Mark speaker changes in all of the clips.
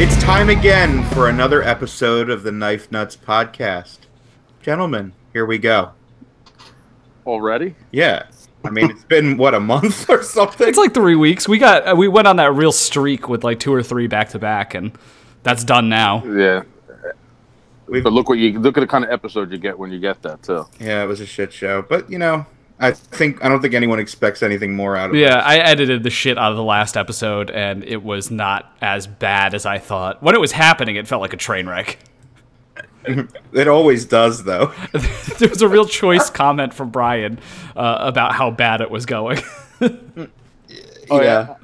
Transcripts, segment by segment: Speaker 1: It's time again for another episode of the Knife Nuts podcast. Gentlemen, here we go.
Speaker 2: already?
Speaker 1: Yeah. I mean, it's been, what, a month or something?
Speaker 3: It's like three weeks. We got uh, we went on that real streak with like two or three back to back, and that's done now.
Speaker 2: Yeah.
Speaker 1: We've-
Speaker 2: But look what you look at the kind of episode you get when you get that too.
Speaker 1: yeah, it was a shit show. But, you know, I think, I don't think anyone expects anything more out of it.
Speaker 3: Yeah, I edited the shit out of the last episode, and it was not as bad as I thought. When it was happening, it felt like a train wreck.
Speaker 1: It always does, though.
Speaker 3: there was a real choice comment from Brian uh, about how bad it was going. Oh,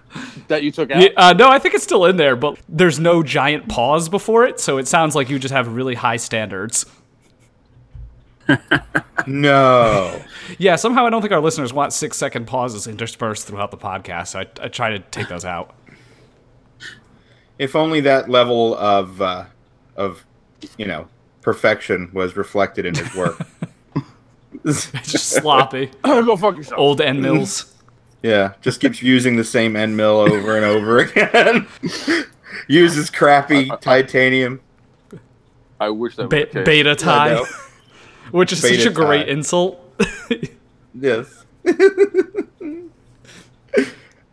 Speaker 2: That you took out.
Speaker 3: Yeah, uh, no, I think it's still in there, but there's no giant pause before it, so it sounds like you just have really high standards.
Speaker 1: No.
Speaker 3: Yeah, somehow I don't think our listeners want six second pauses interspersed throughout the podcast, so I, I try to take those out.
Speaker 1: If only that level of, uh, of, you know, perfection was reflected in his work.
Speaker 3: just sloppy
Speaker 2: Go fuck yourself.
Speaker 3: old
Speaker 1: Mm-hmm.
Speaker 3: end mills
Speaker 1: Yeah, just keeps using the same end mill over and over again. Uses crappy
Speaker 3: Uh,
Speaker 1: titanium.
Speaker 2: I wish that
Speaker 3: be-
Speaker 2: was the case.
Speaker 3: beta tie
Speaker 1: know.
Speaker 3: which is
Speaker 1: Beta
Speaker 3: such a great
Speaker 1: tie.
Speaker 3: insult
Speaker 1: Yes.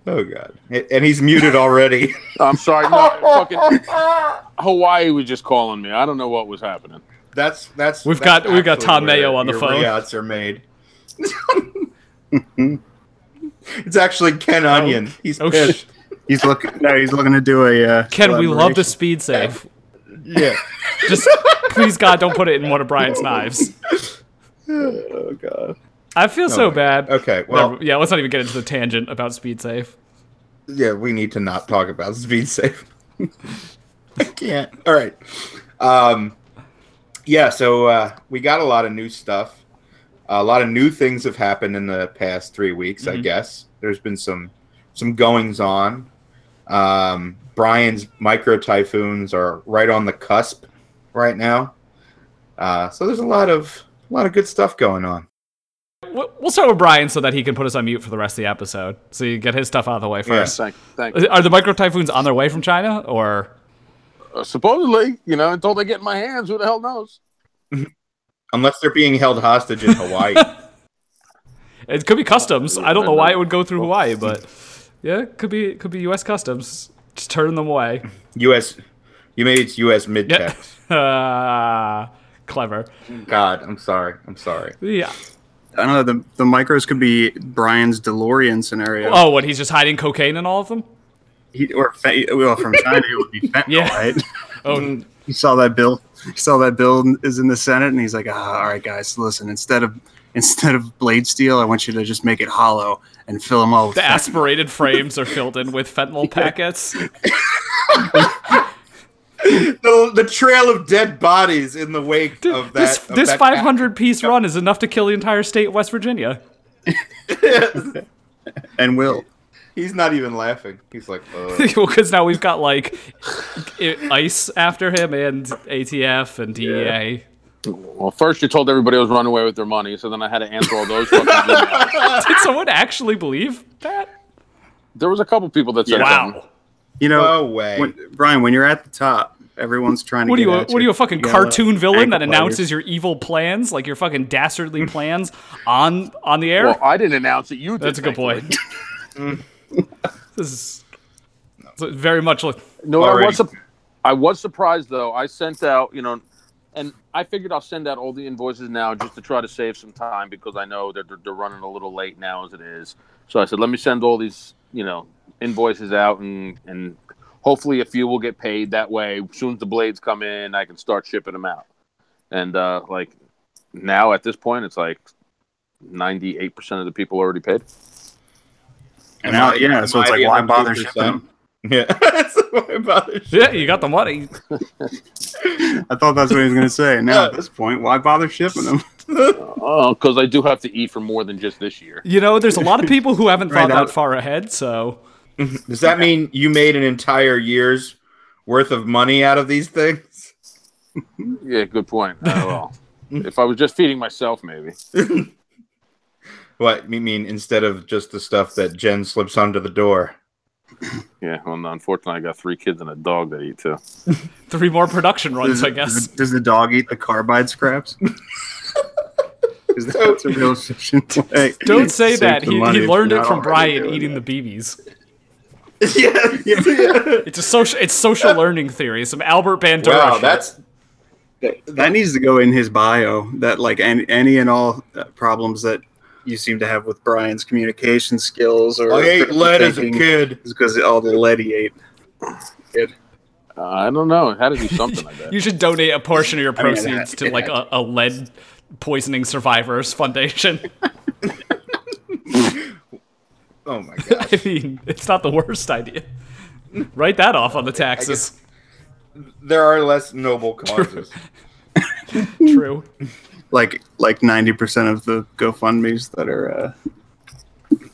Speaker 1: oh god. And he's muted already.
Speaker 2: I'm sorry. No, fucking Hawaii was just calling me. I don't know what was happening.
Speaker 1: That's that's.
Speaker 3: We've
Speaker 1: that's
Speaker 3: got- we've got
Speaker 1: actually
Speaker 3: Tom
Speaker 1: where
Speaker 3: Mayo on the
Speaker 1: your
Speaker 3: phone.
Speaker 1: Rayouts are made. it's actually Ken Onion. he's
Speaker 3: Oh,
Speaker 1: pissed.
Speaker 4: He's looking. No, he's looking to do a. Uh,
Speaker 3: ken we love to
Speaker 4: collaboration.
Speaker 3: speed save
Speaker 1: yeah.
Speaker 3: just please god don't put it in one of brian's knives
Speaker 1: Oh god.
Speaker 3: i feel so
Speaker 1: my-
Speaker 3: bad
Speaker 1: Okay.
Speaker 3: Never-
Speaker 1: Well,
Speaker 3: yeah let's not even get into the tangent about speed save
Speaker 1: yeah, we need to not talk about speed safe. I can't. All right. Um, yeah, so uh, we got a lot of new stuff. A lot of new things have happened in the past three weeks. I
Speaker 3: Mhm.
Speaker 1: guess there's been some some goings on. Um, Brian's micro typhoons are right on the cusp right now. Uh, so there's a lot of a lot of good stuff going on.
Speaker 3: We- we'll start with brian so that he can put us on mute for the rest of the episode so you get his stuff out of the way first
Speaker 2: Thank, thank.
Speaker 3: are the micro typhoons on their way from china or
Speaker 2: Uh, supposedly, you know, until they get in my hands, who the hell knows?
Speaker 1: Unless they're being held hostage in Hawaii.
Speaker 3: It could be customs. I don't know why it would go through Hawaii, but yeah, it could be it could be U.S. customs. Just turn them away.
Speaker 1: U.S. You maybe it's U.S. mid
Speaker 3: Yeah,
Speaker 1: tech.
Speaker 3: uh, clever.
Speaker 1: God, I'm sorry. I'm sorry.
Speaker 3: Yeah.
Speaker 4: I don't know. The, the micros could be Brian's DeLorean scenario.
Speaker 3: Oh, what? He's just hiding cocaine in all of them.
Speaker 4: He, or fe- well, from China it would be fentanyl,
Speaker 3: Yeah.
Speaker 4: right?
Speaker 1: Mm.
Speaker 3: Oh,
Speaker 4: You saw that bill. You saw that bill is in the Senate, and he's like, ah, "All right, guys, listen. Instead of instead of blade steel, I want you to just make it hollow and fill them all with
Speaker 3: the aspirated frames are filled in with fentanyl packets.
Speaker 1: The, the trail of dead bodies in the wake of that.
Speaker 3: this
Speaker 1: of
Speaker 3: this
Speaker 1: that-
Speaker 3: 500 piece run is enough to kill the entire state of West Virginia.
Speaker 4: fentanyl and will."
Speaker 1: He's not even laughing. He's like, uh,
Speaker 3: well, because now we've got like i- ICE after him and ATF and E DEA.
Speaker 2: Well, first you told everybody I was running away with their money, so then I had to answer all those. fucking emails.
Speaker 3: Did someone actually believe that?
Speaker 2: There was a couple people that said,
Speaker 3: Wow.
Speaker 4: You know,
Speaker 1: No way.
Speaker 4: When, Brian, when you're at the top, everyone's trying to.
Speaker 3: What are
Speaker 4: get
Speaker 3: you? A,
Speaker 4: at
Speaker 3: what are you a fucking
Speaker 4: gotta
Speaker 3: cartoon villain
Speaker 4: ankle
Speaker 3: that announces
Speaker 4: biters.
Speaker 3: your evil plans, like your fucking dastardly plans, on on the air?
Speaker 2: Well, I didn't announce it. You did.
Speaker 3: That's a good
Speaker 2: thankfully.
Speaker 3: point. this is it's very much like
Speaker 2: No, I
Speaker 1: already.
Speaker 2: was, sup- I was surprised though. I sent out, you know, and I figured I'll send out all the invoices now just to try to save some time because I know that they're, they're running a little late now as it is. So I said, let me send all these, you know, invoices out and and hopefully a few will get paid. That way, as soon as the blades come in, I can start shipping them out. And uh, like now at this point, it's like ninety eight percent of the people already paid.
Speaker 4: And now, yeah, so it's like, why bother shipping? them?
Speaker 1: Yeah, that's why bother shipping.
Speaker 3: yeah, you got the money.
Speaker 4: I thought that's what he was going to say. Now at this point, why bother shipping them?
Speaker 2: Oh, because I do have to eat for more than just this year.
Speaker 3: You know, there's a lot of people who haven't
Speaker 4: Right,
Speaker 3: thought that
Speaker 4: that-
Speaker 3: far ahead. So
Speaker 1: Does that mean you made an entire year's worth of money out of these things?
Speaker 2: Yeah, good point. I don't know. if I was just feeding myself, maybe.
Speaker 1: What you mean instead of just the stuff that Jen slips under the door?
Speaker 2: Yeah, well, unfortunately, I got three kids and a dog that eat too.
Speaker 3: Three more production runs,
Speaker 4: Does,
Speaker 3: I
Speaker 4: does
Speaker 3: guess.
Speaker 4: the- does the dog eat the carbide scraps? Is that a real efficient way?
Speaker 3: Don't say
Speaker 4: Save
Speaker 3: that.
Speaker 4: the
Speaker 3: He,
Speaker 4: money
Speaker 3: he
Speaker 4: if
Speaker 3: learned
Speaker 4: you're
Speaker 3: it
Speaker 4: not
Speaker 3: from
Speaker 4: already
Speaker 3: Brian
Speaker 4: doing
Speaker 3: eating
Speaker 4: it.
Speaker 3: the BBs.
Speaker 1: yeah, yeah.
Speaker 3: It's a social. It's social learning theory. Some Albert Bandura.
Speaker 1: Wow,
Speaker 3: shit.
Speaker 1: that's
Speaker 4: That needs to go in his bio. That like any, any and all uh, problems that you seem to have with Brian's communication skills or
Speaker 1: I ate lead as a kid.
Speaker 4: because all the lead he ate.
Speaker 2: Uh, I don't know. It had to be something. I bet.
Speaker 3: You should donate a portion of your
Speaker 4: I mean,
Speaker 3: proceeds
Speaker 4: that-
Speaker 3: to like a, a lead poisoning survivors foundation.
Speaker 1: Oh my god.
Speaker 3: I mean, it's not the worst idea. Write that off on the taxes.
Speaker 1: There are less noble causes.
Speaker 3: True.
Speaker 4: Like like ninety percent of the GoFundmes that are uh,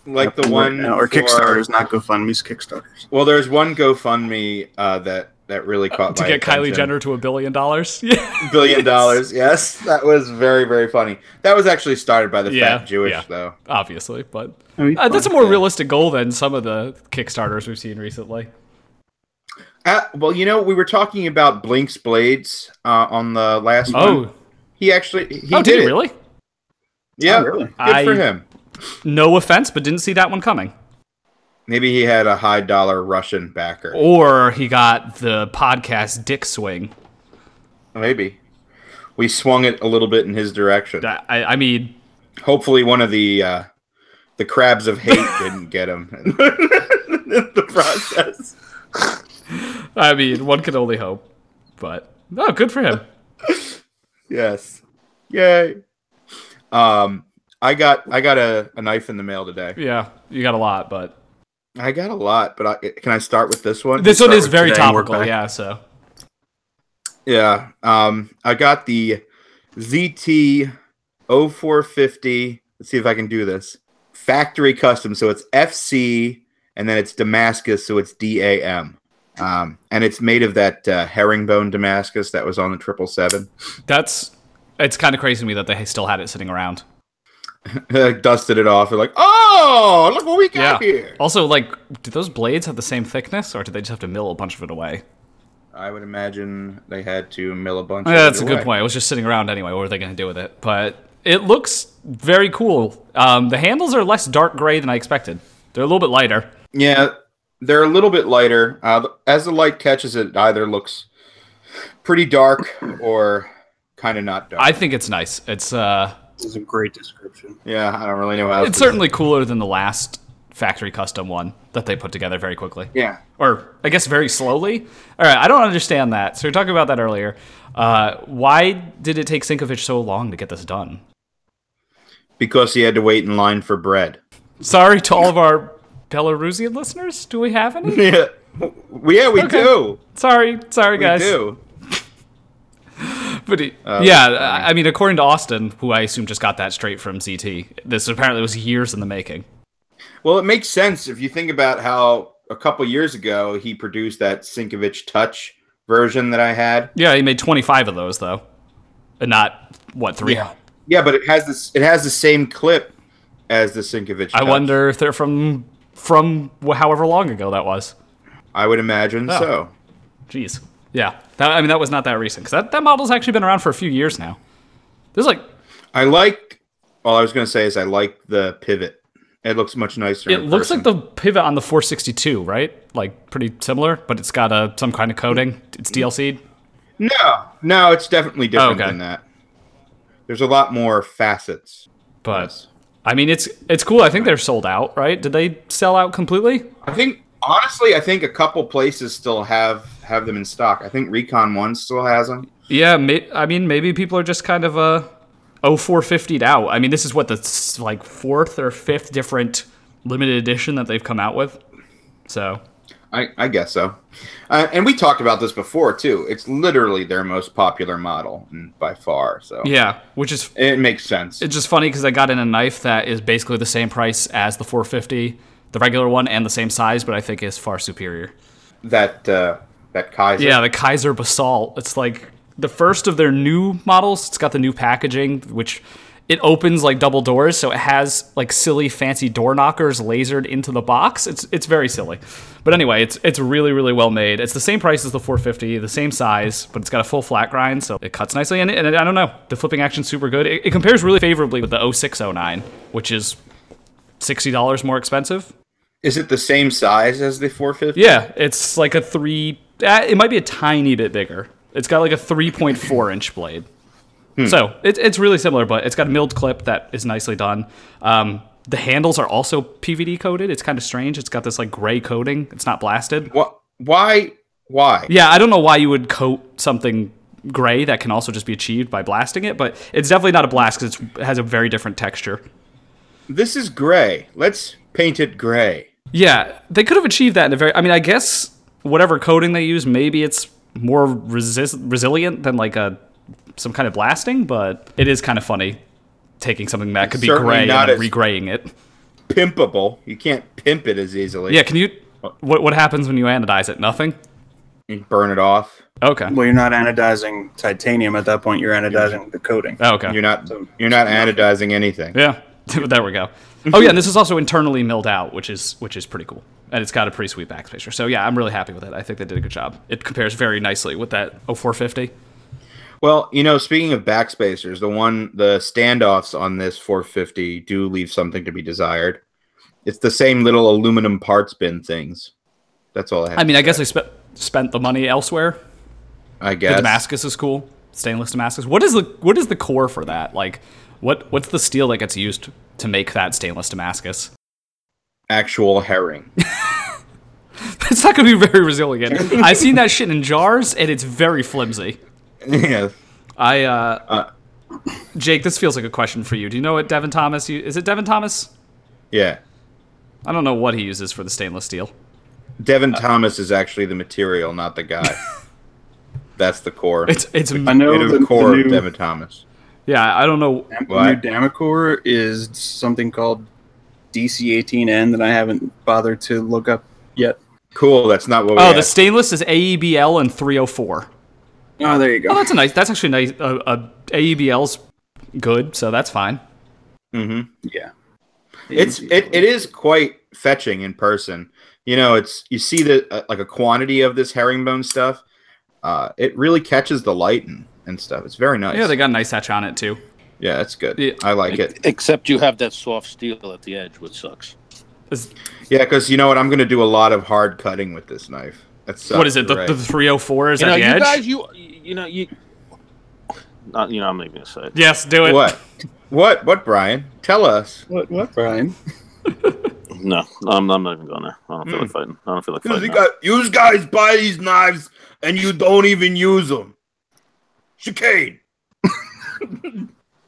Speaker 1: Like the
Speaker 4: right
Speaker 1: one
Speaker 4: now- or
Speaker 1: for-
Speaker 4: Kickstarters, not GoFundmes, Kickstarters.
Speaker 1: Well, there's one GoFundMe uh, that that really caught
Speaker 3: To
Speaker 1: my
Speaker 3: get Kylie
Speaker 1: attention.
Speaker 3: Jenner to a billion dollars. Yeah.
Speaker 1: billion dollars. Yes, that was very very funny. That was actually started by the
Speaker 3: Yeah,
Speaker 1: fat Jewish
Speaker 3: yeah.
Speaker 1: though.
Speaker 3: Obviously, but
Speaker 4: I mean,
Speaker 3: uh, that's a
Speaker 4: fine.
Speaker 3: more realistic goal than some of the Kickstarters we've seen recently.
Speaker 1: Uh, well, you know, we were talking about Blink's blades uh, on the last one.
Speaker 3: Oh,
Speaker 1: he actually he
Speaker 3: oh,
Speaker 1: did
Speaker 3: did he
Speaker 1: it.
Speaker 3: really?
Speaker 1: Yeah,
Speaker 4: Oh, really?
Speaker 1: Good for
Speaker 3: I-
Speaker 1: him.
Speaker 3: No offense, but didn't see that one coming.
Speaker 1: Maybe he had a high dollar Russian backer.
Speaker 3: Oh. Or he got the podcast Dick Swing.
Speaker 1: Maybe we swung it a little bit in his direction.
Speaker 3: I, I I mean,
Speaker 1: Hopefully, one of the uh, the crabs of hate didn't get him in the process.
Speaker 3: I mean, one can only hope. But no, good for him.
Speaker 1: Yes. Yay. Um, I got I got a, a knife in the mail today.
Speaker 3: Yeah, you got a lot, but
Speaker 1: I got a lot, but I, can I start with this one?
Speaker 3: this one
Speaker 4: start
Speaker 3: is
Speaker 4: with
Speaker 3: very
Speaker 4: today and work
Speaker 3: topical.
Speaker 4: back.
Speaker 3: Yeah, so
Speaker 1: Yeah. Um, I got the ZT 0450. Let's see if I can do this. Factory custom. So it's FC and then it's Damascus. So it's DAM. Um, and it's made of that uh, herringbone Damascus that was on the 777.
Speaker 3: that's it's kind of crazy to me that they still had it sitting around.
Speaker 1: Dusted it off. and like, oh, look what we got here.
Speaker 3: Also, like, do those blades have the same thickness, or did they just have to mill a bunch of it away?
Speaker 1: I would imagine they had to mill a bunch.
Speaker 3: Yeah,
Speaker 1: of it
Speaker 3: that's a good
Speaker 1: away.
Speaker 3: point. It was just sitting around anyway. What were they going to do with it? But it looks very cool. Um, the handles are less dark gray than I expected. They're a little bit lighter.
Speaker 1: Yeah, they're a little bit lighter. Uh, th- as the light catches it, it either looks pretty dark or kind of not dark.
Speaker 3: I think it's nice. It's uh,
Speaker 4: This is a great description.
Speaker 1: yeah, I don't really know how.
Speaker 3: it's
Speaker 1: to-
Speaker 3: certainly cooler than the last factory custom one that they put together very quickly.
Speaker 1: yeah.
Speaker 3: or I guess very slowly. All right, I don't understand that. So we are talking about that earlier. Uh, why did it take Sinkovich so long to get this done?
Speaker 1: Because he had to wait in line for bread.
Speaker 3: Sorry to all of our Belarusian listeners. Do we have any?
Speaker 1: yeah, we
Speaker 3: Okay.
Speaker 1: do.
Speaker 3: Sorry, sorry
Speaker 1: We
Speaker 3: guys.
Speaker 1: do. Uh,
Speaker 3: But he- yeah, I I mean, according to Austin, who I assume just got that straight from ZT, this apparently was years in the making.
Speaker 1: Well, it makes sense if you think about how a couple years ago he produced that Sinkovich Touch version that I had.
Speaker 3: Yeah, he made 25 of those though, and not what three.
Speaker 1: Yeah, but it has this. It has the same clip as the Sinkovich.
Speaker 3: I
Speaker 1: Touch.
Speaker 3: wonder if they're from from wh- however long ago that was.
Speaker 1: I would imagine
Speaker 3: Oh.
Speaker 1: so.
Speaker 3: Jeez. Yeah. That, I mean, that was not that recent because that, that model's actually been around for a few years now. There's like,
Speaker 1: I like. All I was going to say is I like the pivot. It looks much nicer.
Speaker 3: it looks like the pivot on the 462, right? Like pretty similar, but it's got a some kind of coding. It's DLC'd.
Speaker 1: no, no, it's definitely different
Speaker 3: Oh, Okay.
Speaker 1: than that. There's a lot more facets.
Speaker 3: But I mean, it's it's cool. I think they're sold out, right? Did they sell out completely?
Speaker 1: I think honestly, I think a couple places still have have them in stock. I think Recon One still has them.
Speaker 3: Yeah. May, I mean, maybe people are just kind of uh, 0450'd out. I mean, this is what the s- like fourth or fifth different limited edition that they've come out with. So
Speaker 1: I, I guess so. Uh, and we talked about this before too. It's literally their most popular model and by far. So
Speaker 3: yeah, which is
Speaker 1: it makes sense.
Speaker 3: It's just funny because I got in a knife that is basically the same price as the 450, the regular one, and the same size, but I think is far superior.
Speaker 1: that uh, that Kaiser.
Speaker 3: Yeah, the Kaiser Basalt. It's like the first of their new models. It's got the new packaging, which it opens like double doors, so it has like silly fancy door knockers lasered into the box. It's it's very silly, but anyway, it's it's really really well made. It's the same price as the 450, the same size, but it's got a full flat grind, so it cuts nicely. And, it, and it- I don't know, the flipping action's super good. It, it compares really favorably with the 0609, which is sixty dollars more expensive.
Speaker 1: Is it the same size as the 450?
Speaker 3: Yeah, it's like a three. Uh, it might be a tiny bit bigger. It's got like a three point four inch blade. So it, it's really similar, but it's got a milled clip that is nicely done. Um, the handles are also PVD coated. It's kind of strange. It's got this like gray coating. It's not blasted.
Speaker 1: What? Why? Why?
Speaker 3: Yeah, I don't know why you would coat something gray that can also just be achieved by blasting it, but it's definitely not a blast because it has a very different texture.
Speaker 1: This is gray. Let's paint it gray.
Speaker 3: Yeah, they could have achieved that in a very. I mean, I guess whatever coating they use, maybe it's more resist, resilient than like a some kind of blasting. But it is kind of funny taking something that could be
Speaker 1: Certainly
Speaker 3: gray and
Speaker 1: not
Speaker 3: then
Speaker 1: as-
Speaker 3: regraying it.
Speaker 1: Pimpable. You can't pimp it as easily.
Speaker 3: Yeah, can you? What what happens when you anodize it? Nothing.
Speaker 1: You burn it off.
Speaker 3: Okay.
Speaker 4: Well, you're not anodizing titanium at that point. You're anodizing the coating.
Speaker 3: Oh, okay.
Speaker 1: You're not. You're not anodizing anything.
Speaker 3: Yeah. there we go. Oh yeah, and this is also internally milled out, which is which is pretty cool, and it's got a pretty sweet back picture. So yeah, I'm really happy with it. I think they did a good job. It compares very nicely with that 0450.
Speaker 1: Well, you know, speaking of backspacers, the one the standoffs on this 450 do leave something to be desired. It's the same little aluminum parts bin things. That's all I have.
Speaker 3: I mean, I guess they spe- spent the money elsewhere.
Speaker 1: I
Speaker 3: The
Speaker 1: guess
Speaker 3: Damascus is cool. Stainless Damascus. What is the what is the core for that? Like, what what's the steel that gets used to make that stainless Damascus?
Speaker 1: actual herring.
Speaker 3: It's not going to be very resilient. I've seen that shit in jars, and it's very flimsy.
Speaker 1: yeah.
Speaker 3: I uh,
Speaker 1: Uh.
Speaker 3: Jake, this feels like a question for you. Do you know what Devin Thomas? u- Is it Devin Thomas?
Speaker 1: Yeah.
Speaker 3: I don't know what he uses for the stainless steel.
Speaker 1: Devin
Speaker 3: Uh,
Speaker 1: Thomas is actually the material, not the guy. That's the core.
Speaker 3: It's it's
Speaker 4: I know Oh,
Speaker 1: Native
Speaker 4: the, the
Speaker 1: core
Speaker 4: new,
Speaker 1: of Devin Thomas.
Speaker 3: yeah. I don't know.
Speaker 4: Dam-
Speaker 1: What?
Speaker 4: new Damacor is something called DC18N that I haven't bothered to look up yet.
Speaker 1: Cool. That's not what we.
Speaker 3: Oh, the
Speaker 1: asked.
Speaker 3: stainless is AEBL and 304.
Speaker 4: Oh, there you
Speaker 3: Oh,
Speaker 4: go.
Speaker 3: that's a nice. That's actually nice. Uh, uh, AEBL's good, so that's fine.
Speaker 1: Mhm.
Speaker 4: Yeah.
Speaker 1: It's it, it is quite fetching in person. You know, it's you see the uh, like a quantity of this herringbone stuff. Uh, it really catches the light and, and stuff. It's very nice.
Speaker 3: Yeah, they got a nice hatch on it too.
Speaker 1: yeah, that's good.
Speaker 3: Yeah.
Speaker 1: I like it.
Speaker 2: Except you have that soft steel at the edge, which sucks.
Speaker 3: Is-
Speaker 1: Yeah, because you know what? I'm going to do a lot of hard cutting with this knife. That's
Speaker 3: what is it? The, the 304 is
Speaker 2: you
Speaker 3: at
Speaker 2: know,
Speaker 3: the
Speaker 2: you
Speaker 3: edge.
Speaker 2: guys, you you know you. Not, you know, I'm not even gonna say it.
Speaker 3: yes, do it.
Speaker 1: what? What? What? Brian, tell us.
Speaker 4: What, what, Brian?
Speaker 2: No, I'm, I'm not even going there. I don't feel like fighting. I don't feel like
Speaker 1: Because you
Speaker 2: fighting.
Speaker 1: got you guys buy these knives and you don't even use them. Chicane.
Speaker 4: I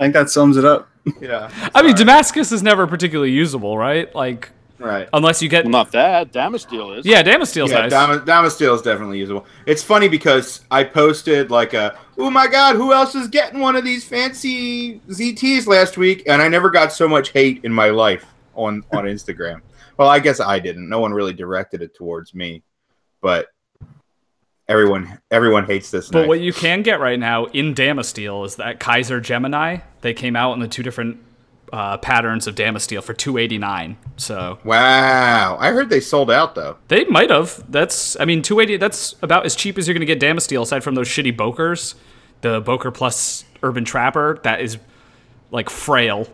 Speaker 4: think that sums it up.
Speaker 1: Yeah.
Speaker 3: I mean, Damascus is never particularly usable, right? Like,
Speaker 1: Right.
Speaker 3: unless you get.
Speaker 2: Well, not that. Damage deal is.
Speaker 3: Yeah, Damasteel's
Speaker 1: Yeah,
Speaker 3: nice.
Speaker 1: Dama, Damasteel is definitely usable. It's funny because I posted like a, oh my god, who else is getting one of these fancy ZTs last week? And I never got so much hate in my life on on Instagram. Well, I guess I didn't. No one really directed it towards me, but everyone everyone hates this.
Speaker 3: but
Speaker 1: knife.
Speaker 3: what you can get right now in Damasteel is that Kaiser Gemini. They came out in the two different uh, patterns of Damasteel for 289. So
Speaker 1: wow, I heard they sold out though.
Speaker 3: they might have. That's, I mean, 280. That's about as cheap as you're going to get Damasteel aside from those shitty Bokers, the Boker plus Urban Trapper. That is like frail.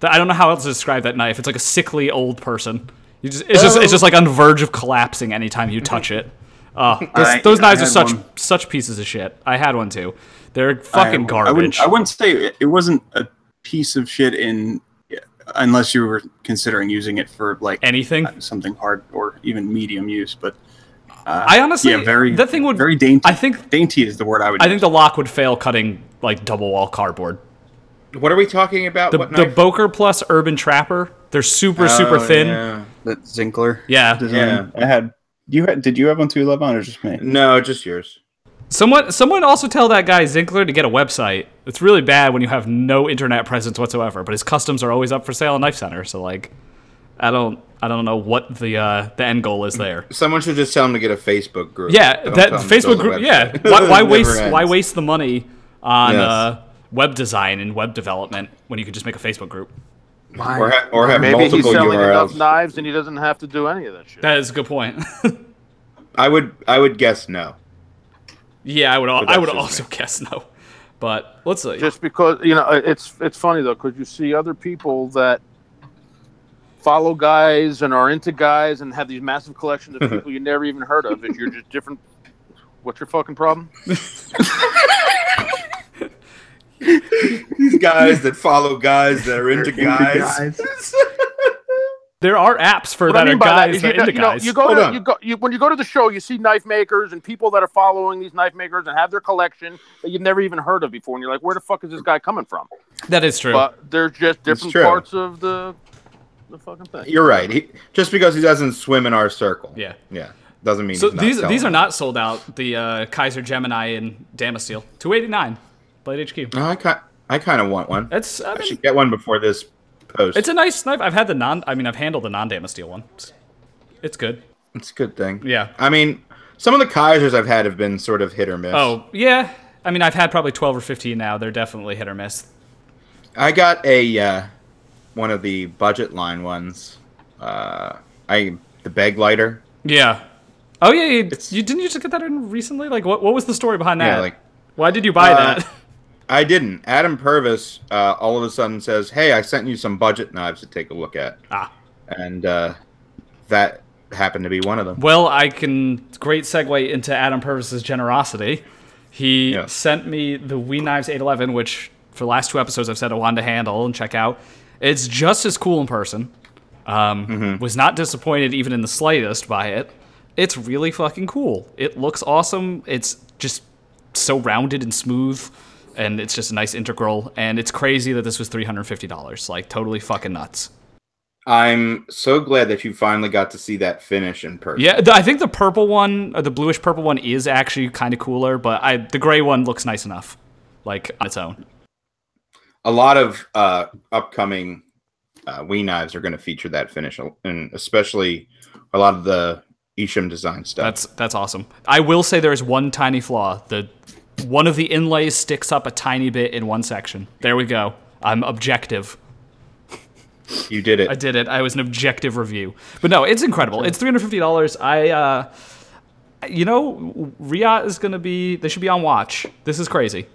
Speaker 3: Th- I don't know how else to describe that knife. It's like a sickly old person. You just, it's just, it's just like on the verge of collapsing anytime you touch it. Uh, those,
Speaker 4: I-
Speaker 3: those
Speaker 4: I
Speaker 3: knives are
Speaker 4: had
Speaker 3: such
Speaker 4: one.
Speaker 3: such pieces of shit. I had one too. They're
Speaker 4: I-
Speaker 3: fucking
Speaker 4: I wouldn't,
Speaker 3: garbage.
Speaker 4: I wouldn't say it, it wasn't a piece of shit in, unless you were considering using it for like
Speaker 3: Anything.
Speaker 4: something hard or even medium use. But
Speaker 3: I honestly,
Speaker 4: yeah, very
Speaker 3: that thing would.
Speaker 4: very dainty.
Speaker 3: I think
Speaker 4: dainty is the word I would.
Speaker 3: I think the lock would fail cutting like double wall cardboard.
Speaker 1: What are we talking about?
Speaker 3: The,
Speaker 1: what
Speaker 3: the
Speaker 1: knife?
Speaker 3: Boker plus Urban Trapper. They're super
Speaker 1: Oh,
Speaker 3: super thin.
Speaker 1: yeah.
Speaker 4: that Zinkler.
Speaker 3: Yeah.
Speaker 4: design. I had. You had? Did you have one too, Levon, or just me?
Speaker 1: No, just yours.
Speaker 3: Someone, someone also tell that guy Zinkler to get a website. It's really bad when you have no internet presence whatsoever. But his customs are always up for sale on Knife Center, so like, I don't, I don't know what the uh, the end goal is there.
Speaker 1: Someone should just tell him to get a Facebook group.
Speaker 3: Yeah,
Speaker 1: Don't
Speaker 3: that
Speaker 1: tell him to
Speaker 3: Facebook
Speaker 1: build a
Speaker 3: group.
Speaker 1: website.
Speaker 3: Yeah, why, why
Speaker 1: It never
Speaker 3: waste? Why
Speaker 1: ends.
Speaker 3: waste the money on
Speaker 1: Yes.
Speaker 3: uh, web design and web development when you could just make a Facebook group.
Speaker 4: Why?
Speaker 1: Or, ha- or have
Speaker 2: Maybe he's
Speaker 1: multiple
Speaker 2: selling enough
Speaker 1: URLs.
Speaker 2: knives and he doesn't have to do any of that shit.
Speaker 3: That is a good point.
Speaker 1: I would I would guess no.
Speaker 3: yeah, I would. Al-
Speaker 1: But
Speaker 3: I
Speaker 1: that's
Speaker 3: would
Speaker 1: just me.
Speaker 3: also guess no. But let's see.
Speaker 2: just because you know it's it's funny though because you see other people that follow guys and are into guys and have these massive collections of people you never even heard of and you're just different what's your fucking problem
Speaker 1: These guys that follow guys that are into
Speaker 4: Into
Speaker 1: guys.
Speaker 3: there are apps for
Speaker 2: What
Speaker 3: that
Speaker 2: I mean
Speaker 3: are
Speaker 2: by that
Speaker 3: guys
Speaker 2: is
Speaker 3: that
Speaker 2: you,
Speaker 3: are into
Speaker 2: you know
Speaker 3: guys.
Speaker 2: you go
Speaker 1: Hold
Speaker 2: to
Speaker 1: on.
Speaker 2: you go you, when you go to the show you see knife makers and people that are following these knife makers and have their collection that you've never even heard of before and you're like where the fuck is this guy coming from
Speaker 3: that is true.
Speaker 2: but there's just different
Speaker 1: true.
Speaker 2: parts of the the fucking thing
Speaker 1: You're right. He, just because he doesn't swim in our circle.
Speaker 3: Yeah.
Speaker 1: Yeah. Doesn't mean
Speaker 3: so
Speaker 1: he's not
Speaker 3: these
Speaker 1: selling.
Speaker 3: these are not sold out. The uh, Kaiser Gemini and Damasteel, two eighty nine, Blade HQ.
Speaker 1: No, I kind I kind of want one.
Speaker 3: That's I
Speaker 1: I
Speaker 3: mean,
Speaker 1: should get one before this post.
Speaker 3: it's a nice knife. I've had the non. I mean, I've handled the non Damasteel one. It's, it's good.
Speaker 1: It's a good thing.
Speaker 3: Yeah.
Speaker 1: I mean, some of the Kaisers I've had have been sort of hit or miss.
Speaker 3: Oh yeah. I mean, I've had probably twelve or fifteen now. They're definitely hit or miss.
Speaker 1: I got a uh, one of the budget line ones. Uh, I the bag lighter.
Speaker 3: Yeah. Oh yeah. You,
Speaker 1: It's-
Speaker 3: you didn't you just get that in recently? Like what what was the story behind that?
Speaker 1: Yeah, like-
Speaker 3: Why did you buy
Speaker 1: Uh,
Speaker 3: that?
Speaker 1: I didn't. Adam Purvis uh, all of a sudden says, "Hey, I sent you some budget knives to take a look at,"
Speaker 3: ah.
Speaker 1: and uh, that happened to be one of them.
Speaker 3: Well, I can great segue into Adam Purvis's generosity. He
Speaker 1: Yeah.
Speaker 3: sent me the We Knives 811, which for the last two episodes I've said I wanted to handle and check out. It's just as cool in person. Um, Was not disappointed even in the slightest by it. It's really fucking cool. It looks awesome. It's just so rounded and smooth, and it's just a nice integral. And it's crazy that this was three hundred fifty dollars. Like totally fucking nuts.
Speaker 1: I'm so glad that you finally got to see that finish in person.
Speaker 3: Yeah, the, I think the purple one, or the bluish purple one, is actually kind of cooler, but I the gray one looks nice enough, like on its own.
Speaker 1: a lot of uh, upcoming uh, Wee knives are going to feature that finish, and especially a lot of the Isham design stuff.
Speaker 3: That's that's awesome. I will say there is one tiny flaw. The one of the inlays sticks up a tiny bit in one section. There we go. I'm objective.
Speaker 1: you did it.
Speaker 3: I did it. I was an objective review. But no, it's incredible. It's three hundred fifty dollars. I, uh, you know, Riyadh is gonna be. They should be on watch. This is crazy.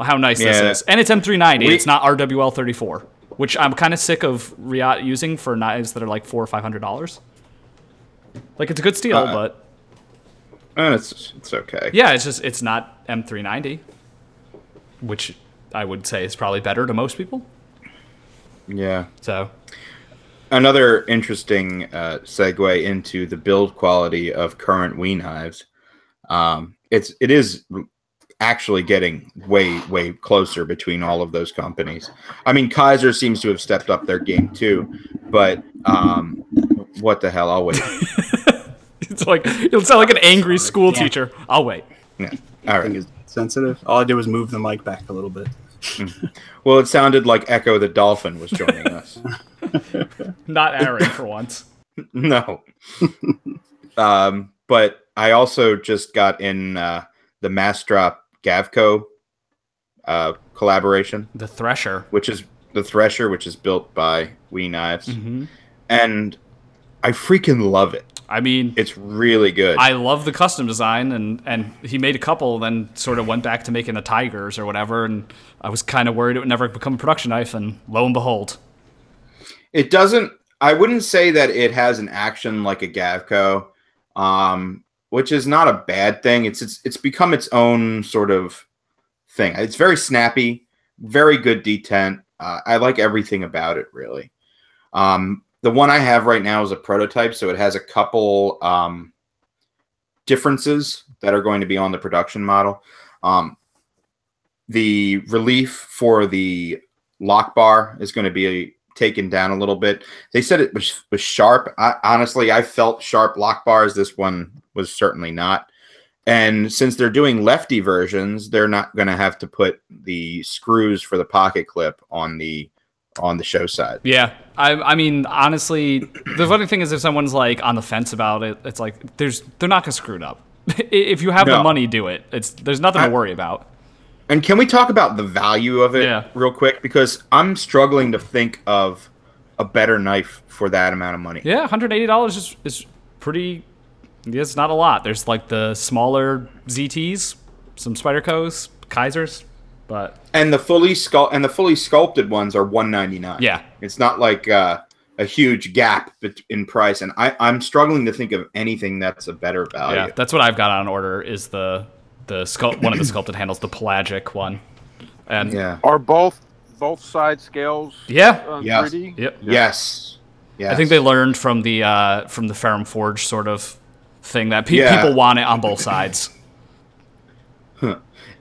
Speaker 3: How nice
Speaker 1: Yeah.
Speaker 3: this is, and it's M three ninety.
Speaker 1: We-
Speaker 3: It's not RWL thirty four, which I'm kind of sick of Riyadh using for knives that are like four or five hundred dollars. Like it's a good steal,
Speaker 1: Uh,
Speaker 3: but
Speaker 1: And it's it's okay.
Speaker 3: yeah, it's just it's not M three ninety, which I would say is probably better to most people.
Speaker 1: Yeah.
Speaker 3: So
Speaker 1: Another interesting uh, segue into the build quality of current Wee knives. Um, it's it is actually getting way way closer between all of those companies. I mean, Kaiser seems to have stepped up their game too, but um, what the hell? I'll wait.
Speaker 3: it's like it'll sound like an angry school teacher. I'll wait.
Speaker 1: Yeah. All right.
Speaker 4: is sensitive. All I did was move the mic back a little bit.
Speaker 1: Well, it sounded like Echo the dolphin was joining us.
Speaker 3: Not Aaron for once.
Speaker 1: No. um, but I also just got in uh, the Mass Drop Gavco uh, collaboration,
Speaker 3: The Thresher.
Speaker 1: which is the Thresher, which is built by Wee Knives, and I freaking love it.
Speaker 3: I mean,
Speaker 1: It's really good.
Speaker 3: I love the custom design, and and he made a couple, then sort of went back to making the Tigers or whatever, and I was kind of worried it would never become a production knife, and lo and behold,
Speaker 1: It doesn't. I wouldn't say that it has an action like a Gavco, um, which is not a bad thing. It's it's it's become its own sort of thing. It's very snappy, very good detent. Uh, I like everything about it really. Um, the one I have right now is a prototype, so it has a couple um, differences that are going to be on the production model. Um, the relief for the lock bar is going to be taken down a little bit. They said it was, was sharp. I, honestly, I felt sharp lock bars. This one was certainly not. And since they're doing lefty versions, they're not going to have to put the screws for the pocket clip on the on the show side.
Speaker 3: yeah. I, I mean, honestly, the funny thing is, if someone's like on the fence about it, it's like there's they're not gonna screw it up. I- if you have the
Speaker 1: No.
Speaker 3: money, do it. It's there's nothing to worry about.
Speaker 1: And can we talk about the value of it
Speaker 3: Yeah.
Speaker 1: real quick? Because I'm struggling to think of a better knife for that amount of money.
Speaker 3: Yeah, one hundred eighty dollars is is pretty. yeah, It's not a lot. There's like the smaller ZTs, some Spydercos, Kaisers, but
Speaker 1: And the fully sculpt and the fully sculpted ones are 199.
Speaker 3: yeah,
Speaker 1: It's not like uh, a huge gap bet- in price, and I, I'm struggling to think of anything that's a better value.
Speaker 3: yeah, that's what I've got on order is the the sculpt one of the sculpted handles, the pelagic one, and yeah,
Speaker 1: Yeah.
Speaker 2: Are both both side scales uh,
Speaker 1: Yeah.
Speaker 2: 3D?
Speaker 3: yep.
Speaker 1: Yes. Yes.
Speaker 3: I think they learned from the uh, from the Ferrum Forge sort of thing that pe-
Speaker 1: Yeah.
Speaker 3: people want it on both sides.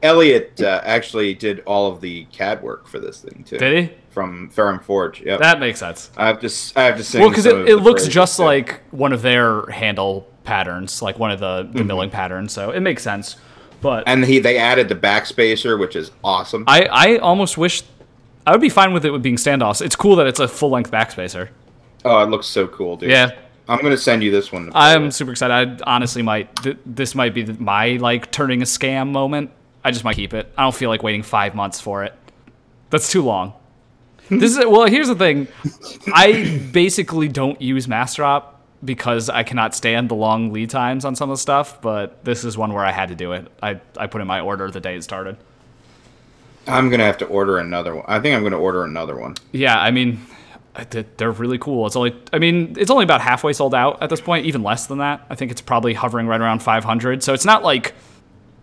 Speaker 1: Elliot uh, actually did all of the CAD work for this thing too.
Speaker 3: Did he?
Speaker 1: From Ferrum Forge. Yep.
Speaker 3: That makes sense.
Speaker 1: I have to. s- I have to sing.
Speaker 3: Well, because
Speaker 1: some of
Speaker 3: it, it
Speaker 1: the
Speaker 3: looks
Speaker 1: phrases,
Speaker 3: just
Speaker 1: too.
Speaker 3: like one of their handle patterns, like one of the,
Speaker 1: Mm-hmm.
Speaker 3: the milling patterns, so it makes sense. But
Speaker 1: And he they added the backspacer, which is awesome.
Speaker 3: I, I almost wish I would be fine with it with being standoffs. It's cool that it's a full length backspacer.
Speaker 1: oh, it looks so cool, dude.
Speaker 3: Yeah,
Speaker 1: I'm gonna send you this one. to play
Speaker 3: I'm
Speaker 1: with.
Speaker 3: super excited. I honestly might th- this might be th- my like turning a scam moment. I just might keep it. I don't feel like waiting five months for it. That's too long. This is well. Here's the thing. I basically don't use Masterop because I cannot stand the long lead times on some of the stuff. But this is one where I had to do it. I I put in my order the day it started.
Speaker 1: I'm gonna have to order another one. I think I'm gonna order another one.
Speaker 3: Yeah, I mean, I did- they're really cool. It's only, I mean, it's only about halfway sold out at this point, even less than that. I think it's probably hovering right around 500. So it's not like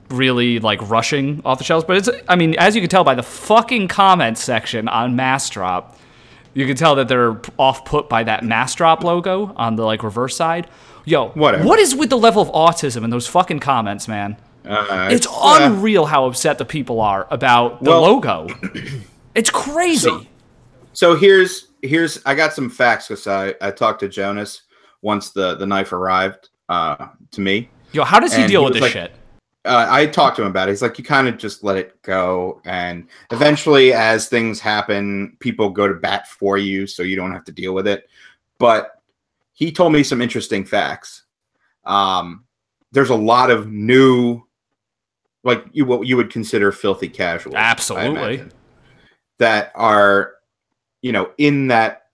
Speaker 3: really like rushing off the shelves, but it's, I mean, as you can tell by the fucking comment section on Mass Drop, you can tell that they're off put by that Mass Drop logo on the like reverse side. Yo,
Speaker 1: Whatever.
Speaker 3: what is with the level of autism in those fucking comments, man?
Speaker 1: Uh,
Speaker 3: It's
Speaker 1: uh,
Speaker 3: unreal how upset the people are about the
Speaker 1: Well-
Speaker 3: logo. It's crazy.
Speaker 1: So here's here's I got some facts because I I talked to Jonas once the the knife arrived uh, to me.
Speaker 3: Yo, how does he
Speaker 1: And
Speaker 3: deal
Speaker 1: he
Speaker 3: with
Speaker 1: was
Speaker 3: this
Speaker 1: like-
Speaker 3: shit?
Speaker 1: uh, I talked to him about it. He's like, you kind of just let it go, and eventually, as things happen, people go to bat for you, so you don't have to deal with it. But he told me some interesting facts. Um, there's a lot of new, like you what you would consider filthy casuals, I
Speaker 3: Absolutely.
Speaker 1: imagine, that are, you know, in that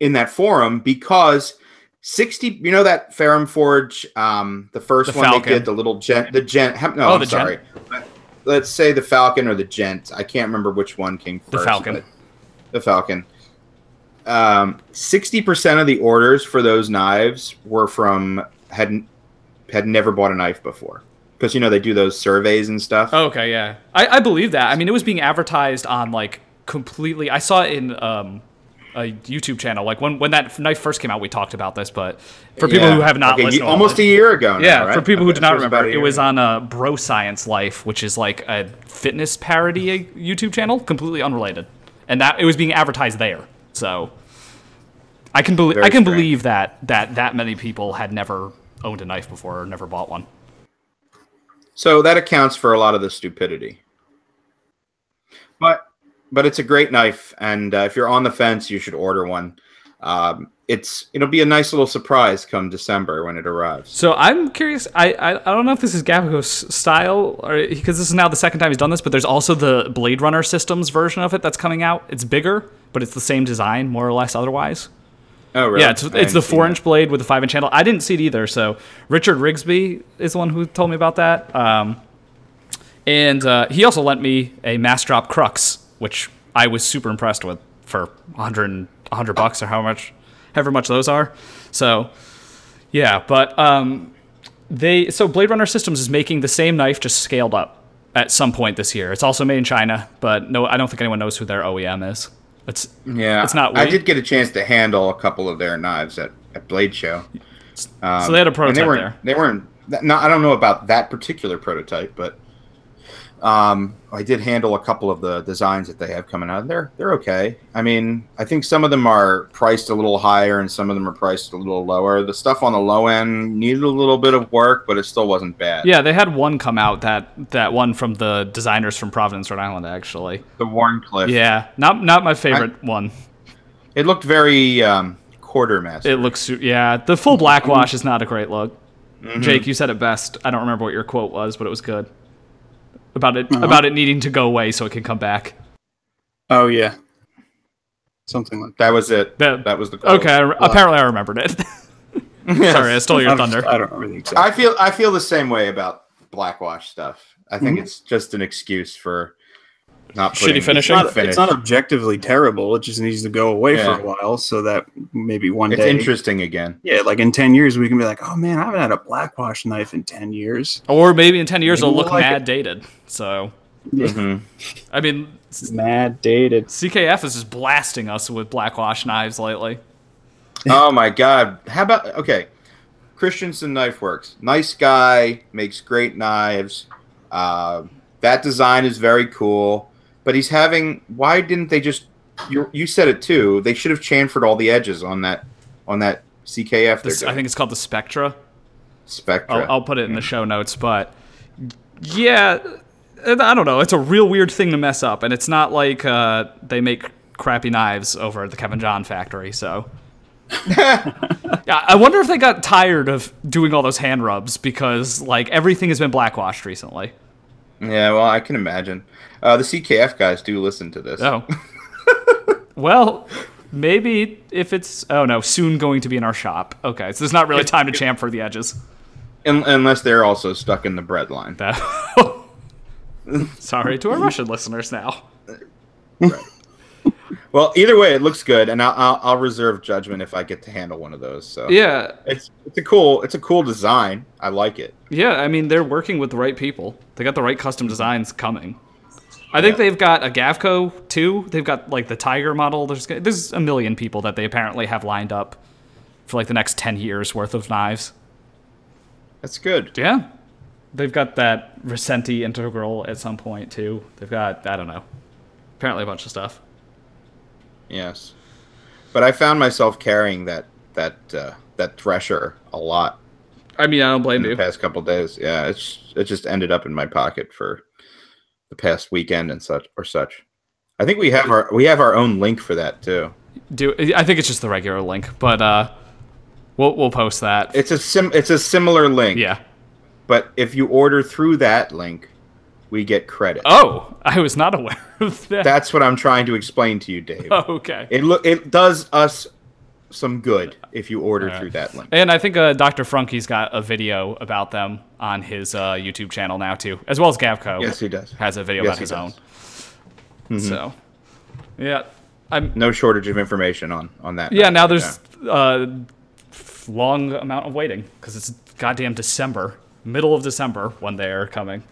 Speaker 1: in that forum because 60 you know that Ferrum Forge um the first
Speaker 3: The
Speaker 1: one
Speaker 3: Falcon.
Speaker 1: they did the little gent the gent ha- no
Speaker 3: Oh,
Speaker 1: I'm
Speaker 3: the
Speaker 1: sorry let's say the Falcon or the gent I can't remember which one came first
Speaker 3: The Falcon.
Speaker 1: but the Falcon um 60% of the orders for those knives were from had n- had never bought a knife before because you know they do those surveys and stuff
Speaker 3: Okay, yeah. I, I believe that. I mean, it was being advertised on like completely. I saw it in um, a YouTube channel. Like when, when that knife first came out, we talked about this, but for people
Speaker 1: Yeah.
Speaker 3: who have not
Speaker 1: Okay,
Speaker 3: listened
Speaker 1: you-
Speaker 3: to all
Speaker 1: almost
Speaker 3: the-
Speaker 1: a year ago now,
Speaker 3: yeah, for
Speaker 1: right?
Speaker 3: people who
Speaker 1: Okay,
Speaker 3: do
Speaker 1: so
Speaker 3: not
Speaker 1: it's about
Speaker 3: remember,
Speaker 1: a
Speaker 3: it
Speaker 1: year
Speaker 3: was
Speaker 1: ago.
Speaker 3: on uh, Bro Science Life, which is like a fitness parody uh, YouTube channel, completely unrelated, and that it was being advertised there. So I can believe
Speaker 1: Very
Speaker 3: I can
Speaker 1: strange.
Speaker 3: believe that that that many people had never owned a knife before or never bought one.
Speaker 1: So that accounts for a lot of the stupidity. But but it's a great knife, and uh, if you're on the fence, you should order one. Um, it's it'll be a nice little surprise come December when it arrives.
Speaker 3: So I'm curious. I, I I don't know if this is Gavigo's style, or because this is now the second time he's done this. But there's also the Blade Runner Systems version of it that's coming out. It's bigger, but it's the same design, more or less. Otherwise,
Speaker 1: Oh, really?
Speaker 3: yeah, it's
Speaker 1: I
Speaker 3: it's
Speaker 1: hadn't
Speaker 3: the
Speaker 1: seen
Speaker 3: four
Speaker 1: that.
Speaker 3: inch blade with the five inch handle. I didn't see it either. So Richard Rigsby is the one who told me about that. Um, and uh, he also lent me a Mass Drop Crux, which I was super impressed with for 100, and- 100 bucks or how much, however much those are. So yeah, but um, they so Blade Runner Systems is making the same knife just scaled up at some point this year. It's also made in China, but no, I don't think anyone knows who their OEM is. It's
Speaker 1: Yeah,
Speaker 3: It's not
Speaker 1: I
Speaker 3: weight.
Speaker 1: did get a chance to handle a couple of their knives at, at Blade Show. Um,
Speaker 3: so they had a
Speaker 1: and
Speaker 3: prototype
Speaker 1: they weren't,
Speaker 3: there.
Speaker 1: They weren't. that- No, I don't know about that particular prototype, but um, I did handle a couple of the designs that they have coming out. They're they're okay. I mean, I think some of them are priced a little higher, and some of them are priced a little lower. The stuff on the low end needed a little bit of work, but it still wasn't bad.
Speaker 3: Yeah, they had one come out that that one from the designers from Providence, Rhode Island, actually.
Speaker 1: The Warncliffe.
Speaker 3: Yeah, not not my favorite one.
Speaker 1: it looked very um, quartermaster.
Speaker 3: It looks su- yeah, the full black wash is not a great look. Jake, you said it best. I don't remember what your quote was, but it was good. about it
Speaker 4: Uh-huh.
Speaker 3: about it needing to go away so it can come back.
Speaker 4: Oh yeah, something like
Speaker 1: That was it.
Speaker 3: That-
Speaker 1: That was the quote.
Speaker 3: Okay, I re- apparently I remembered it.
Speaker 1: Yes.
Speaker 3: Sorry, I stole
Speaker 4: that.
Speaker 3: your
Speaker 4: I don't-
Speaker 3: thunder.
Speaker 4: I don't remember the exact.
Speaker 1: I feel I feel the same way about Blackwash stuff. I think
Speaker 4: Mhm.
Speaker 1: it's just an excuse for not
Speaker 3: Shitty
Speaker 1: putting
Speaker 3: finishing?
Speaker 1: It's,
Speaker 4: not, it's not objectively terrible. It just needs to go away
Speaker 1: Yeah.
Speaker 4: for a while so that maybe one
Speaker 1: it's
Speaker 4: day.
Speaker 1: interesting again.
Speaker 4: Yeah, like in ten years we can be like, oh man, I haven't had a blackwash knife in ten years.
Speaker 3: Or maybe in ten years
Speaker 4: Maybe
Speaker 3: it'll
Speaker 4: we'll
Speaker 3: look
Speaker 4: like
Speaker 3: mad dated. So
Speaker 1: Mhm.
Speaker 3: I mean,
Speaker 4: It's mad dated.
Speaker 3: CKF is just blasting us with blackwash knives lately.
Speaker 1: oh my god! How about okay? Christensen Knife Works, nice guy, makes great knives. Uh, that design is very cool, but he's having. Why didn't they just? You you said it too. They should have chamfered all the edges on that on that CKF.
Speaker 3: This,
Speaker 1: they're
Speaker 3: I think it's called the Spectra.
Speaker 1: Spectra.
Speaker 3: I'll, I'll put it in the show notes, but yeah, I don't know. It's a real weird thing to mess up, and it's not like uh, they make crappy knives over at the Kevin John factory. So, yeah, I wonder if they got tired of doing all those hand rubs because like everything has been blackwashed recently.
Speaker 1: yeah, well, I can imagine. Uh, the CKF guys do listen to this.
Speaker 3: Oh, well, maybe if it's oh no, soon going to be in our shop. Okay, so there's not really time to chamfer the edges.
Speaker 1: Un- unless they're also stuck in the bread line.
Speaker 3: That- Sorry to our Russian listeners now.
Speaker 1: Well, either way, it looks good, and I'll, I'll, I'll reserve judgment if I get to handle one of those. So
Speaker 3: Yeah,
Speaker 1: it's it's a cool it's a cool design. I like it.
Speaker 3: Yeah, I mean they're working with the right people. They got the right custom designs coming. I think they've got a Gavco too. They've got like the Tiger model. There's g- there's a million people that they apparently have lined up for like the next ten years worth of knives.
Speaker 1: That's good.
Speaker 3: Yeah, they've got that Recenti integral at some point too. They've got I don't know, apparently a bunch of stuff.
Speaker 1: Yes, but I found myself carrying that that uh, that thresher a lot
Speaker 3: I mean I don't blame
Speaker 1: in the
Speaker 3: you.
Speaker 1: past couple days. Yeah, it's it just ended up in my pocket for the past weekend and such or such. I think we have our we have our own link for that too.
Speaker 3: Do I think it's just the regular link, but uh, we'll we'll post that.
Speaker 1: It's a sim it's a similar link.
Speaker 3: yeah.
Speaker 1: But if you order through that link, we get credit.
Speaker 3: Oh, I was not aware of that. Oh,
Speaker 1: That's what I'm trying to explain to you, Dave.
Speaker 3: okay.
Speaker 1: It look it does us some good if you order through that link.
Speaker 3: And I think uh, Dr. Frunkey's got a video about them on his uh, YouTube channel now too, as well as Gavco.
Speaker 1: Yes, he does.
Speaker 3: oh, has a video
Speaker 1: Yes,
Speaker 3: about
Speaker 1: he Mm-hmm.
Speaker 3: his own.
Speaker 1: does.
Speaker 3: So, yeah, I'm
Speaker 1: No shortage of information on on that.
Speaker 3: yeah.
Speaker 1: note
Speaker 3: Now
Speaker 1: right
Speaker 3: there's uh, long amount of waiting because it's goddamn December, middle of December when they are coming.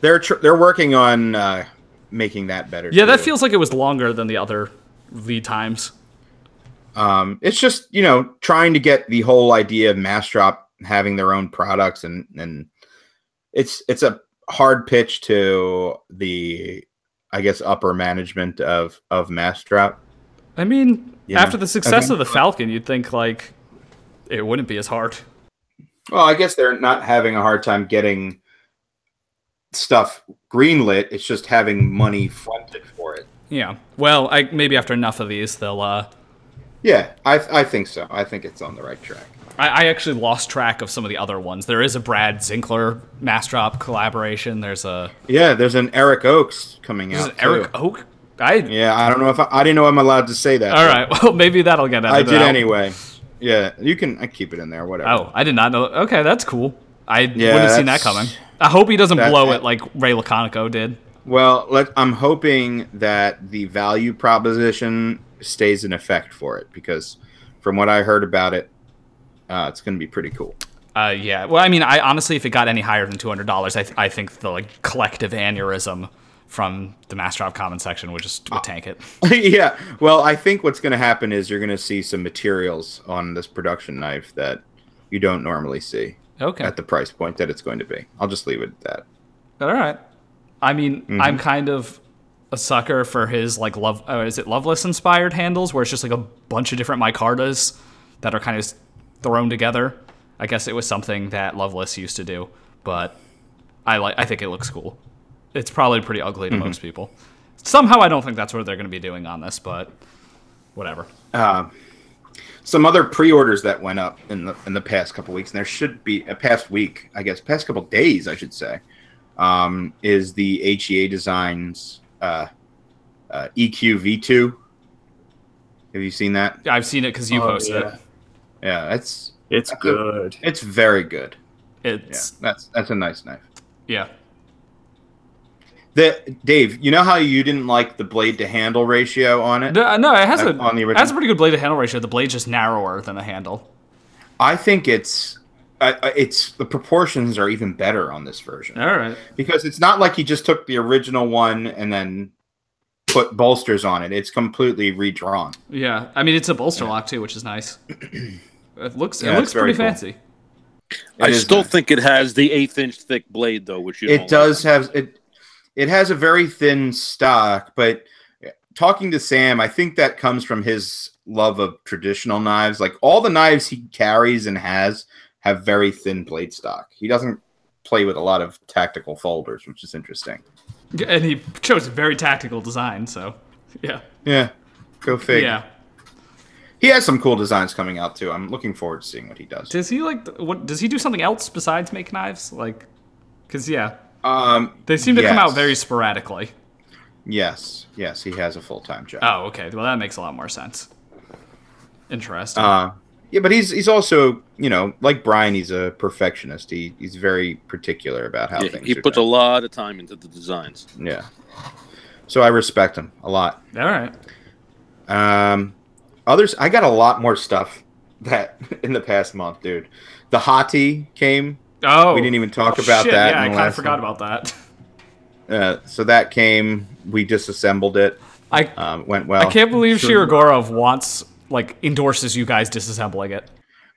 Speaker 1: they're tr- they're working on uh, making that better.
Speaker 3: Yeah, that
Speaker 1: too.
Speaker 3: feels like it was longer than the other lead times.
Speaker 1: Um, it's just you know trying to get the whole idea of Mass Drop having their own products and and it's it's a hard pitch to the I guess upper management of of Mass Drop.
Speaker 3: I mean,
Speaker 1: Yeah.
Speaker 3: after the success
Speaker 1: think-
Speaker 3: of the Falcon, you'd think like it wouldn't be as hard.
Speaker 1: Well, I guess they're not having a hard time getting stuff greenlit. It's just having money fronted for it.
Speaker 3: Yeah. Well, I maybe after enough of these, they'll uh,
Speaker 1: Yeah, I, I think so. I think it's on the right track.
Speaker 3: I, I actually lost track of some of the other ones. There is a Brad Zinkler Mastrop collaboration. There's a
Speaker 1: Yeah, there's an Eric Oaks coming
Speaker 3: there's
Speaker 1: out.
Speaker 3: an Eric
Speaker 1: too.
Speaker 3: Oak. I
Speaker 1: Yeah, I don't know if I, I didn't know I'm allowed to say that.
Speaker 3: all
Speaker 1: but
Speaker 3: right. Well, maybe that'll get
Speaker 1: I
Speaker 3: edited.
Speaker 1: did
Speaker 3: out.
Speaker 1: anyway. Yeah, you can I keep it in there. Whatever.
Speaker 3: Oh, I did not know. Okay, that's cool. I
Speaker 1: Yeah,
Speaker 3: wouldn't have seen that
Speaker 1: that's-
Speaker 3: coming. I hope he doesn't
Speaker 1: that-
Speaker 3: blow it like Ray Laconico did.
Speaker 1: Well, let, I'm hoping that the value proposition stays in effect for it because, from what I heard about it, uh, it's going to be pretty cool.
Speaker 3: Uh, yeah. Well, I mean, I honestly, if it got any higher than two hundred dollars, I, th- I think the like collective aneurysm from the Mastrop comment section would just
Speaker 1: Uh,
Speaker 3: would tank it.
Speaker 1: yeah. Well, I think what's going to happen is you're going to see some materials on this production knife that you don't normally see
Speaker 3: Okay.
Speaker 1: at the price point that it's going to be. I'll just leave it at that.
Speaker 3: All right. I mean,
Speaker 1: Mm-hmm.
Speaker 3: I'm kind of a sucker for his like love. Uh, is it Loveless inspired handles where it's just like a bunch of different micartas that are kind of s- thrown together? I guess it was something that Loveless used to do, but I like. I think it looks cool. It's probably pretty ugly to
Speaker 1: Mm-hmm.
Speaker 3: most people. Somehow, I don't think that's what they're going to be doing on this, but whatever.
Speaker 1: Uh, Some other pre-orders that went up uh, in the in the past couple weeks, and there should be a past week, I guess, past couple days, I should say. um, is the HEA Designs uh, uh, EQ V2. Have you seen that?
Speaker 3: I've seen it because you
Speaker 4: Oh,
Speaker 3: posted
Speaker 4: yeah.
Speaker 1: Yeah, it's
Speaker 5: It's good.
Speaker 1: it's very good.
Speaker 3: it.
Speaker 1: Yeah,
Speaker 3: It's
Speaker 1: that's that's a nice knife.
Speaker 3: yeah.
Speaker 1: The Dave, you know how you didn't like the blade to handle ratio on it?
Speaker 3: No, no, it has a
Speaker 1: Like on the
Speaker 3: it has a
Speaker 1: original?
Speaker 3: pretty good blade to handle ratio. The blade's just narrower than the handle.
Speaker 1: I think it's I I- it's the proportions are even better on this version
Speaker 3: All right.
Speaker 1: because it's not like he just took the original one and then put bolsters on it. It's completely redrawn.
Speaker 3: Yeah, I mean it's a bolster lock too, which is nice. It looks
Speaker 1: Yeah,
Speaker 3: it
Speaker 1: it's
Speaker 3: looks
Speaker 1: very
Speaker 3: pretty
Speaker 1: cool.
Speaker 3: fancy.
Speaker 1: It
Speaker 2: I
Speaker 1: is
Speaker 2: still
Speaker 1: nice.
Speaker 2: think it has the eighth inch thick blade though, which you
Speaker 1: it
Speaker 2: don't
Speaker 1: does have it. It has a very thin stock, but talking to Sam, I think that comes from his love of traditional knives. Like all the knives he carries and has have very thin blade stock. He doesn't play with a lot of tactical folders, which is interesting.
Speaker 3: And he chose a very tactical design, so yeah,
Speaker 1: Yeah, go figure.
Speaker 3: yeah.
Speaker 1: He has some cool designs coming out too. I'm looking forward to seeing what he does.
Speaker 3: Does he like what? Does he do something else besides make knives? Like, cause yeah,
Speaker 1: Um,
Speaker 3: they seem to come out
Speaker 1: yes.
Speaker 3: very sporadically.
Speaker 1: Yes, yes, he has a full time job.
Speaker 3: Oh, okay. Well, that makes a lot more sense. Interesting.
Speaker 1: Uh, yeah, but he's he's also you know like Brian, he's a perfectionist. He he's very particular about how
Speaker 2: Yeah,
Speaker 1: things.
Speaker 2: he
Speaker 1: are
Speaker 2: puts a
Speaker 1: done.
Speaker 2: lot of time into the designs.
Speaker 1: yeah. So I respect him a lot.
Speaker 3: All right.
Speaker 1: Um, others, I got a lot more stuff that in the past month, dude. The Hati came.
Speaker 3: Oh,
Speaker 1: We didn't even talk
Speaker 3: Oh,
Speaker 1: about
Speaker 3: shit,
Speaker 1: that.
Speaker 3: Yeah,
Speaker 1: in the
Speaker 3: I kind of
Speaker 1: last
Speaker 3: forgot
Speaker 1: one.
Speaker 3: about that.
Speaker 1: Uh, so that came. We disassembled it.
Speaker 3: I
Speaker 1: Um, went well.
Speaker 3: I can't believe
Speaker 1: Sure.
Speaker 3: Shirogorov wants like endorses you guys disassembling it.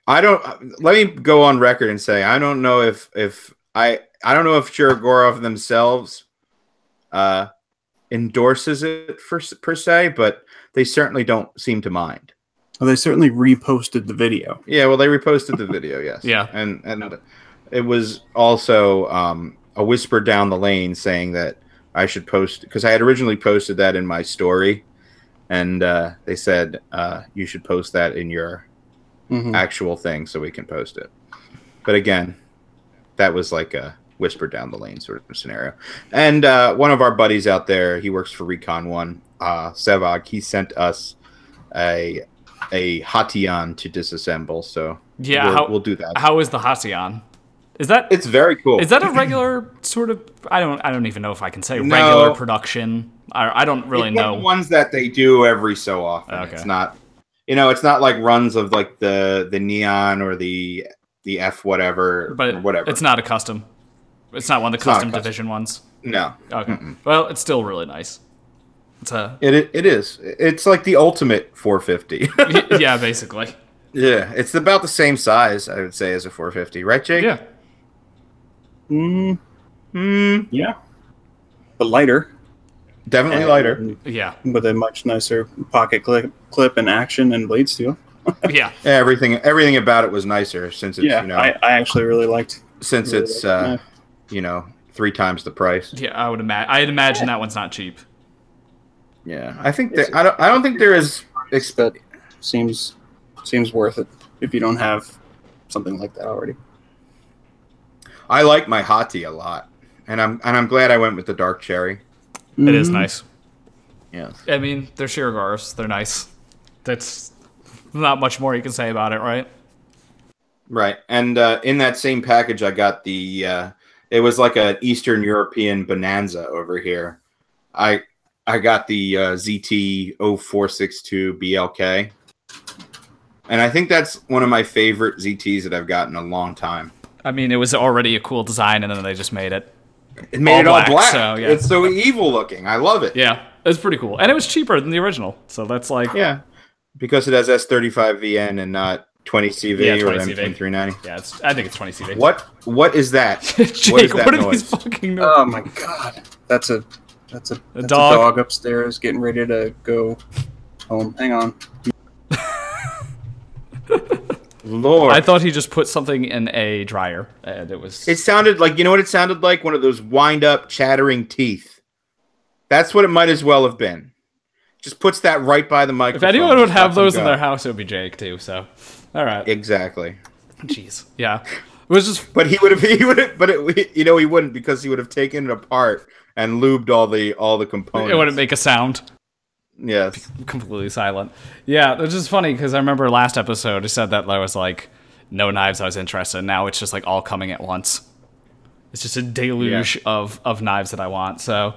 Speaker 1: I don't. Let me go on record and say I don't know if if I I don't know if Shirogorov themselves uh, endorses it for, per se, but they certainly don't seem to mind.
Speaker 4: Well, they certainly reposted the video.
Speaker 1: Yeah, well, they reposted the video, yes.
Speaker 3: Yeah.
Speaker 1: and and it was also um, a whisper down the lane saying that I should post because I had originally posted that in my story, and uh, they said uh, you should post that in your
Speaker 3: Mm.
Speaker 4: Mhm.
Speaker 1: actual thing so we can post it. But again, that was like a whisper down the lane sort of scenario. And uh, one of our buddies out there, he works for Recon One, uh, Sevag, he sent us a a Hatian to disassemble. So
Speaker 3: Yeah,
Speaker 1: we'll,
Speaker 3: how-
Speaker 1: we'll do that.
Speaker 3: How is the Haseon? Is that
Speaker 1: it's very cool.
Speaker 3: is that a regular sort of? I don't I don't even know if I can say
Speaker 1: No.
Speaker 3: regular production. I, I don't really
Speaker 1: it's One
Speaker 3: know.
Speaker 1: of the ones that they do every so often.
Speaker 3: Okay.
Speaker 1: It's not, you know, it's not like runs of like the the neon or the the F whatever
Speaker 3: but
Speaker 1: or whatever.
Speaker 3: it's not a custom. It's not one of the
Speaker 1: not a
Speaker 3: custom,
Speaker 1: custom.
Speaker 3: division ones.
Speaker 1: no.
Speaker 3: Okay. Well, it's still really nice. It's a
Speaker 1: It, it, it is. It's like the ultimate 450.
Speaker 3: yeah, basically.
Speaker 1: yeah, it's about the same size, I would say, as a 450, right, Jake?
Speaker 3: Yeah.
Speaker 4: Mm,
Speaker 1: Mm,
Speaker 4: yeah, but lighter
Speaker 1: definitely
Speaker 4: And-
Speaker 1: lighter.
Speaker 3: Yeah.
Speaker 4: with a much nicer pocket clip, clip and action and blade steel.
Speaker 3: Yeah.
Speaker 1: Yeah, everything everything about it was nicer since it's
Speaker 4: yeah,
Speaker 1: you know
Speaker 4: I, I actually really liked.
Speaker 1: since
Speaker 4: really
Speaker 1: it's
Speaker 4: like
Speaker 1: uh,
Speaker 4: that.
Speaker 1: you know three times the price.
Speaker 3: Yeah, I would imagine. I'd imagine that one's not cheap.
Speaker 1: Yeah, I think
Speaker 4: It's-
Speaker 1: that I don't I don't think there is exp-
Speaker 4: That seems seems worth it if you don't have something like that already.
Speaker 1: I like my Hati a lot, and I'm and I'm glad I went with the dark cherry.
Speaker 3: It is
Speaker 4: Mhm.
Speaker 3: nice.
Speaker 1: Yeah,
Speaker 3: I mean, they're Shirogorvs. They're nice. That's not much more you can say about it, right?
Speaker 1: right. And uh, in that same package, I got the uh, it was like an Eastern European bonanza over here. I I got the uh, ZT 0462 BLK, and I think that's one of my favorite ZTs that I've gotten in a long time.
Speaker 3: I mean, it was already a cool design, and then they just made it.
Speaker 1: It made
Speaker 3: All
Speaker 1: it
Speaker 3: black,
Speaker 1: all black.
Speaker 3: so, yeah.
Speaker 1: It's so evil looking. I love it.
Speaker 3: Yeah, it was pretty cool, and it was cheaper than the original. So that's like, yeah,
Speaker 1: Yeah, because it has S35VN and not 20CV
Speaker 3: Yeah,
Speaker 1: or
Speaker 3: 20CV.
Speaker 1: M2390.
Speaker 3: it's, I think it's twenty CD.
Speaker 1: What what is that?
Speaker 3: Jake,
Speaker 1: what is that
Speaker 3: what, are
Speaker 1: noise? Uh,
Speaker 3: these fucking noises?
Speaker 4: Oh my god, that's a that's a, that's
Speaker 3: dog.
Speaker 4: a dog upstairs getting ready to go home. Hang on.
Speaker 1: Lord,
Speaker 3: I thought he just put something in a dryer, and it was.
Speaker 1: it sounded like you know what it sounded like one of those wind up chattering teeth. That's what it might as well have been. Just puts that right by the
Speaker 3: if
Speaker 1: microphone.
Speaker 3: anyone would
Speaker 1: Just
Speaker 3: have
Speaker 1: lets them
Speaker 3: those in
Speaker 1: go.
Speaker 3: their house, it would be Jake too. So, all right,
Speaker 1: exactly.
Speaker 3: jeez, yeah. was just
Speaker 1: But he would have. He would have. But it, you know, he wouldn't because he would have taken it apart and lubed all the all the components.
Speaker 3: it wouldn't make a sound.
Speaker 1: Yes.
Speaker 3: completely silent. Yeah, which is funny because I remember last episode I said that I was like, no knives I was interested. in. Now it's just like all coming at once. It's just a deluge of of knives that I want. So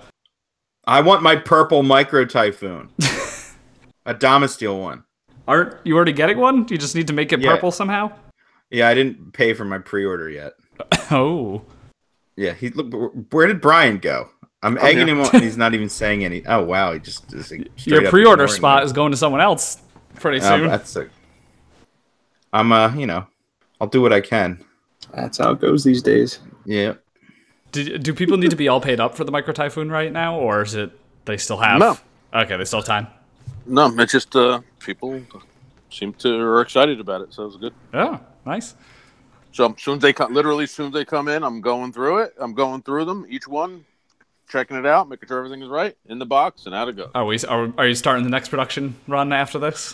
Speaker 1: I want my purple micro typhoon. a Domesteel one.
Speaker 3: aren't you already getting one? You just need to make it
Speaker 1: Yeah.
Speaker 3: purple somehow.
Speaker 1: Yeah, I didn't pay for my pre-order yet.
Speaker 3: Oh,
Speaker 1: Yeah, he look. Where did Brian go? I'm egging him on. and He's not even saying any. Oh wow, he just is like, straight
Speaker 3: your
Speaker 1: up
Speaker 3: pre-order
Speaker 1: ignoring me.
Speaker 3: spot is going to someone else pretty
Speaker 1: Oh,
Speaker 3: soon.
Speaker 1: that's a, I'm uh, you know, I'll do what I can.
Speaker 4: That's how it goes these days.
Speaker 1: Yeah.
Speaker 3: do, do people need to be all paid up for the micro typhoon right now, or is it they still have?
Speaker 2: No.
Speaker 3: Okay, they still have time.
Speaker 2: No, it's just uh, people seem to are excited about it, so it's good.
Speaker 3: Oh, nice.
Speaker 2: So as soon as they come, literally as soon as they come in, I'm going through it. I'm going through them, each one, checking it out, making sure everything is right in the box, and out it goes.
Speaker 3: Are we? Are, are you starting the next production run after this?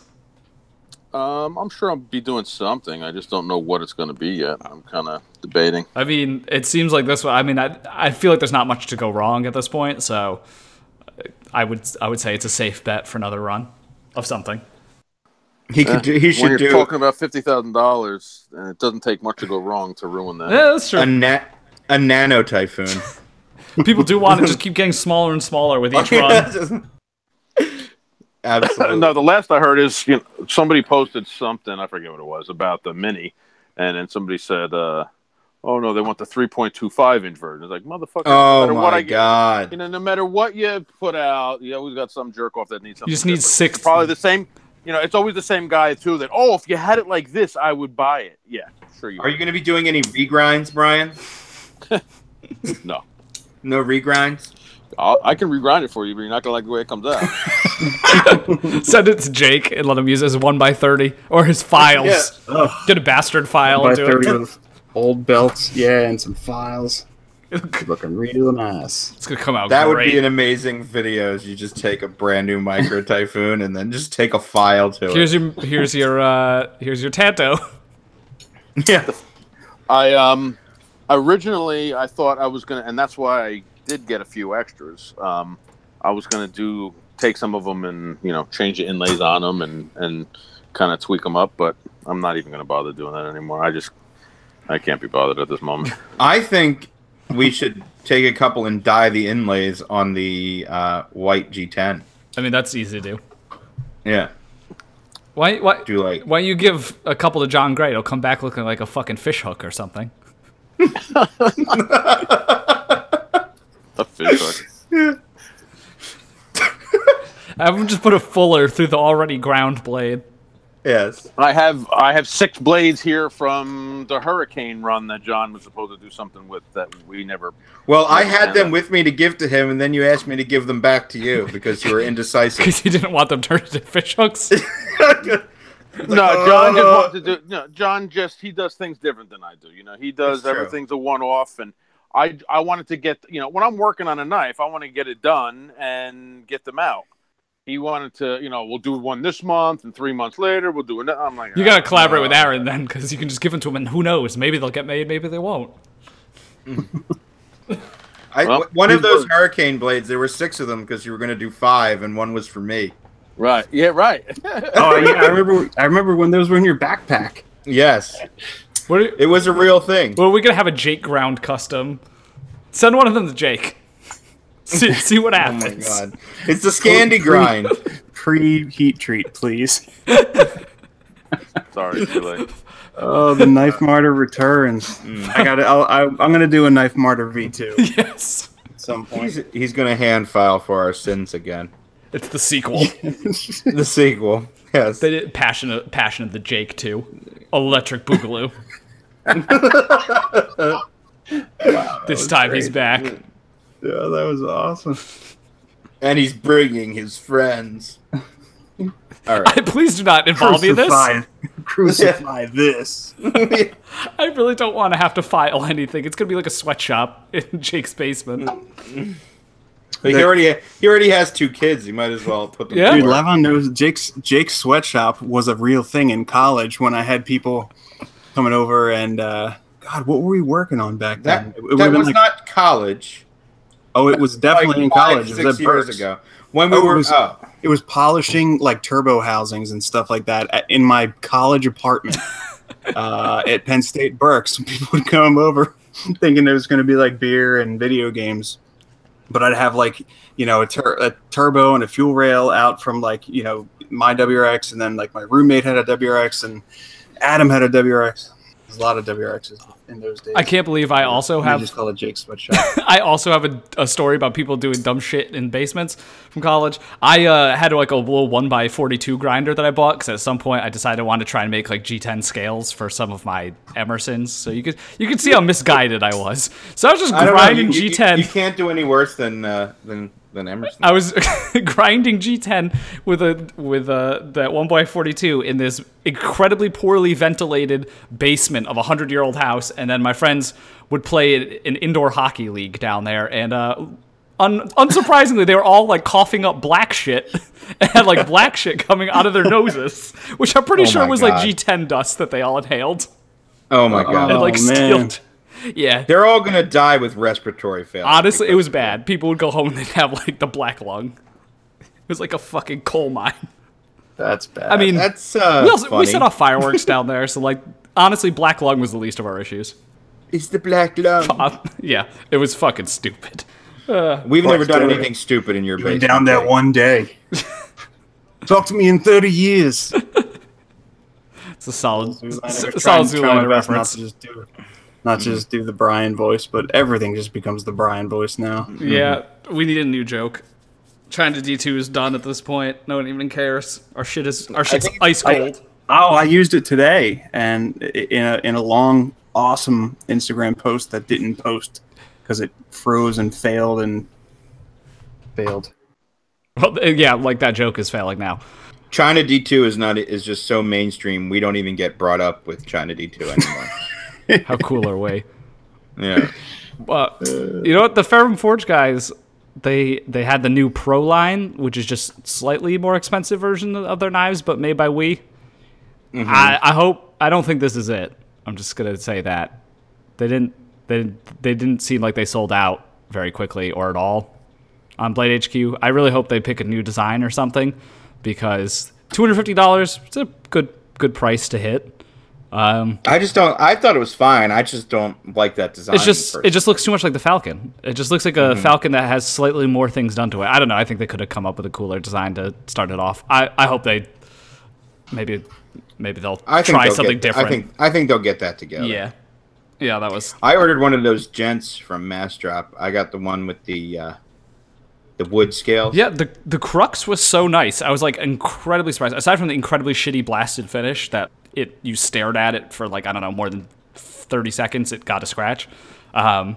Speaker 2: Um, I'm sure I'll be doing something. I just don't know what it's going to be yet. I'm kind of debating.
Speaker 3: I mean, it seems like this. one- I mean, I I feel like there's not much to go wrong at this point, so I would I would say it's a safe bet for another run of something.
Speaker 1: He could. do, he
Speaker 2: when
Speaker 1: should
Speaker 2: Uh, you're
Speaker 1: do
Speaker 2: talking about fifty thousand dollars, and it doesn't take much to go wrong to ruin that.
Speaker 3: Yeah, that's true.
Speaker 1: a na- a nano typhoon.
Speaker 3: People do want to just keep getting smaller and smaller with
Speaker 1: Oh,
Speaker 3: each run.
Speaker 1: Absolutely.
Speaker 2: Uh, no, the last I heard is you know, somebody posted something I forget what it was about the mini, and then somebody said, uh, "Oh no, they want the 3.25 inch version." It's like motherfucker. no
Speaker 1: Oh
Speaker 2: matter
Speaker 1: my
Speaker 2: what I get,
Speaker 1: god.
Speaker 2: you know, no matter what you put out, you always got some jerk off that needs something.
Speaker 3: You just need
Speaker 2: different.
Speaker 3: six.
Speaker 2: Probably the same. You know, it's always the same guy too. That oh, if you had it like this, I would buy it. Yeah, sure you.
Speaker 1: Are you going to be doing any regrinds, Brian?
Speaker 2: No.
Speaker 1: No regrinds.
Speaker 2: I'll, I can regrind it for you, but you're not gonna like the way it comes out.
Speaker 3: Send it to Jake and let him use his one by thirty or his files.
Speaker 1: Yeah.
Speaker 4: Ugh.
Speaker 3: Get a bastard file
Speaker 4: Buy
Speaker 3: and do
Speaker 4: 30
Speaker 3: it.
Speaker 4: with old belts, yeah, and some files. Looking real nice.
Speaker 3: It's gonna come
Speaker 2: Oh,
Speaker 3: out
Speaker 1: That would
Speaker 3: great.
Speaker 1: be an amazing video. Is you just take a brand new micro typhoon and then just take a file to
Speaker 3: here's your here's your uh, here's your tanto.
Speaker 1: it. Yeah.
Speaker 2: I um originally I thought I was gonna, and that's why I did get a few extras. Um, I was gonna do take some of them and you know change the inlays on them and and kind of tweak them up, but I'm not even gonna bother doing that anymore. I just I can't be bothered at this moment.
Speaker 1: I think we should take a couple and dye the inlays on the uh, white G10.
Speaker 3: I mean, that's easy to do.
Speaker 1: Yeah.
Speaker 3: Why why
Speaker 1: Do like
Speaker 3: why don't you give a couple to John Gray? He'll come back looking like a fucking fish hook or something.
Speaker 2: The fish hook.
Speaker 3: I would just put a fuller through the already ground blade.
Speaker 1: yes.
Speaker 2: I have I have six blades here from the hurricane run that John was supposed to do something with that we never.
Speaker 1: Well, I had them with me to give to him, and then you asked me to give them back to you because you were indecisive.
Speaker 3: Because he didn't want them turned into fish hooks.
Speaker 2: "Oh, No, John just wants to do. No, John just he does things different than I do. You know, he does
Speaker 1: That's true.
Speaker 2: everything's a one off, and I I wanted to get you know when I'm working on a knife, I want to get it done and get them out. He wanted to, you know, we'll do one this month, and three months later we'll do another. I'm like,
Speaker 3: You gotta collaborate
Speaker 2: "Ah,
Speaker 3: with Aaron then, because you can just give them to him, and who knows? Maybe they'll get made, maybe they won't.
Speaker 1: I,
Speaker 2: Well,
Speaker 1: one of
Speaker 2: we
Speaker 1: those
Speaker 2: were-
Speaker 1: hurricane blades. There were six of them because you were going to do five, and one was for me.
Speaker 2: Right? Yeah, right.
Speaker 4: Oh yeah, I remember. I remember when those were in your backpack.
Speaker 1: Yes,
Speaker 3: What are,
Speaker 1: it was a real thing.
Speaker 3: what are we gonna have a Jake ground custom? Send one of them to Jake. See, see what
Speaker 1: Oh my
Speaker 3: happens.
Speaker 1: god, it's the Scandi grind.
Speaker 4: Pre-heat treat, please.
Speaker 2: Sorry, too late.
Speaker 4: Oh, the knife martyr returns. Mm, I got to I, I'm gonna do a knife martyr V2
Speaker 3: Yes.
Speaker 4: at some point.
Speaker 1: He's, he's going to hand file for our sins again.
Speaker 3: It's the sequel.
Speaker 1: The sequel. Yes.
Speaker 3: They did Passion of, Passion of the Jake 2. Electric Boogaloo. this time he's back.
Speaker 4: Yeah, that was awesome.
Speaker 1: And he's bringing his friends. All right.
Speaker 3: Please do not involve me in this.
Speaker 4: Crucify, crucify this.
Speaker 3: I really don't want to have to file anything. It's gonna be like a sweatshop in Jake's basement.
Speaker 1: But he already he already has two kids. He might as well put them.
Speaker 3: Yeah.
Speaker 1: to
Speaker 4: Dude,
Speaker 1: work.
Speaker 4: Levon knows Jake's Jake's sweatshop was a real thing in college when I had people coming over and uh, God, what were we working on back then?
Speaker 1: That,
Speaker 4: It would've
Speaker 1: that
Speaker 4: been
Speaker 1: was
Speaker 4: like-
Speaker 1: not college.
Speaker 4: oh, it was definitely
Speaker 1: Like
Speaker 4: in
Speaker 1: five,
Speaker 4: college. It was
Speaker 1: six
Speaker 4: at
Speaker 1: years
Speaker 4: Berks.
Speaker 1: ago when we
Speaker 4: Oh, it
Speaker 1: were.
Speaker 4: was-
Speaker 1: oh,
Speaker 4: It was polishing like turbo housings and stuff like that at, in my college apartment uh, at Penn State Berks. People would come over thinking there was going to be like beer and video games. But I'd have like, you know, a, tur- a turbo and a fuel rail out from like, you know, my WRX. And then like my roommate had a WRX and Adam had a WRX. There's a lot of WRXs in those days.
Speaker 3: I can't believe I also
Speaker 4: And I
Speaker 3: have
Speaker 4: just call it Jake's sweatshop.
Speaker 3: I also have a, a story about people doing dumb shit in basements from college. I uh, had like a little one by forty two grinder that I bought because at some point I decided I wanted to try and make like G ten scales for some of my Emersons. So you could you could see how misguided I was. So I was just
Speaker 1: I don't know. You-
Speaker 3: grinding
Speaker 1: you-
Speaker 3: G ten.
Speaker 1: You, can't do any worse than uh, than than Emerson.
Speaker 3: I was grinding G10 with a with a that one by 42 in this incredibly poorly ventilated basement of a hundred year old house, and then my friends would play an indoor hockey league down there, and uh, un- unsurprisingly, they were all like coughing up black shit and had like black shit coming out of their noses, which I'm pretty
Speaker 1: Oh
Speaker 3: sure
Speaker 1: my
Speaker 3: was
Speaker 1: God.
Speaker 3: like G10 dust that they all inhaled
Speaker 1: oh my god!
Speaker 3: and
Speaker 4: Oh,
Speaker 3: like
Speaker 4: man.
Speaker 3: skilled. Yeah.
Speaker 1: They're all gonna die with respiratory failure.
Speaker 3: Honestly, it was bad. People would go home and they'd have like the black lung. It was like a fucking coal mine.
Speaker 4: That's bad.
Speaker 3: I mean,
Speaker 1: That's uh,
Speaker 3: we, also,
Speaker 1: funny.
Speaker 3: we set off fireworks down there, so like honestly, black lung was the least of our issues.
Speaker 1: It's the black lung.
Speaker 3: Uh, yeah, it was fucking stupid.
Speaker 1: We've never done
Speaker 4: Black
Speaker 1: anything stupid in your basement.
Speaker 4: down that one day. Talk to me in 30 years.
Speaker 3: It's a solid, s-
Speaker 4: Trying-
Speaker 3: solid
Speaker 4: trying my
Speaker 3: Zoolander
Speaker 4: best
Speaker 3: reference.
Speaker 4: Not to just do, not just do the Brian voice, but everything just becomes the Brian voice now.
Speaker 3: Yeah, we need a new joke. Trying to D two is done at this point. No one even cares. Our shit is our shit's
Speaker 1: think-
Speaker 3: ice
Speaker 4: I,
Speaker 3: cold.
Speaker 4: oh, I used it today, and i- in a, in a long, awesome Instagram post that didn't post because it froze and failed and failed.
Speaker 3: Well, th- yeah, like that joke is failing now.
Speaker 1: China D two is not is just so mainstream. We don't even get brought up with China D two anymore.
Speaker 3: How cool are we?
Speaker 1: yeah.
Speaker 3: Uh, you know what? The Ferrum Forge guys, they they had the new Pro line, which is just slightly more expensive version of their knives, but made by we. I, I hope I don't think this is it. I'm just gonna say that they didn't they they didn't seem like they sold out very quickly or at all on Blade HQ. I really hope they pick a new design or something because $250 it's a good good price to hit. Um,
Speaker 1: I just don't. I thought it was fine. I just don't like that design.
Speaker 3: it's just
Speaker 1: for-
Speaker 3: it just looks too much like the Falcon. It just looks like a
Speaker 1: Mm-hmm.
Speaker 3: Falcon that has slightly more things done to it. I don't know. I think they could have come up with a cooler design to start it off. I, I hope they maybe maybe they'll
Speaker 1: I think
Speaker 3: try
Speaker 1: they'll
Speaker 3: something
Speaker 1: get,
Speaker 3: different.
Speaker 1: I think I think they'll get that together.
Speaker 3: yeah, yeah, that was
Speaker 1: I ordered one of those gents from Mass Drop. I got the one with the uh, the wood scale.
Speaker 3: yeah. The the crux was so nice. I was like incredibly surprised. Aside from the incredibly shitty blasted finish that it you stared at it for like I don't know more than thirty seconds, it got a scratch. Um,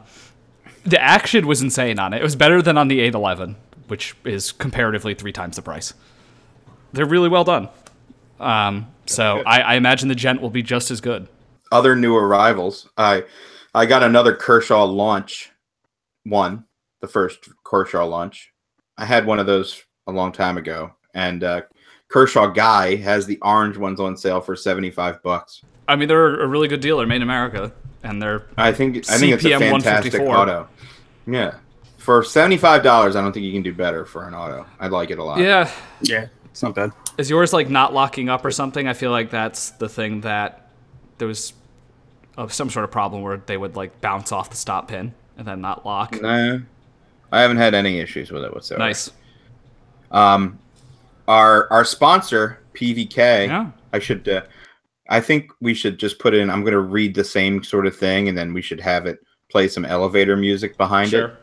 Speaker 3: the action was insane on it. It was better than on the 811, which is comparatively three times the price. They're really well done. Um, so I, I imagine the gent will be just as good.
Speaker 1: Other new arrivals. I I got another Kershaw launch one, the first Kershaw launch. I had one of those a long time ago, and uh, Kershaw guy has the orange ones on sale for seventy five bucks.
Speaker 3: I mean, they're a really good dealer, made in America, and they're
Speaker 1: I think I think it's a
Speaker 3: CPM
Speaker 1: fantastic
Speaker 3: 154.
Speaker 1: auto. Yeah, for seventy five dollars, I don't think you can do better for an auto. I like it a lot.
Speaker 3: yeah.
Speaker 4: Yeah, it's not bad.
Speaker 3: Is yours like not locking up or something? I feel like that's the thing that there was uh, some sort of problem where they would like bounce off the stop pin and then not lock.
Speaker 1: Nah, I haven't had any issues with it whatsoever.
Speaker 3: Nice.
Speaker 1: Um, our our sponsor PVK.
Speaker 3: Yeah.
Speaker 1: I should. Uh, I think we should just put in. I'm going to read the same sort of thing, and then we should have it play some elevator music behind it.
Speaker 3: Sure.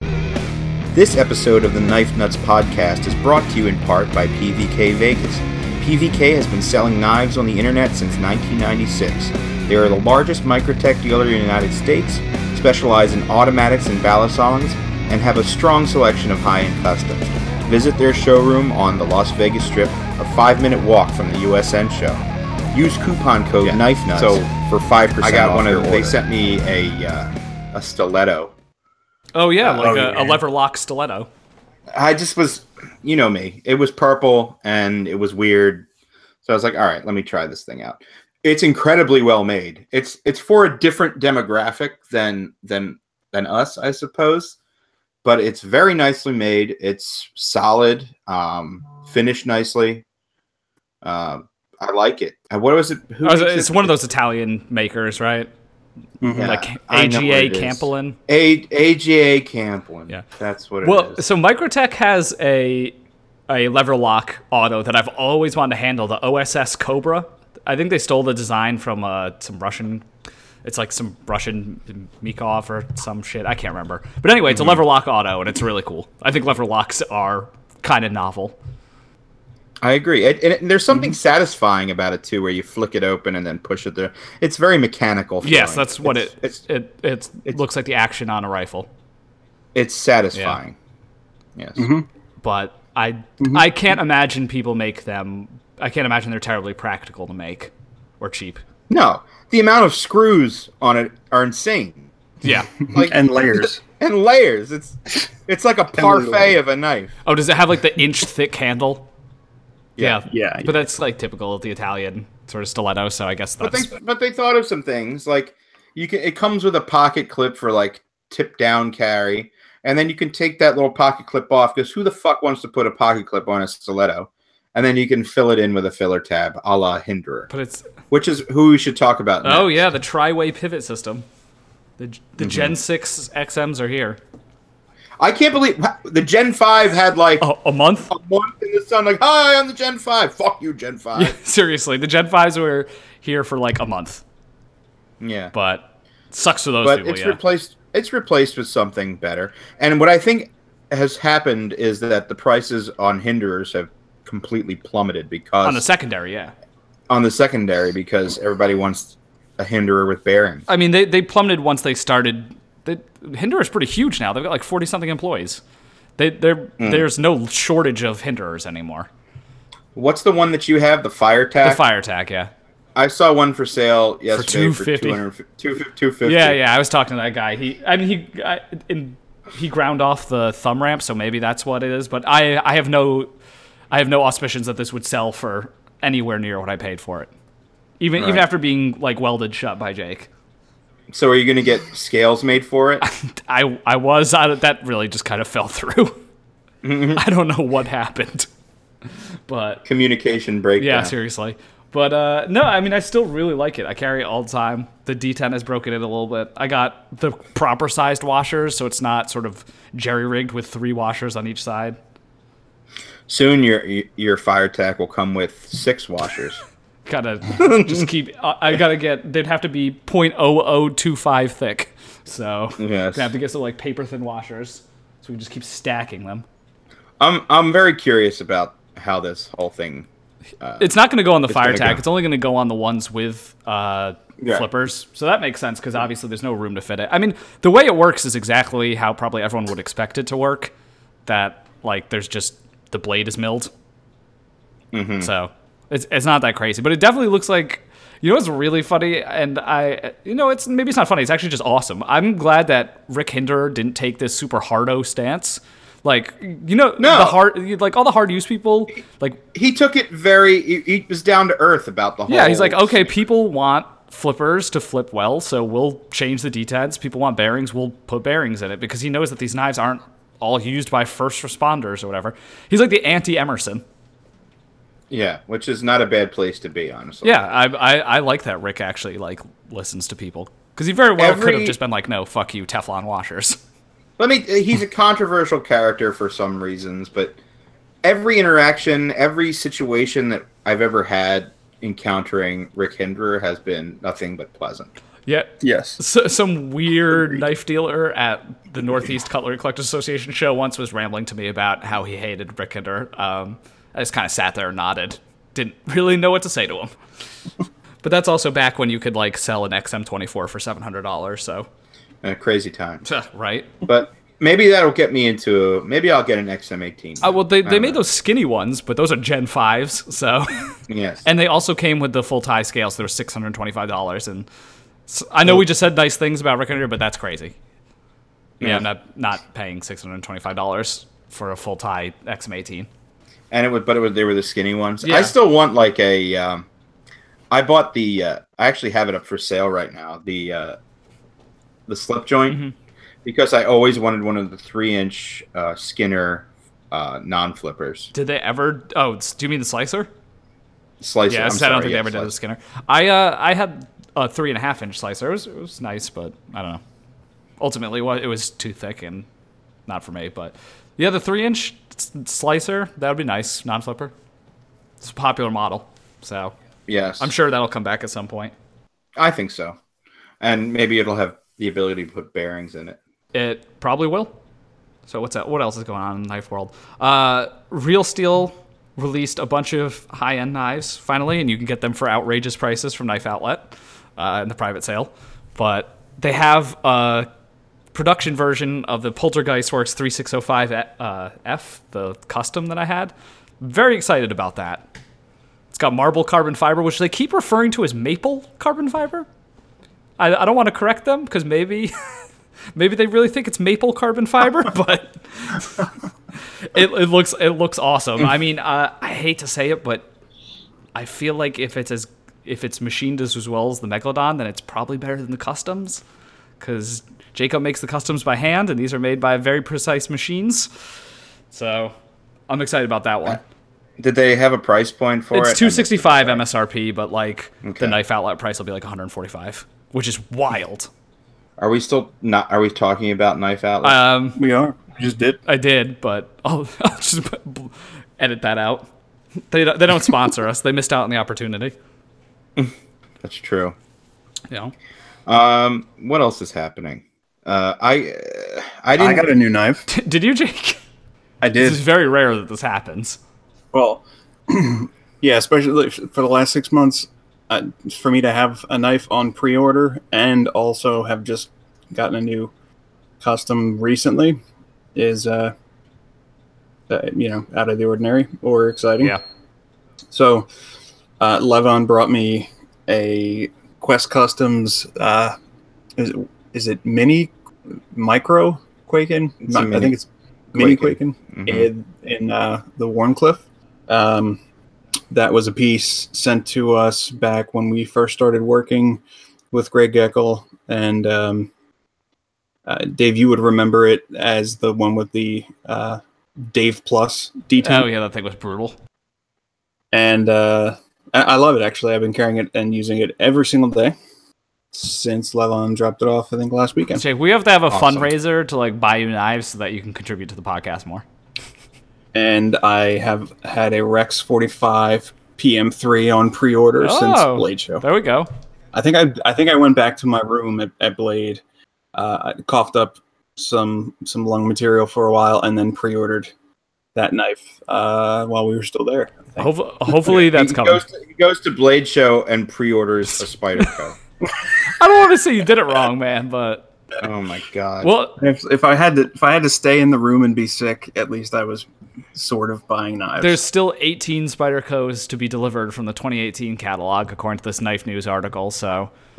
Speaker 1: This episode of the Knife Nuts podcast is brought to you in part by PVK Vegas. PVK has been selling knives on the internet since 1996. They are the largest microtech dealer in the United States, specialize in automatics and balisongs, and have a strong selection of high-end customs. Visit their showroom on the Las Vegas Strip, a five-minute walk from the USN show. Use coupon code
Speaker 5: Yeah.
Speaker 1: Knife Nuts
Speaker 5: So,
Speaker 1: for five percent.
Speaker 5: I got one of- they
Speaker 1: They
Speaker 5: sent
Speaker 1: sent
Speaker 5: uh,
Speaker 1: me a a stiletto
Speaker 3: Oh yeah, like
Speaker 4: Oh,
Speaker 3: a, a
Speaker 4: yeah.
Speaker 3: lever lock stiletto.
Speaker 1: I just was, you know me. It was purple and it was weird. So I was like, all right, let me try this thing out. It's incredibly well made. It's it's for a different demographic than than than us, I suppose. But it's very nicely made. It's solid, um, finished nicely. Uh, I like it. Uh, What was it? Who
Speaker 3: I was-
Speaker 1: makes
Speaker 3: Oh, it's
Speaker 1: it?
Speaker 3: one of those Italian makers, right?
Speaker 1: Yeah,
Speaker 3: like
Speaker 1: I know what
Speaker 3: AGA
Speaker 1: it is.
Speaker 3: Campolin.
Speaker 1: A AGA Camplin.
Speaker 3: Yeah.
Speaker 1: that's what it is.
Speaker 3: Well, so Microtech has a a lever lock auto that I've always wanted to handle, the OSS Cobra. I think they stole the design from uh, some Russian. It's like some Russian Mikov or some shit. I can't remember. But anyway,
Speaker 1: Mm-hmm.
Speaker 3: it's a lever lock auto, and it's really cool. I think lever locks are kind of novel.
Speaker 1: I agree, and, and it- there's something
Speaker 3: Mm-hmm.
Speaker 1: satisfying about it too, where you flick it open and then push it there. It's very mechanical.
Speaker 3: Yes,
Speaker 1: feeling.
Speaker 3: that's what
Speaker 1: it's,
Speaker 3: it
Speaker 1: It's
Speaker 3: it, it looks like the action on a rifle.
Speaker 1: it's satisfying. Yes.
Speaker 3: Mm-hmm. But I
Speaker 1: Mm-hmm.
Speaker 3: I can't imagine people make them. I can't imagine they're terribly practical to make or cheap.
Speaker 1: No, the amount of screws on it are insane.
Speaker 3: Yeah.
Speaker 1: Like
Speaker 4: and layers.
Speaker 1: and layers. It's it's like a
Speaker 4: many
Speaker 1: parfait
Speaker 4: layers.
Speaker 1: of a knife.
Speaker 3: Oh, does it have like the inch thick handle? Yeah.
Speaker 4: Yeah,
Speaker 3: But that's like typical of the Italian sort of stiletto, so I guess
Speaker 1: But
Speaker 3: that's
Speaker 1: they but they thought of some things like you can. It comes with a pocket clip for like tip down carry, and then you can take that little pocket clip off because who the fuck wants to put a pocket clip on a stiletto? And then you can fill it in with a filler tab, a la Hinderer,
Speaker 3: but it's
Speaker 1: which is who we should talk about.
Speaker 3: Oh
Speaker 1: next.
Speaker 3: yeah, the tri-way pivot system. The the Gen 6 XMs are here.
Speaker 1: I can't believe wha- the Gen Five had like
Speaker 3: Oh, a month?
Speaker 1: a month in the sun. Like, hi, I'm the Gen Five. Fuck you, Gen Five.
Speaker 3: Seriously, the Gen 5s were here for like a month,
Speaker 1: yeah,
Speaker 3: but sucks for those
Speaker 1: but
Speaker 3: people,
Speaker 1: it's
Speaker 3: yeah.
Speaker 1: replaced it's replaced with something better and what i think has happened is that the prices on hinderers have completely plummeted because
Speaker 3: On the secondary, yeah.
Speaker 1: on the secondary because everybody wants a hinderer with bearing
Speaker 3: I mean, they, they plummeted once they started. They, Hinderer's pretty huge now. They've got like 40 something employees. They, they're, There's no shortage of Hinderers anymore.
Speaker 1: what's the one that you have the fire
Speaker 3: The
Speaker 1: tack
Speaker 3: fire attack, yeah.
Speaker 1: i saw one for sale yesterday for
Speaker 3: 250.
Speaker 1: 250 250
Speaker 3: Yeah, yeah. I was talking to that guy. He, I mean, he, I, in, he ground off the thumb ramp, so maybe that's what it is. But I, I have no, I have no auspicions that this would sell for anywhere near what I paid for it. Even, even
Speaker 1: Right.
Speaker 3: after being like welded shut by Jake,
Speaker 1: so are you going to get scales made for it
Speaker 3: I, I was, I, that really just kind of fell through. I don't know what happened, but
Speaker 1: communication breakdown
Speaker 3: yeah, seriously. But uh, no, I mean, I still really like it. I carry it all the time. The D10 has broken it a little bit. I got the proper sized washers, so it's not sort of jerry rigged with three washers on each side.
Speaker 1: soon your your fire tack will come with six washers
Speaker 3: Gotta just keep. I I gotta get. They'd have to be 0.0025 thick. So
Speaker 1: Yes.
Speaker 3: gonna have to get some like paper thin washers, so we can just keep stacking them.
Speaker 1: i'm i'm very curious about how this whole thing
Speaker 3: It's not going to go on the fire
Speaker 1: gonna
Speaker 3: tack.
Speaker 1: go-
Speaker 3: It's only going to go on the ones with uh,
Speaker 1: Yeah.
Speaker 3: flippers. So that makes sense because obviously there's no room to fit it. I mean, the way it works is exactly how probably everyone would expect it to work. That like there's just the blade is milled.
Speaker 1: Mm-hmm.
Speaker 3: So it's it's not that crazy, but it definitely looks like you know what's really funny, and I you know it's maybe it's not funny. It's actually just awesome. I'm glad that Rick Hinder didn't take this super hardo stance. Like you know
Speaker 1: No.
Speaker 3: the hard like all the hard use people like
Speaker 1: he took it very he, he was down to earth about the whole
Speaker 3: Yeah, he's like, okay, people want flippers to flip well, so we'll change the detents. People want bearings, we'll put bearings in it because he knows that these knives aren't all used by first responders or whatever. He's like the anti Emerson.
Speaker 1: yeah which is not a bad place to be honestly
Speaker 3: Yeah, I, I I like that Rick actually like listens to people because he very well could have
Speaker 1: Every-
Speaker 3: just been like, no, fuck you, Teflon washers.
Speaker 1: let me uh, he's a controversial character for some reasons but every interaction every situation that i've ever had encountering rick hinderer has been nothing but pleasant
Speaker 3: Yeah,
Speaker 4: Yes.
Speaker 3: So, some weird knife dealer at the Northeast Cutlery Collectors Association show once was rambling to me about how he hated Rick Hinder. Um, I just kind of sat there and nodded. Didn't really know what to say to him. but that's also back when you could like sell an XM24 for $700, so
Speaker 1: and a crazy time
Speaker 3: right?
Speaker 1: but maybe that'll get me into maybe i'll get an xm18
Speaker 3: Uh, well, they, they
Speaker 1: don't
Speaker 3: made
Speaker 1: know.
Speaker 3: those skinny ones, but those are Gen 5s, so
Speaker 1: yes
Speaker 3: And they also came with the full tie scale, so they were six hundred twenty-five dollars. And s I I know we just said nice things about Rick Hunter, but that's crazy. Yeah, I'm not not paying six hundred twenty-five dollars for a full tie XM18.
Speaker 1: and it was but it was they were the skinny ones.
Speaker 3: Yeah.
Speaker 1: I still want like a. Um, I bought the. Uh, I actually have it up for sale right now. The uh, the slip joint
Speaker 3: Mhm.
Speaker 1: because I always wanted one of the three inch uh, Skinner uh, non flippers
Speaker 3: Did they ever? Oh, it's- do you mean the slicer?
Speaker 1: slicer. I'm
Speaker 3: Yeah, I don't think
Speaker 1: sorry,
Speaker 3: they
Speaker 1: yeah,
Speaker 3: ever did the
Speaker 1: slicer.
Speaker 3: Skinner. I uh, I had a three and a half inch slicer. It was it was nice, but I don't know. Ultimately, well, it was too thick and not for me. But yeah, the three inch s- slicer that would be nice, non flipper. It's a popular model, so
Speaker 1: Yes,
Speaker 3: I'm sure that'll come back at some point.
Speaker 1: I think so, and maybe it'll have the ability to put bearings in it.
Speaker 3: It probably will. So what's that? What else is going on in the knife world? Uh, Real Steel released a bunch of high-end knives finally, and you can get them for outrageous prices from Knife Outlet uh, in the private sale. But they have a production version of the Poltergeist Works 3605 uh, F, the custom that I had. Very excited about that. It's got marble carbon fiber, which they keep referring to as maple carbon fiber. I, I don't want to correct them because maybe Maybe they really think it's maple carbon fiber, but it, it looks it looks awesome. I mean, uh, I hate to say it, but I feel like if it's as if it's machined as, as well as the megalodon, then it's probably better than the customs, because Jacob makes the customs by hand, and these are made by very precise machines. So I'm excited about that one.
Speaker 1: Did they have a price point for it? I
Speaker 3: It's
Speaker 1: missed it?
Speaker 3: 265 MSRP, but like the
Speaker 1: Okay.
Speaker 3: knife outlet price will be like 145, which is wild.
Speaker 1: Are we still not? Are we talking about knife outlet?
Speaker 3: Um,
Speaker 4: We are. We just did.
Speaker 3: I did, but I'll, I'll just b- b- edit that out. They don't, they don't sponsor us. They missed out on the opportunity.
Speaker 1: That's true.
Speaker 3: You know,
Speaker 1: Um, what else is happening? Uh, I uh, I didn't.
Speaker 4: I got a new knife.
Speaker 3: did you, Jake?
Speaker 4: I did.
Speaker 3: It's very rare that this happens.
Speaker 4: Well, yeah, especially for the last six months, uh, for me to have a knife on pre-order and also have just gotten a new custom recently is, uh, uh, you know, out of the ordinary or exciting. So, uh, Levon brought me a Quest Customs. Uh, is it, is it mini, micro Quaken?
Speaker 1: It's a
Speaker 4: Not- I
Speaker 1: mini
Speaker 4: think it's mini
Speaker 1: Quaken.
Speaker 4: Quaken
Speaker 1: Mhm.
Speaker 3: Mm-hmm.
Speaker 4: in in uh, the Warncliffe. Um, that was a piece sent to us back when we first started working with Greg Geckel, and um, uh, Dave, you would remember it as the one with the uh, Dave Plus detail.
Speaker 3: Oh yeah, that thing was brutal.
Speaker 4: And uh, I-, I love it. Actually, I've been carrying it and using it every single day since Levon dropped it off. I think last weekend.
Speaker 3: Jake, we have to have a
Speaker 1: Awesome.
Speaker 3: fundraiser to like buy you knives so that you can contribute to the podcast more.
Speaker 4: and I have had a Rex 45 PM3 on pre-order
Speaker 3: Oh.
Speaker 4: since Blade Show.
Speaker 3: There we go.
Speaker 4: I think I I think I went back to my room at, at Blade, uh, I coughed up some some lung material for a while, and then pre-ordered that knife uh, while we were still there. I think.
Speaker 3: Hopefully, hopefully that's
Speaker 1: he
Speaker 3: coming.
Speaker 1: Goes to, he goes to Blade Show and pre-orders a Spider Co.
Speaker 3: I don't want to say you did it wrong, man, but
Speaker 1: oh my god!
Speaker 3: well,
Speaker 4: If, if I had to if I had to stay in the room and be sick, at least I was sort of buying knives.
Speaker 3: There's still 18 Spider Co's to be delivered from the 2018 catalog, according to this Knife News article. So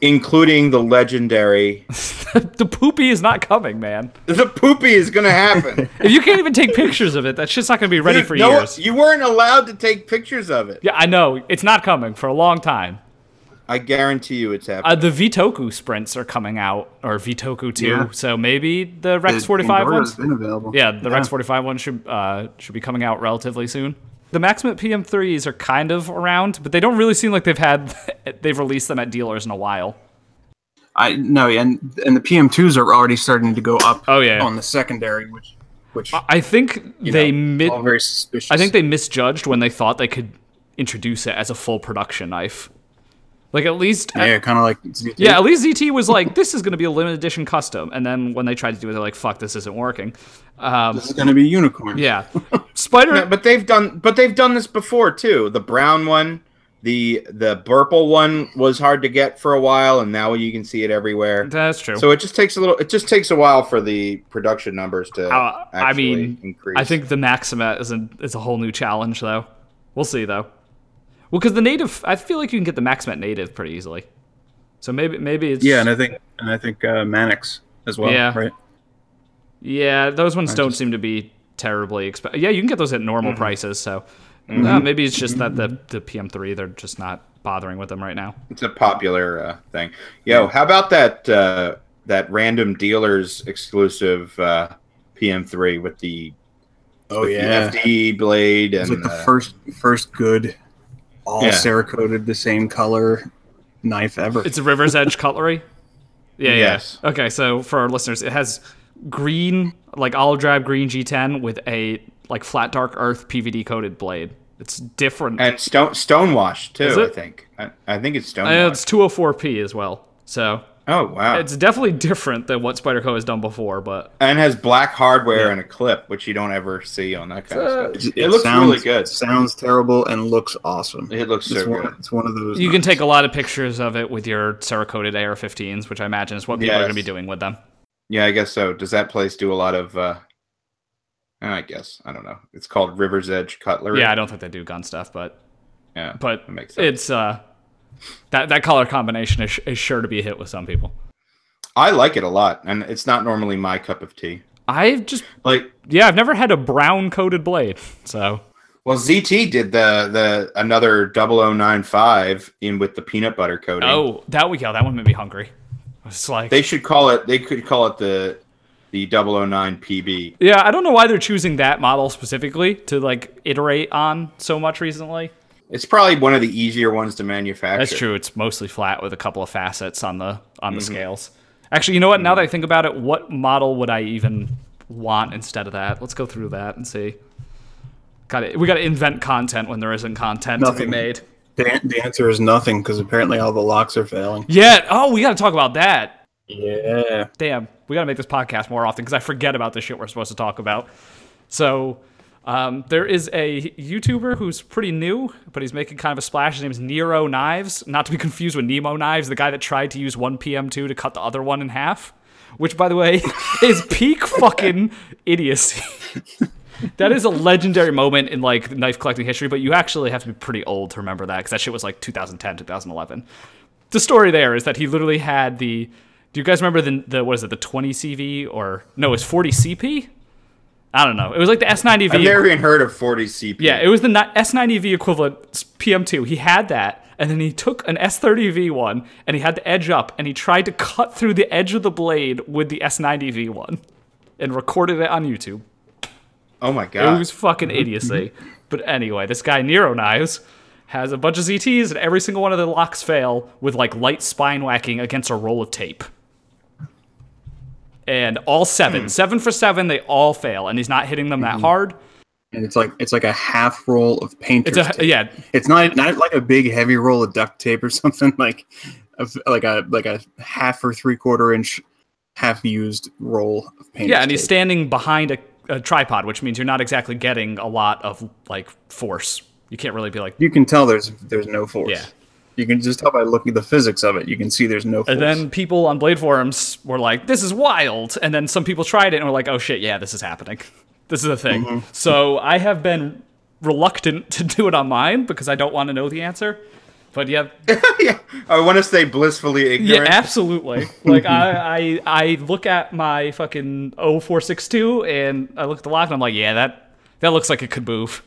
Speaker 1: including the legendary,
Speaker 3: the poopy is not coming, man.
Speaker 1: the poopy is gonna happen.
Speaker 3: If you can't even take pictures of it, that shit's not going to be ready
Speaker 1: Dude,
Speaker 3: for
Speaker 1: no,
Speaker 3: years.
Speaker 1: You weren't allowed to take pictures of it.
Speaker 3: yeah, I know. It's not coming for a long time.
Speaker 1: I guarantee you, it's
Speaker 3: Uh,
Speaker 1: happening.
Speaker 3: the Vitoku sprints are coming out, or Vitoku 2.
Speaker 4: Yeah.
Speaker 3: So maybe the Rex
Speaker 4: The
Speaker 3: 45
Speaker 4: Pandora's
Speaker 3: ones.
Speaker 4: been available.
Speaker 3: Yeah, the Rex 45 one should uh, should be coming out relatively soon. The Maximate PM3s are kind of around, but they don't really seem like they've had they've released them at dealers in a while.
Speaker 4: I no, and and the PM2s are already starting to go up.
Speaker 3: Oh, yeah.
Speaker 4: on the secondary, which which
Speaker 3: I think they mid
Speaker 4: all very suspicious.
Speaker 3: I think they misjudged when they thought they could introduce it as a full production knife. Like at least
Speaker 4: yeah, kind of like
Speaker 3: Yeah, at least ZT was like, this is going to be a limited edition custom. And then when they tried to do it, they're like, fuck, this isn't working. Um,
Speaker 4: This is gonna be unicorn.
Speaker 3: yeah. Spider.
Speaker 1: No, but they've done, but they've done this before too. The brown one, the the purple one was hard to get for a while, and now you can see it everywhere.
Speaker 3: that's true.
Speaker 1: So it just takes a little. It just takes a while for the production numbers to.
Speaker 3: Uh, I
Speaker 1: actually
Speaker 3: mean,
Speaker 1: increase.
Speaker 3: I think the Maximat is a, is a whole new challenge, though. We'll see, though. Well, because the native, I feel like you can get the Maximat native pretty easily. So maybe maybe it's
Speaker 4: Yeah, and I think and I think uh, Mannix as well.
Speaker 3: Yeah.
Speaker 4: Right.
Speaker 3: yeah those ones don't
Speaker 4: just- Mm-hmm.
Speaker 3: seem to be terribly expensive. Yeah, you can get those at normal prices. So uh, maybe it's just that the the PM3 they're just not bothering with them right now.
Speaker 1: It's a popular uh, thing. Yo, how about that uh, that random dealers exclusive uh, PM3 with the
Speaker 4: Oh
Speaker 1: with the FD blade
Speaker 4: It's
Speaker 1: and
Speaker 4: like the
Speaker 1: uh,
Speaker 4: first first good, all
Speaker 1: Yeah.
Speaker 4: cerakoted the same color knife ever.
Speaker 3: It's a River's Edge cutlery. Yeah, yeah.
Speaker 1: Yes.
Speaker 3: Okay, so for our listeners, it has green, like olive drab green G10 with a like flat dark earth PVD coated blade. It's different.
Speaker 1: and stone stonewash too.
Speaker 3: Is
Speaker 1: I
Speaker 3: it?
Speaker 1: think I, I think it's
Speaker 3: Uh,
Speaker 1: stonewash.
Speaker 3: it's 204p as well. So
Speaker 1: oh wow!
Speaker 3: it's definitely different than what Spyderco has done before, but
Speaker 1: and has black hardware and a clip, which you don't ever see on that kind
Speaker 2: Uh,
Speaker 1: of stuff. It, looks really good.
Speaker 4: Sounds terrible and looks awesome.
Speaker 1: It looks
Speaker 4: it's
Speaker 1: so
Speaker 4: one,
Speaker 1: good.
Speaker 4: It's one of those.
Speaker 3: you can
Speaker 4: knives.
Speaker 3: take a lot of pictures of it with your Cerakoted AR-15s, which I imagine is what people are going to
Speaker 1: Yes.
Speaker 3: be doing with them.
Speaker 1: Yeah, I guess so. Does that place do a lot of? uh eh, I guess I don't know. It's called River's Edge Cutlery.
Speaker 3: Yeah, I don't think they do gun stuff, but
Speaker 1: yeah.
Speaker 3: but
Speaker 1: That makes sense.
Speaker 3: it's uh that that color combination is, is sure to be a hit with some people.
Speaker 1: I like it a lot, and it's not normally my cup of tea.
Speaker 3: I've just
Speaker 1: Like,
Speaker 3: yeah, I've never had a brown coated blade. So
Speaker 1: well, ZT did the the another 0095 in with the peanut butter coating.
Speaker 3: oh, that we go. That one made me hungry. It's like
Speaker 1: they should call it. They could call it the the 009 PB.
Speaker 3: yeah, I don't know why they're choosing that model specifically to like iterate on so much recently.
Speaker 1: It's probably one of the easier ones to manufacture.
Speaker 3: That's true. It's mostly flat with a couple of facets on the on the scales. Actually, you know what? Now that I think about it, what model would I even want instead of that? Let's go through that and see. Got to We got to invent content when there isn't content to be
Speaker 4: Nothing.
Speaker 3: made.
Speaker 4: The, an- the answer is nothing because apparently all the locks are failing.
Speaker 3: Yeah. Oh, we got to talk about that.
Speaker 4: Yeah.
Speaker 3: Damn, we got to make this podcast more often because I forget about the shit we're supposed to talk about. So, um, there is a YouTuber who's pretty new, but he's making kind of a splash. His name is Nero Knives, not to be confused with Nemo Knives, the guy that tried to use one PM2 to cut the other one in half, which, by the way, is peak fucking idiocy. that is a legendary moment in like knife collecting history, but you actually have to be pretty old to remember that because that shit was like 2010, 2011 the story there is that he literally had the. Do you guys remember the the what is it the 20 CV or no it's 40 CP? I don't know. It was like the S90V.
Speaker 1: I've never even heard of 40 CP.
Speaker 3: Yeah, it was the ni- S90V equivalent s- PM2. He had that, and then he took an S30V one, and he had the edge up, and he tried to cut through the edge of the blade with the S90V one, and recorded it on YouTube.
Speaker 1: oh my
Speaker 3: It
Speaker 1: god.
Speaker 3: was fucking idiocy. but anyway, this guy Nero Knives has a bunch of ZTs, and every single one of the locks fail with like light spine whacking against a roll of tape. And all seven, seven for seven, they all fail, and he's not hitting them that hard.
Speaker 4: And it's like it's like a half roll of painter's
Speaker 3: It's a
Speaker 4: tape.
Speaker 3: yeah,
Speaker 4: It's not not like a big heavy roll of duct tape or something like, of- like a like a half or three quarter inch, half used roll of painter's
Speaker 3: yeah, and he's
Speaker 4: tape.
Speaker 3: standing behind a, a tripod, which means you're not exactly getting a lot of like force. You can't really be like
Speaker 4: you can tell there's there's no force.
Speaker 3: Yeah.
Speaker 4: You can just tell by looking at the physics of it. You can see there's no force.
Speaker 3: And then people on Blade forums were like, "This is wild," and then some people tried it and were like, "Oh shit, yeah, this is happening. This is a thing." So I have been reluctant to do it on mine because I don't want to know the answer. But yeah,
Speaker 1: yeah. I want to say blissfully
Speaker 3: yeah,
Speaker 1: ignorant.
Speaker 3: absolutely. Like I, I, I look at my fucking 0462 and I look at the lock and I'm like, "Yeah, that that looks like it could move."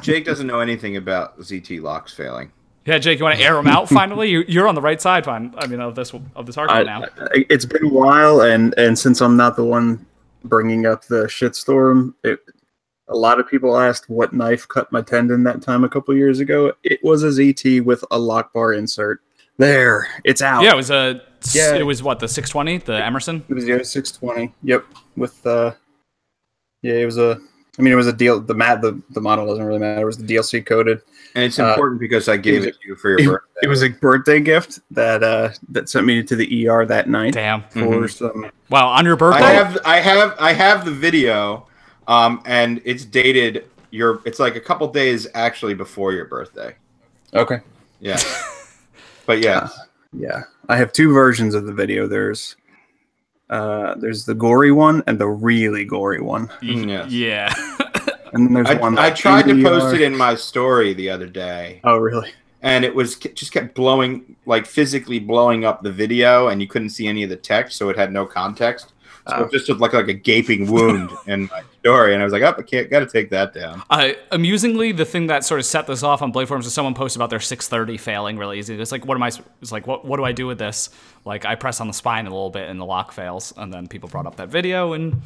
Speaker 1: Jake doesn't know anything about ZT locks failing.
Speaker 3: Yeah, Jake, you want to air them out finally? You, you're on the right side, fine. I mean, of this of this
Speaker 4: I,
Speaker 3: argument now.
Speaker 4: I- it's been a while, and and since I'm not the one bringing up the shitstorm, it, a lot of people asked what knife cut my tendon that time a couple years ago. It was a ZT with a lock bar insert. There, it's out.
Speaker 3: Yeah, it was a.
Speaker 4: Yeah.
Speaker 3: It was what the 620, the Emerson.
Speaker 4: it was the 0620. Yep, with uh, yeah, it was a. I mean, it was a deal. The mat, the, the model doesn't really matter. It was the DLC coded.
Speaker 1: And it's
Speaker 4: Uh,
Speaker 1: important because I gave
Speaker 4: was-
Speaker 1: it to you for your birthday.
Speaker 4: It was a birthday gift that uh that sent me to the ER that night
Speaker 3: Damn.
Speaker 4: for some
Speaker 3: Wow, on your birthday?
Speaker 1: I have I have I have the video um and it's dated your it's like a couple days actually before your birthday.
Speaker 4: Okay.
Speaker 1: Yeah. but yeah.
Speaker 4: Yeah, I have two versions of the video. There's uh there's the gory one and the really gory one,
Speaker 1: yes.
Speaker 3: yeah.
Speaker 4: and then there's
Speaker 1: I,
Speaker 4: one.
Speaker 1: I
Speaker 4: like,
Speaker 1: tried to
Speaker 4: ER.
Speaker 1: post it in my story the other day
Speaker 4: Oh, really?
Speaker 1: and it was it just kept blowing like physically blowing up the video and you couldn't see any of the text so it had no context so
Speaker 4: Oh.
Speaker 1: it just looked like, like a gaping wound in my story and i was like oh i can't gotta take that down
Speaker 3: Uh, amusingly, the thing that sort of set this off on Blade Forms is someone posted about their 630 failing really easy. It's like, what am I? It's like, what what do I do with this? Like, I press on the spine a little bit and the lock fails, and then people brought up that video, and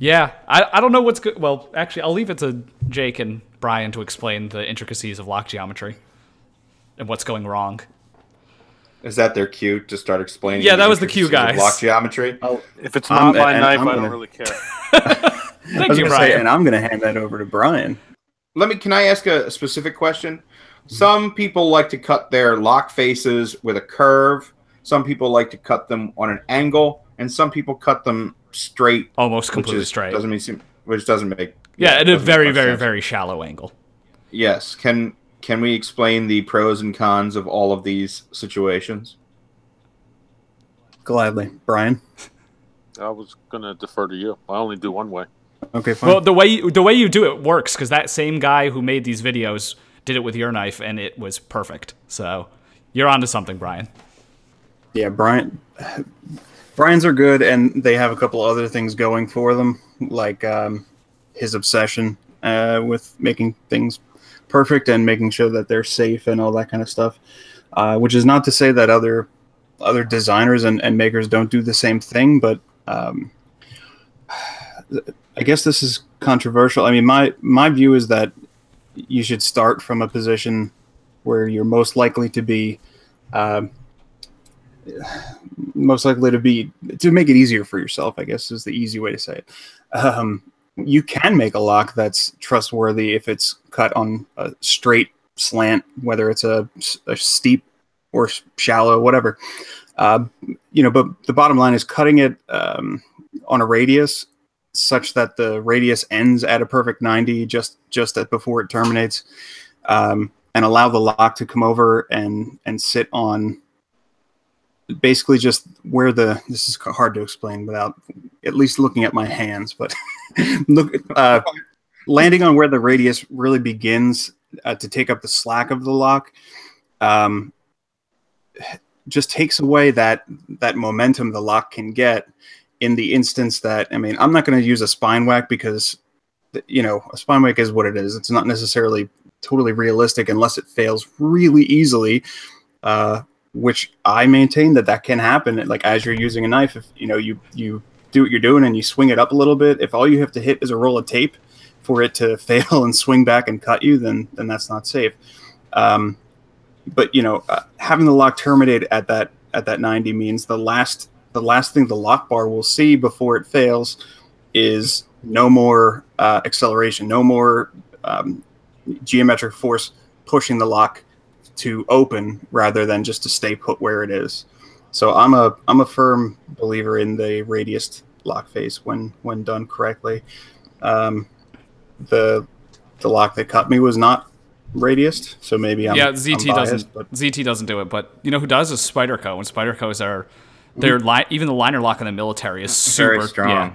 Speaker 3: yeah, I, I don't know what's good. Well, actually, I'll leave it to Jake and Brian to explain the intricacies of lock geometry and what's going wrong.
Speaker 1: is that their cue to start explaining
Speaker 3: Yeah, that was the cue,
Speaker 1: intricacies of
Speaker 3: guys.
Speaker 1: block geometry
Speaker 2: If it's
Speaker 4: I'm-
Speaker 2: not my
Speaker 4: and
Speaker 2: knife,
Speaker 4: I'm
Speaker 2: I don't
Speaker 4: gonna-
Speaker 2: really care.
Speaker 4: I
Speaker 3: Thank
Speaker 4: was
Speaker 3: you,
Speaker 4: gonna say,
Speaker 3: Brian.
Speaker 4: and I'm gonna hand that over to Brian.
Speaker 1: let me can i ask a specific question some people like to cut their lock faces with a curve some people like to cut them on an angle and some people cut them straight
Speaker 3: Almost
Speaker 1: which
Speaker 3: Oh, completely
Speaker 1: is,
Speaker 3: straight.
Speaker 1: doesn't mean seem- which doesn't make
Speaker 3: yeah, at a
Speaker 1: doesn't make
Speaker 3: very,
Speaker 1: much
Speaker 3: very,
Speaker 1: sense.
Speaker 3: very shallow angle.
Speaker 1: Yes. Can can we explain the pros and cons of all of these situations?
Speaker 4: Gladly, Brian.
Speaker 2: I was gonna defer to you. I only do one way.
Speaker 4: Okay, fine.
Speaker 3: Well, the way you, the way you do it works because that same guy who made these videos did it with your knife, and it was perfect. So you're onto something, Brian.
Speaker 4: Yeah, Brian. Brian's are good, and they have a couple other things going for them, like um, his obsession uh, with making things perfect and making sure that they're safe and all that kind of stuff. Uh, which is not to say that other other designers and, and makers don't do the same thing, but um, I guess this is controversial. I mean, my my view is that you should start from a position where you're most likely to be. Um, most likely to be to make it easier for yourself i guess is the easy way to say it um, you can make a lock that's trustworthy if it's cut on a straight slant whether it's a, a steep or s- shallow whatever uh, you know but the bottom line is cutting it um, on a radius such that the radius ends at a perfect 90 just just at before it terminates um, and allow the lock to come over and and sit on basically just where the this is hard to explain without at least looking at my hands but look uh, landing on where the radius really begins uh, to take up the slack of the lock um, just takes away that that momentum the lock can get in the instance that i mean i'm not going to use a spine whack because th- you know a spine whack is what it is it's not necessarily totally realistic unless it fails really easily uh, which I maintain that that can happen. Like as you're using a knife, if you know you you do what you're doing and you swing it up a little bit, if all you have to hit is a roll of tape for it to fail and swing back and cut you, then then that's not safe. Um, but you know, uh, having the lock terminate at that at that 90 means the last the last thing the lock bar will see before it fails is no more uh, acceleration, no more um, geometric force pushing the lock to open rather than just to stay put where it is. So I'm a I'm a firm believer in the radius lock face when when done correctly. Um, the the lock that cut me was not radiused, so maybe I'm
Speaker 3: yeah, ZT
Speaker 4: I'm biased,
Speaker 3: doesn't
Speaker 4: but
Speaker 3: ZT doesn't do it, but you know who does is Spyderco, and Spyderco's are their li- even the liner lock in the military is super
Speaker 1: Very strong.
Speaker 3: yeah.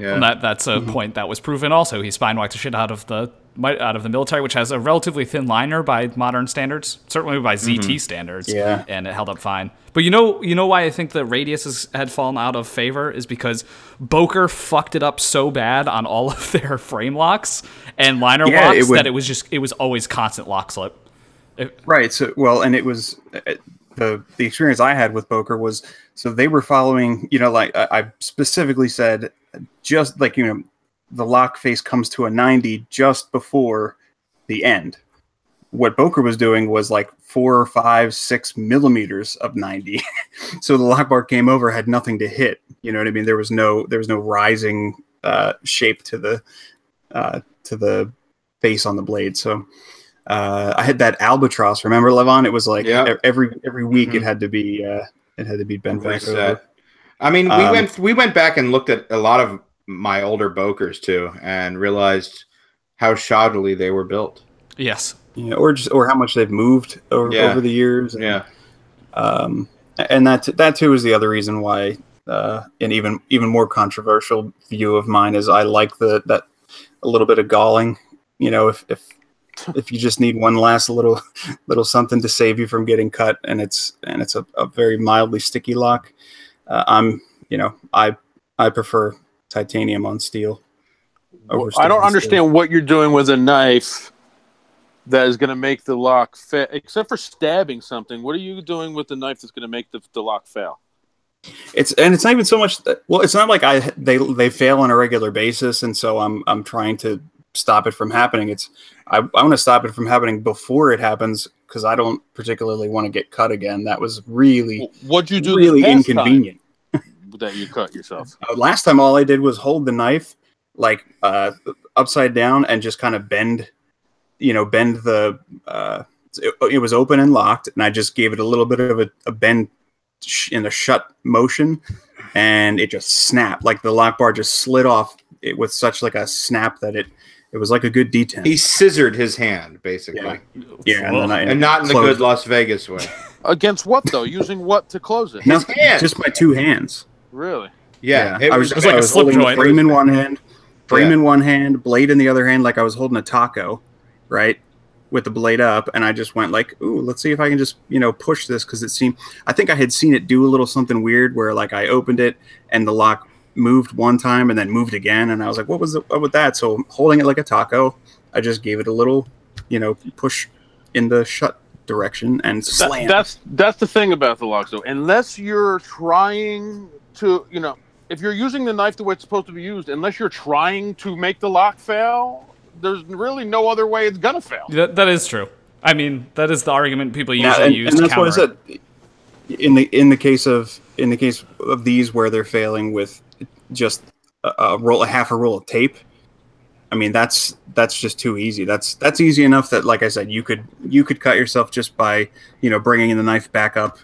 Speaker 1: Yeah.
Speaker 3: And that that's a
Speaker 4: Mm-hmm.
Speaker 3: point that was proven. Also, he spine walked the shit out of the mi- out of the military, which has a relatively thin liner by modern standards, certainly by ZT standards.
Speaker 4: Mm-hmm. Yeah.
Speaker 3: and it held up fine. But you know, you know why I think the radius has, had fallen out of favor is because Boker fucked it up so bad on all of their frame locks and liner
Speaker 4: Yeah,
Speaker 3: locks
Speaker 4: it would-
Speaker 3: that it was just it was always constant lock slip.
Speaker 4: Right. So, well, and it was uh, the the experience I had with Boker was so they were following. You know, like I, I specifically said, just like you know, the lock face comes to a ninety just before the end. What Boker was doing was like four, five, six millimeters of ninety, so the lock bar came over had nothing to hit. You know what I mean? There was no there was no rising uh, shape to the uh, to the face on the blade. So uh, I had that albatross. Remember, Levon? It was like
Speaker 1: Yeah.
Speaker 4: e- every every week it
Speaker 1: Mhm.
Speaker 4: had to be uh, it had to be bent back
Speaker 1: Reset.
Speaker 4: over.
Speaker 1: I mean, we
Speaker 4: Um,
Speaker 1: went we went back and looked at a lot of my older Bokers too, and realized how shoddily they were built.
Speaker 3: Yes,
Speaker 4: Yeah, or just or how much they've moved over,
Speaker 1: Yeah.
Speaker 4: over the years. And,
Speaker 1: Yeah.
Speaker 4: um, and that that too is the other reason why uh, an even even more controversial view of mine is I like the that a little bit of galling. You know, if if if you just need one last little little something to save you from getting cut, and it's and it's a, a very mildly sticky lock. Uh, I'm you know I I prefer titanium on steel. over
Speaker 2: I don't
Speaker 4: stainless
Speaker 2: understand
Speaker 4: steel.
Speaker 2: what you're doing with a knife that is going to make the lock fail, except for stabbing something. What are you doing with the knife that's going to make the, the lock fail?
Speaker 4: It's and it's not even so much. That, well, it's not like I they they fail on a regular basis, and so I'm I'm trying to stop it from happening. It's I, I want to stop it from happening before it happens because I don't particularly want to get cut again. That was really
Speaker 2: What'd you do?
Speaker 4: really
Speaker 2: this past time
Speaker 4: inconvenient.
Speaker 2: that you cut yourself.
Speaker 4: Uh, last time, all I did was hold the knife like uh, upside down and just kind of bend, you know, bend the. Uh, it, it was open and locked, and I just gave it a little bit of a, a bend sh- in a shut motion, and it just snapped. Like the lock bar just slid off it with such like a snap that it it was like a good detent.
Speaker 1: He scissored his hand basically,
Speaker 4: Yeah. yeah, and then I
Speaker 1: and not in the
Speaker 4: closed
Speaker 1: good Las Vegas way.
Speaker 2: Against what though? Using what to close it?
Speaker 4: it. No,
Speaker 1: His hand.
Speaker 4: just my two hands.
Speaker 2: Really?
Speaker 1: Yeah,
Speaker 4: I was,
Speaker 3: it was like
Speaker 4: I
Speaker 3: a
Speaker 4: was
Speaker 3: slip
Speaker 4: holding
Speaker 3: joint.
Speaker 4: the frame in one hand, frame
Speaker 1: Yeah.
Speaker 4: in one hand, blade in the other hand, like I was holding a taco, right, with the blade up, and I just went like, "Ooh, let's see if I can just you know push this," because it seemed I think I had seen it do a little something weird where like I opened it and the lock moved one time and then moved again, and I was like, "What was the, what with that?" So holding it like a taco, I just gave it a little, you know, push in the shut direction and
Speaker 2: That-
Speaker 4: slam.
Speaker 2: that's that's the thing about the lock though. Unless you're trying to, you know, if you're using the knife the way it's supposed to be used, unless you're trying to make the lock fail, there's really no other way it's gonna fail.
Speaker 3: That, that is true. I mean, that is the argument people usually
Speaker 4: yeah, and,
Speaker 3: use.
Speaker 4: and
Speaker 3: to
Speaker 4: that's what I
Speaker 3: counter it.
Speaker 4: said. In the in the case of in the case of these where they're failing with just a, a roll, a half a roll of tape. I mean, that's that's just too easy. That's that's easy enough that, like I said, you could you could cut yourself just by you know bringing the knife back up,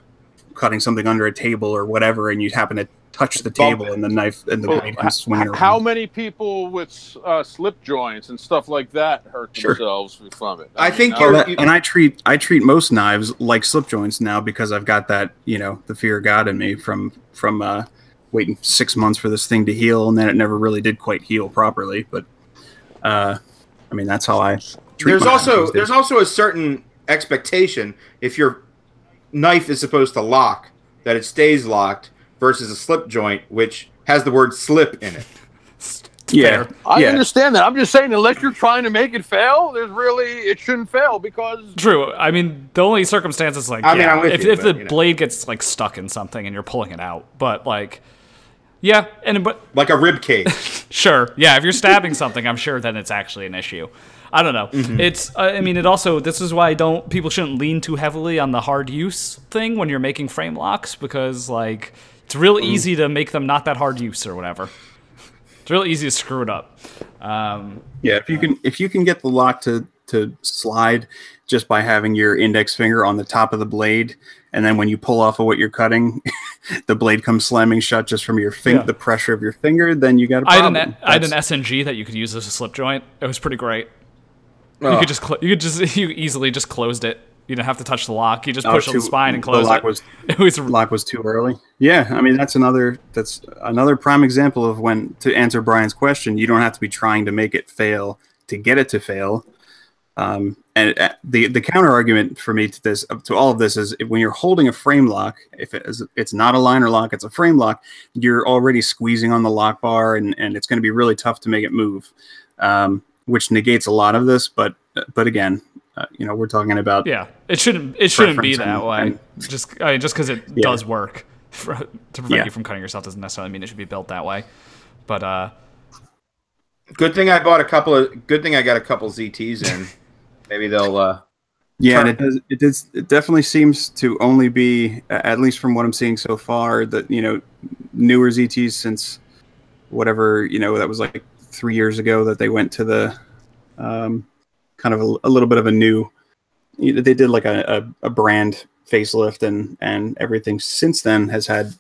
Speaker 4: cutting something under a table or whatever, and you happen to touch the
Speaker 1: Bump
Speaker 4: table and the knife and the
Speaker 2: Well,
Speaker 4: blade comes swinging around.
Speaker 2: How many people with uh, slip joints and stuff like that hurt
Speaker 4: Sure.
Speaker 2: themselves from it?
Speaker 1: I think
Speaker 4: Well,
Speaker 1: you're-
Speaker 4: that- Oh, and I treat I treat most knives like slip joints now because I've got that you know the fear of God in me from from uh, waiting six months for this thing to heal and then it never really did quite heal properly. But uh, I mean that's how I. Treat
Speaker 1: there's
Speaker 4: my
Speaker 1: also
Speaker 4: knives these
Speaker 1: there's
Speaker 4: days.
Speaker 1: also a certain expectation if your knife is supposed to lock that it stays locked versus a slip joint which has the word slip in it.
Speaker 4: yeah
Speaker 2: I
Speaker 4: yeah.
Speaker 2: understand that. I'm just saying, unless you're trying to make it fail, there's really it shouldn't fail because
Speaker 3: True. I mean, the only circumstances like
Speaker 1: I mean,
Speaker 3: yeah,
Speaker 1: I'm with
Speaker 3: if,
Speaker 1: you,
Speaker 3: if the
Speaker 1: but, you know.
Speaker 3: blade gets like stuck in something and you're pulling it out, but like, yeah, and but
Speaker 1: Like a rib cage.
Speaker 3: sure, yeah, if you're stabbing something, I'm sure then it's actually an issue. I don't know.
Speaker 1: Mm-hmm.
Speaker 3: It's. uh, I I mean, it also. This is why I don't. People shouldn't lean too heavily on the hard use thing when you're making frame locks because like it's real
Speaker 1: Mm.
Speaker 3: easy to make them not that hard use or whatever. It's real easy to screw it up. Um,
Speaker 4: Yeah, if you can if you can get the lock to to slide just by having your index finger on the top of the blade, and then when you pull off of what you're cutting, the blade comes slamming shut just from your finger,
Speaker 3: Yeah.
Speaker 4: the pressure of your finger. Then you got a
Speaker 3: I had
Speaker 4: problem.
Speaker 3: an E, I had an
Speaker 4: That's-
Speaker 3: SNG that you could use as a slip joint. It was pretty great.
Speaker 4: Oh.
Speaker 3: You could just cl- you could just you easily just closed it. You didn't have to touch the lock. You just
Speaker 4: Oh,
Speaker 3: push on the
Speaker 4: too-
Speaker 3: spine and
Speaker 4: the
Speaker 3: close
Speaker 4: lock
Speaker 3: it.
Speaker 4: was-
Speaker 3: it was
Speaker 4: lock was too early. Yeah, I mean that's another that's another prime example of when to answer Brian's question, you don't have to be trying to make it fail to get it to fail. Um, and uh, the the counter argument for me to this to all of this is if- when you're holding a frame lock, if it is, it's not a liner lock, it's a frame lock, you're already squeezing on the lock bar, and and it's going to be really tough to make it move, um, which negates a lot of this. But but again, uh, you know we're talking about
Speaker 3: yeah. It shouldn't it shouldn't be that
Speaker 4: Preference and-
Speaker 3: way.
Speaker 4: and-
Speaker 3: just I mean, just because it
Speaker 4: Yeah.
Speaker 3: does work for, to prevent
Speaker 4: Yeah.
Speaker 3: you from cutting yourself doesn't necessarily mean it should be built that way. But uh,
Speaker 1: Good thing I bought a couple of. Good thing I got a couple ZTs in. Maybe they'll. Uh,
Speaker 4: Yeah,
Speaker 1: turn-
Speaker 4: and it does. It does. It definitely seems to only be, a- at least from what I'm seeing so far, that you know, newer ZTs since whatever you know that was like three years ago that they went to the um, kind of a, a little bit of a new. you know, They did like a, a, a brand facelift, and and everything since then has had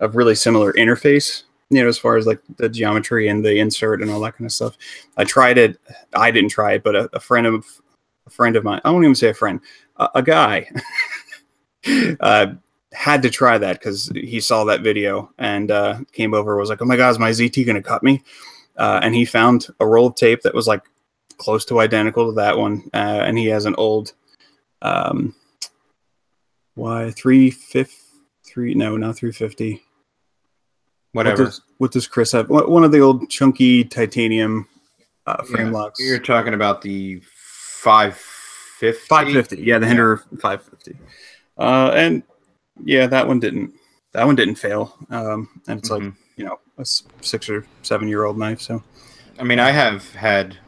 Speaker 4: a really similar interface. You know, as far as like the geometry and the insert and all that kind of stuff. I tried it. I didn't try it, but a, a friend of a friend of mine. I won't even say a friend, a, a guy uh, had to try that because he saw that video and uh, came over. and Was like, oh my god, is my ZT going to cut me? Uh, and he found a roll of tape that was like close to identical to that one, uh, and he has an old, um, why three fifth three no not three fifty.
Speaker 1: Whatever.
Speaker 4: What does, what does Chris have? One one of the old chunky titanium uh, frame
Speaker 1: Yeah.
Speaker 4: locks.
Speaker 1: You're talking about the five fifty.
Speaker 4: Five fifty. Yeah, the Hinderer five fifty. Uh, and yeah, that one didn't. That one didn't fail. Um, and it's like
Speaker 1: Mhm.
Speaker 4: you know a s- six or seven year old knife. So
Speaker 1: I mean, I have had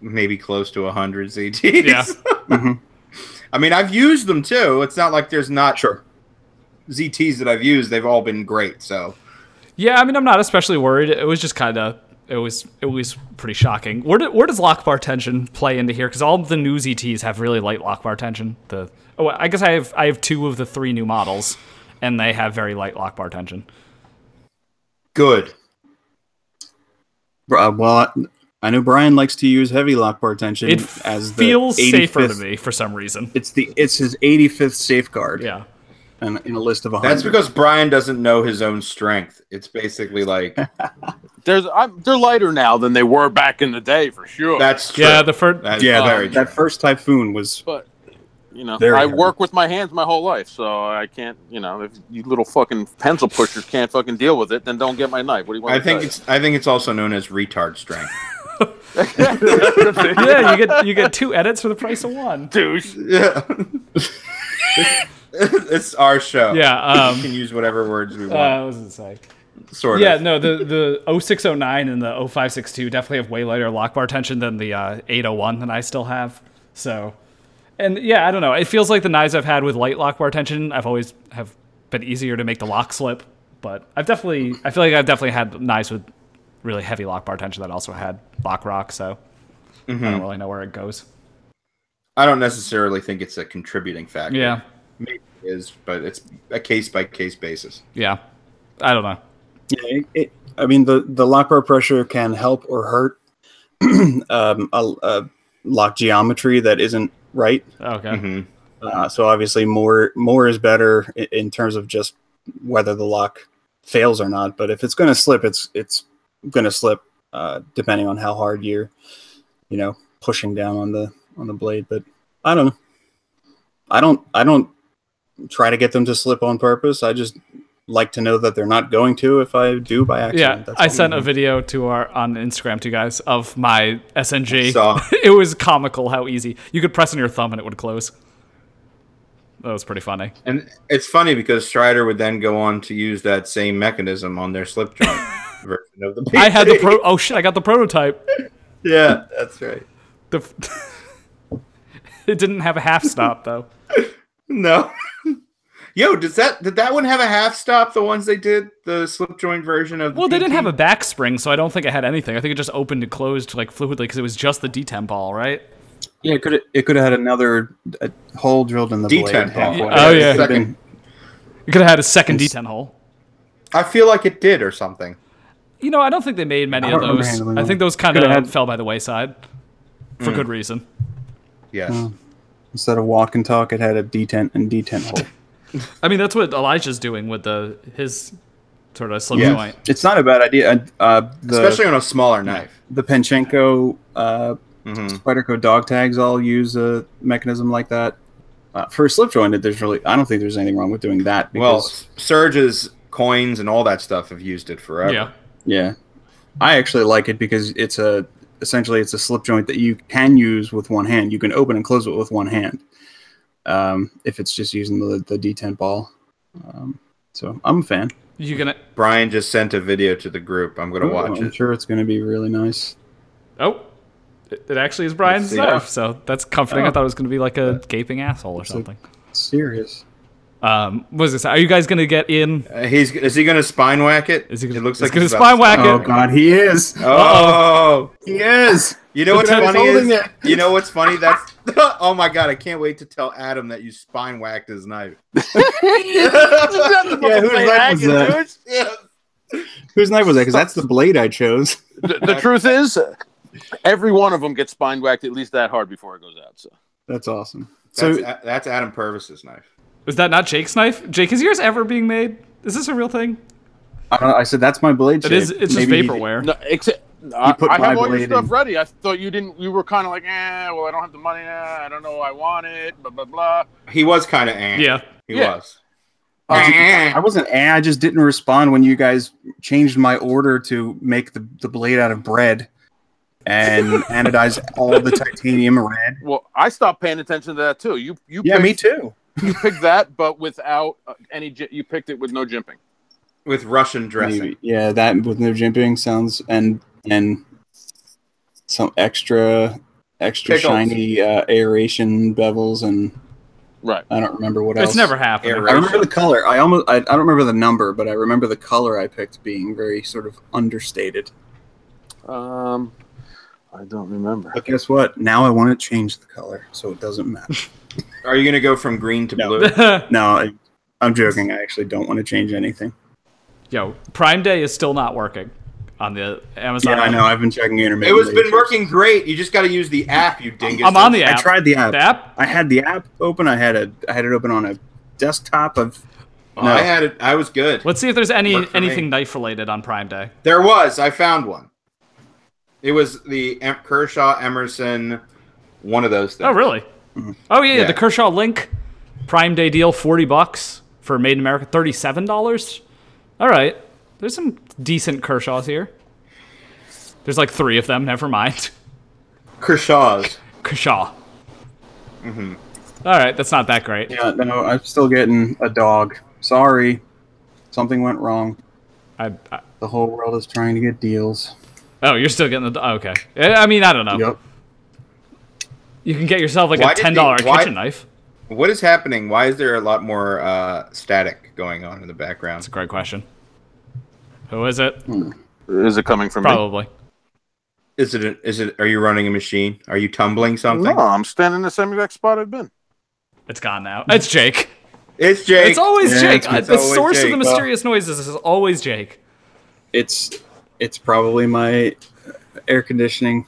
Speaker 1: maybe close to a hundred ZTs.
Speaker 3: Yeah.
Speaker 4: Mhm.
Speaker 1: I mean, I've used them too. It's not like there's not
Speaker 4: sure.
Speaker 1: ZTs that I've used. They've all been great. So
Speaker 3: Yeah, I mean, I'm not especially worried. It was just kind of, it was, it was pretty shocking. Where, do, where does lock bar tension play into here? Because all the new ZTs have really light lock bar tension. The oh, I guess I have, I have two of the three new models, and they have very light lock bar tension.
Speaker 1: good.
Speaker 4: Uh, well, I- I know Brian likes to use heavy lock bar tension
Speaker 3: It
Speaker 4: as the
Speaker 3: feels safer to
Speaker 4: 85th
Speaker 3: me for some reason.
Speaker 4: It's the it's his 85th safeguard.
Speaker 3: Yeah,
Speaker 4: in, in a list of 100.
Speaker 1: That's because Brian doesn't know his own strength. It's basically like
Speaker 2: There's I'm, they're lighter now than they were back in the day for sure.
Speaker 1: that's true.
Speaker 3: yeah. The first,
Speaker 1: That's
Speaker 4: yeah,
Speaker 1: very
Speaker 4: that, that
Speaker 1: true.
Speaker 4: first typhoon was
Speaker 2: but you know,
Speaker 4: Very
Speaker 2: I
Speaker 4: heavy.
Speaker 2: work with my hands my whole life, so I can't. You know, if you little fucking pencil pushers can't fucking deal with it, then don't get my knife. What do you want?
Speaker 1: I
Speaker 2: me to
Speaker 1: think
Speaker 2: tell
Speaker 1: it's I think it's also known as retard strength.
Speaker 2: you?
Speaker 3: yeah. You get you get two edits for the price of one.
Speaker 2: douche.
Speaker 1: Yeah. it's our show.
Speaker 3: Yeah.
Speaker 1: We can
Speaker 3: Um,
Speaker 1: use whatever words we
Speaker 3: uh,
Speaker 1: want.
Speaker 3: what was it say?
Speaker 1: sort
Speaker 3: Yeah,
Speaker 1: of.
Speaker 3: no, the oh the 0609 and the 0562 definitely have way lighter lock bar tension than the uh, 801 that I still have. So, and yeah, I don't know. It feels like the knives I've had with light lock bar tension, I've always have been easier to make the lock slip. But I've definitely, I feel like I've definitely had knives with really heavy lock bar tension that also had lock rock. So I
Speaker 1: Mm-hmm.
Speaker 3: don't really know where it goes.
Speaker 1: I don't necessarily think it's a contributing factor.
Speaker 3: Yeah,
Speaker 1: Maybe it is, but it's a case by case basis.
Speaker 3: yeah, I don't know.
Speaker 4: Yeah, it, it, I mean the the lock bar pressure can help or hurt um, a, a lock geometry that isn't right.
Speaker 3: Okay,
Speaker 1: hmm
Speaker 4: Uh, so obviously more more is better in, in terms of just whether the lock fails or not. But if it's going to slip, it's it's going to slip uh, depending on how hard you're you know pushing down on the on the blade. But I don't know. I don't I don't try to get them to slip on purpose. I just like to know that they're not going to if I do by accident.
Speaker 3: Yeah,
Speaker 4: That's
Speaker 3: I
Speaker 4: all.
Speaker 3: sent a video to our on Instagram to you guys of my SNG.
Speaker 1: Saw.
Speaker 3: it was comical how easy you could press on your thumb and it would close. That was pretty funny.
Speaker 1: And it's funny because Strider would then go on to use that same mechanism on their slip joint version of the PT.
Speaker 3: I had the pro. Oh shit! I got the prototype.
Speaker 1: yeah, that's right.
Speaker 3: The f- it didn't have a half stop though.
Speaker 1: No. Yo, does that did that one have a half stop? The ones they did the slip joint version of. the
Speaker 3: Well, they didn't
Speaker 1: PT?
Speaker 3: have a back spring, so I don't think it had anything. I think it just opened and closed like fluidly because it was just the detent ball, right?
Speaker 4: Yeah, it could it could have had another uh hole drilled in the
Speaker 1: Detent
Speaker 4: blade.
Speaker 1: hole.
Speaker 4: halfway.
Speaker 3: Oh, yeah.
Speaker 4: It could've been-
Speaker 3: It could have had a second
Speaker 4: It's-
Speaker 3: detent hole.
Speaker 1: I feel like it did or something.
Speaker 3: You know, I don't think they made many
Speaker 4: I
Speaker 3: of
Speaker 4: don't remember
Speaker 3: those.
Speaker 4: handling
Speaker 3: I
Speaker 4: them.
Speaker 3: think those kind
Speaker 4: Could've
Speaker 3: of
Speaker 4: had-
Speaker 3: fell by the wayside for good reason.
Speaker 1: Yes.
Speaker 4: instead of walk and talk, it had a detent and detent hole.
Speaker 3: I mean, that's what Elijah's doing with the his sort of slim
Speaker 1: Yes.
Speaker 3: joint.
Speaker 4: It's not a bad idea. Uh, Uh, the,
Speaker 1: Especially on a smaller knife.
Speaker 4: the Panchenko uh,
Speaker 1: Mhm.
Speaker 4: Spyderco dog tags all use a mechanism like that. Uh, for a slip jointed, there's really I don't think there's anything wrong with doing that.
Speaker 1: Well,
Speaker 4: Because,
Speaker 1: surges, coins, and all that stuff have used it forever.
Speaker 3: Yeah.
Speaker 4: yeah, I actually like it because it's a essentially it's a slip joint that you can use with one hand. You can open and close it with one hand um, if it's just using the the detent ball. Um, so I'm a fan.
Speaker 3: You gonna?
Speaker 1: Brian just sent a video to the group. I'm gonna watch
Speaker 4: I'm
Speaker 1: it.
Speaker 4: sure it's going to be really nice.
Speaker 3: Oh, it, it actually is Brian's
Speaker 1: see.
Speaker 3: knife, so that's comforting. I
Speaker 4: Oh.
Speaker 3: thought it was gonna be like a gaping asshole or
Speaker 4: like-
Speaker 3: something.
Speaker 4: Serious.
Speaker 3: Um, what is this? Are you guys gonna get in?
Speaker 1: Uh, he's is he gonna spine whack it?
Speaker 3: Is he gonna-
Speaker 1: it looks
Speaker 3: he's
Speaker 1: like
Speaker 3: gonna
Speaker 1: he's about to
Speaker 3: spine whack
Speaker 4: Oh
Speaker 3: Okay.
Speaker 4: God, he is.
Speaker 1: Oh,
Speaker 4: He is.
Speaker 1: you know what's
Speaker 4: Look at him
Speaker 1: funny is
Speaker 4: holding it.
Speaker 1: you know what's funny. That's oh my god, I can't wait to tell Adam that you spine whacked his knife.
Speaker 4: Yeah, whose knife was that? Whose knife was that? Because that's the blade I chose.
Speaker 2: The, the truth is, every one of them gets spine whacked at least that hard before it goes out. So
Speaker 4: That's awesome.
Speaker 1: That's,
Speaker 4: so
Speaker 1: A- that's Adam Purvis's knife.
Speaker 3: Is that not Jake's knife? Jake, is yours ever being made? Is this a real thing?
Speaker 4: I, don't know, I said that's my blade.
Speaker 3: It
Speaker 4: shape.
Speaker 3: is. It's just
Speaker 4: Maybe he-
Speaker 3: vaporware.
Speaker 2: no, except I,
Speaker 4: put
Speaker 2: I
Speaker 4: my
Speaker 2: have all your
Speaker 4: blade
Speaker 2: stuff
Speaker 4: in.
Speaker 2: ready. I thought you didn't. You were kind of like, eh, well, I don't have the money. Eh, I don't know. I want it. Blah blah blah.
Speaker 1: He was kind of eh.
Speaker 3: Yeah.
Speaker 1: he
Speaker 2: Yeah.
Speaker 1: was.
Speaker 4: Did you-
Speaker 1: Eh.
Speaker 4: I wasn't. eh, I just didn't respond when you guys changed my order to make the, the blade out of bread and anodize all the titanium red.
Speaker 2: Well, I stopped paying attention to that too. You you
Speaker 4: Yeah,
Speaker 2: picked,
Speaker 4: me too.
Speaker 2: You picked that, but without uh, any. j- You picked it with no jimping.
Speaker 1: with Russian dressing.
Speaker 4: Maybe. Yeah, that with no jimping sounds and and some extra extra
Speaker 1: Pickles.
Speaker 4: shiny uh, aeration bevels and
Speaker 2: Right.
Speaker 4: I don't remember what else.
Speaker 3: It's never happened.
Speaker 1: Air
Speaker 4: I
Speaker 1: raid.
Speaker 4: remember the color. I almost I, I don't remember the number, but I remember the color I picked being very sort of understated.
Speaker 2: Um, I don't remember.
Speaker 4: But guess what? Now I want to change the color, so it doesn't matter.
Speaker 1: Are you gonna go from green to
Speaker 4: No.
Speaker 1: blue?
Speaker 4: No, I, I'm joking. I actually don't want to change anything.
Speaker 3: Yo, Prime Day is still not working on the Amazon.
Speaker 4: Yeah, I know. I've been checking
Speaker 1: It
Speaker 4: intermittently.
Speaker 1: was been working great. You just got to use the app, you dingus.
Speaker 3: I'm on the
Speaker 4: I
Speaker 3: app.
Speaker 4: tried the app.
Speaker 3: The app.
Speaker 4: I had the app open. I had a I had it open on a desktop of.
Speaker 1: Oh, I had it. I was good.
Speaker 3: Let's see if there's any
Speaker 1: Worked for
Speaker 3: anything
Speaker 1: me.
Speaker 3: knife related on Prime Day.
Speaker 1: There was. I found one. It was the em- Kershaw Emerson, one of those things.
Speaker 3: Oh, really? Oh yeah, yeah,
Speaker 1: Mm-hmm. Yeah.
Speaker 3: the Kershaw Link Prime Day deal, forty bucks for Made in America, thirty-seven dollars. All right, there's some decent Kershaws here. There's like three of them. Never mind,
Speaker 1: Kershaw's.
Speaker 3: Kershaw.
Speaker 1: Mm-hmm.
Speaker 3: All right, that's not that great.
Speaker 4: Yeah, no, I'm still getting a dog. Sorry, something went wrong.
Speaker 3: I, I,
Speaker 4: The whole world is trying to get deals.
Speaker 3: oh, you're still getting the. oh, Okay, Eh, I mean, I don't know.
Speaker 1: Oh.
Speaker 4: Yep.
Speaker 3: You can get yourself like
Speaker 1: Why
Speaker 3: a
Speaker 1: did
Speaker 3: ten dollar
Speaker 1: they- why-
Speaker 3: kitchen knife.
Speaker 1: What is happening? Why is there a lot more uh, static going on in the background?
Speaker 3: It's a great question. Who is it?
Speaker 2: Is it coming from
Speaker 3: Probably.
Speaker 1: Is it? A, is it? Are you running a machine? Are you tumbling
Speaker 2: me?
Speaker 1: something?
Speaker 2: No, I'm standing in the same exact spot I've been.
Speaker 3: It's gone now. It's Jake.
Speaker 1: It's Jake.
Speaker 3: It's always
Speaker 4: Yeah,
Speaker 3: Jake.
Speaker 4: it's-
Speaker 3: Uh,
Speaker 1: it's
Speaker 3: the
Speaker 1: always
Speaker 3: source of
Speaker 1: Jake.
Speaker 3: the
Speaker 1: Well-
Speaker 3: mysterious noises is always Jake.
Speaker 4: It's it's probably my air conditioning.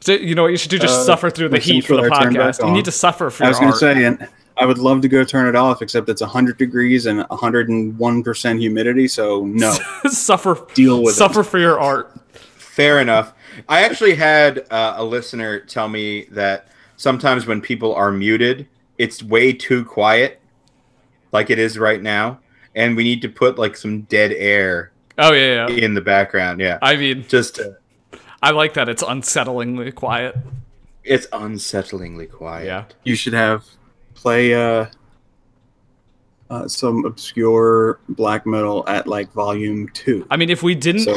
Speaker 3: So, you know what you should do? Just
Speaker 4: Uh,
Speaker 3: suffer through the
Speaker 4: my
Speaker 3: heat for the
Speaker 4: sensor I turned
Speaker 3: podcast.
Speaker 4: back
Speaker 3: You
Speaker 4: on.
Speaker 3: need to suffer for
Speaker 4: I
Speaker 3: your
Speaker 4: was going to
Speaker 3: art.
Speaker 4: say, and I would love to go turn it off, except it's 100 degrees and 101 percent humidity. So no,
Speaker 3: suffer.
Speaker 4: Deal with it.
Speaker 3: Suffer for your art.
Speaker 1: Fair enough. I actually had uh, a listener tell me that sometimes when people are muted, it's way too quiet, like it is right now, and we need to put like some dead air
Speaker 3: Oh yeah, yeah.
Speaker 1: in the background. Yeah,
Speaker 3: I mean,
Speaker 1: just to,
Speaker 3: I like that. It's unsettlingly quiet.
Speaker 1: it's unsettlingly quiet.
Speaker 3: Yeah.
Speaker 4: you should have play uh, uh, some obscure black metal at like volume two.
Speaker 3: I mean, if we didn't,
Speaker 4: So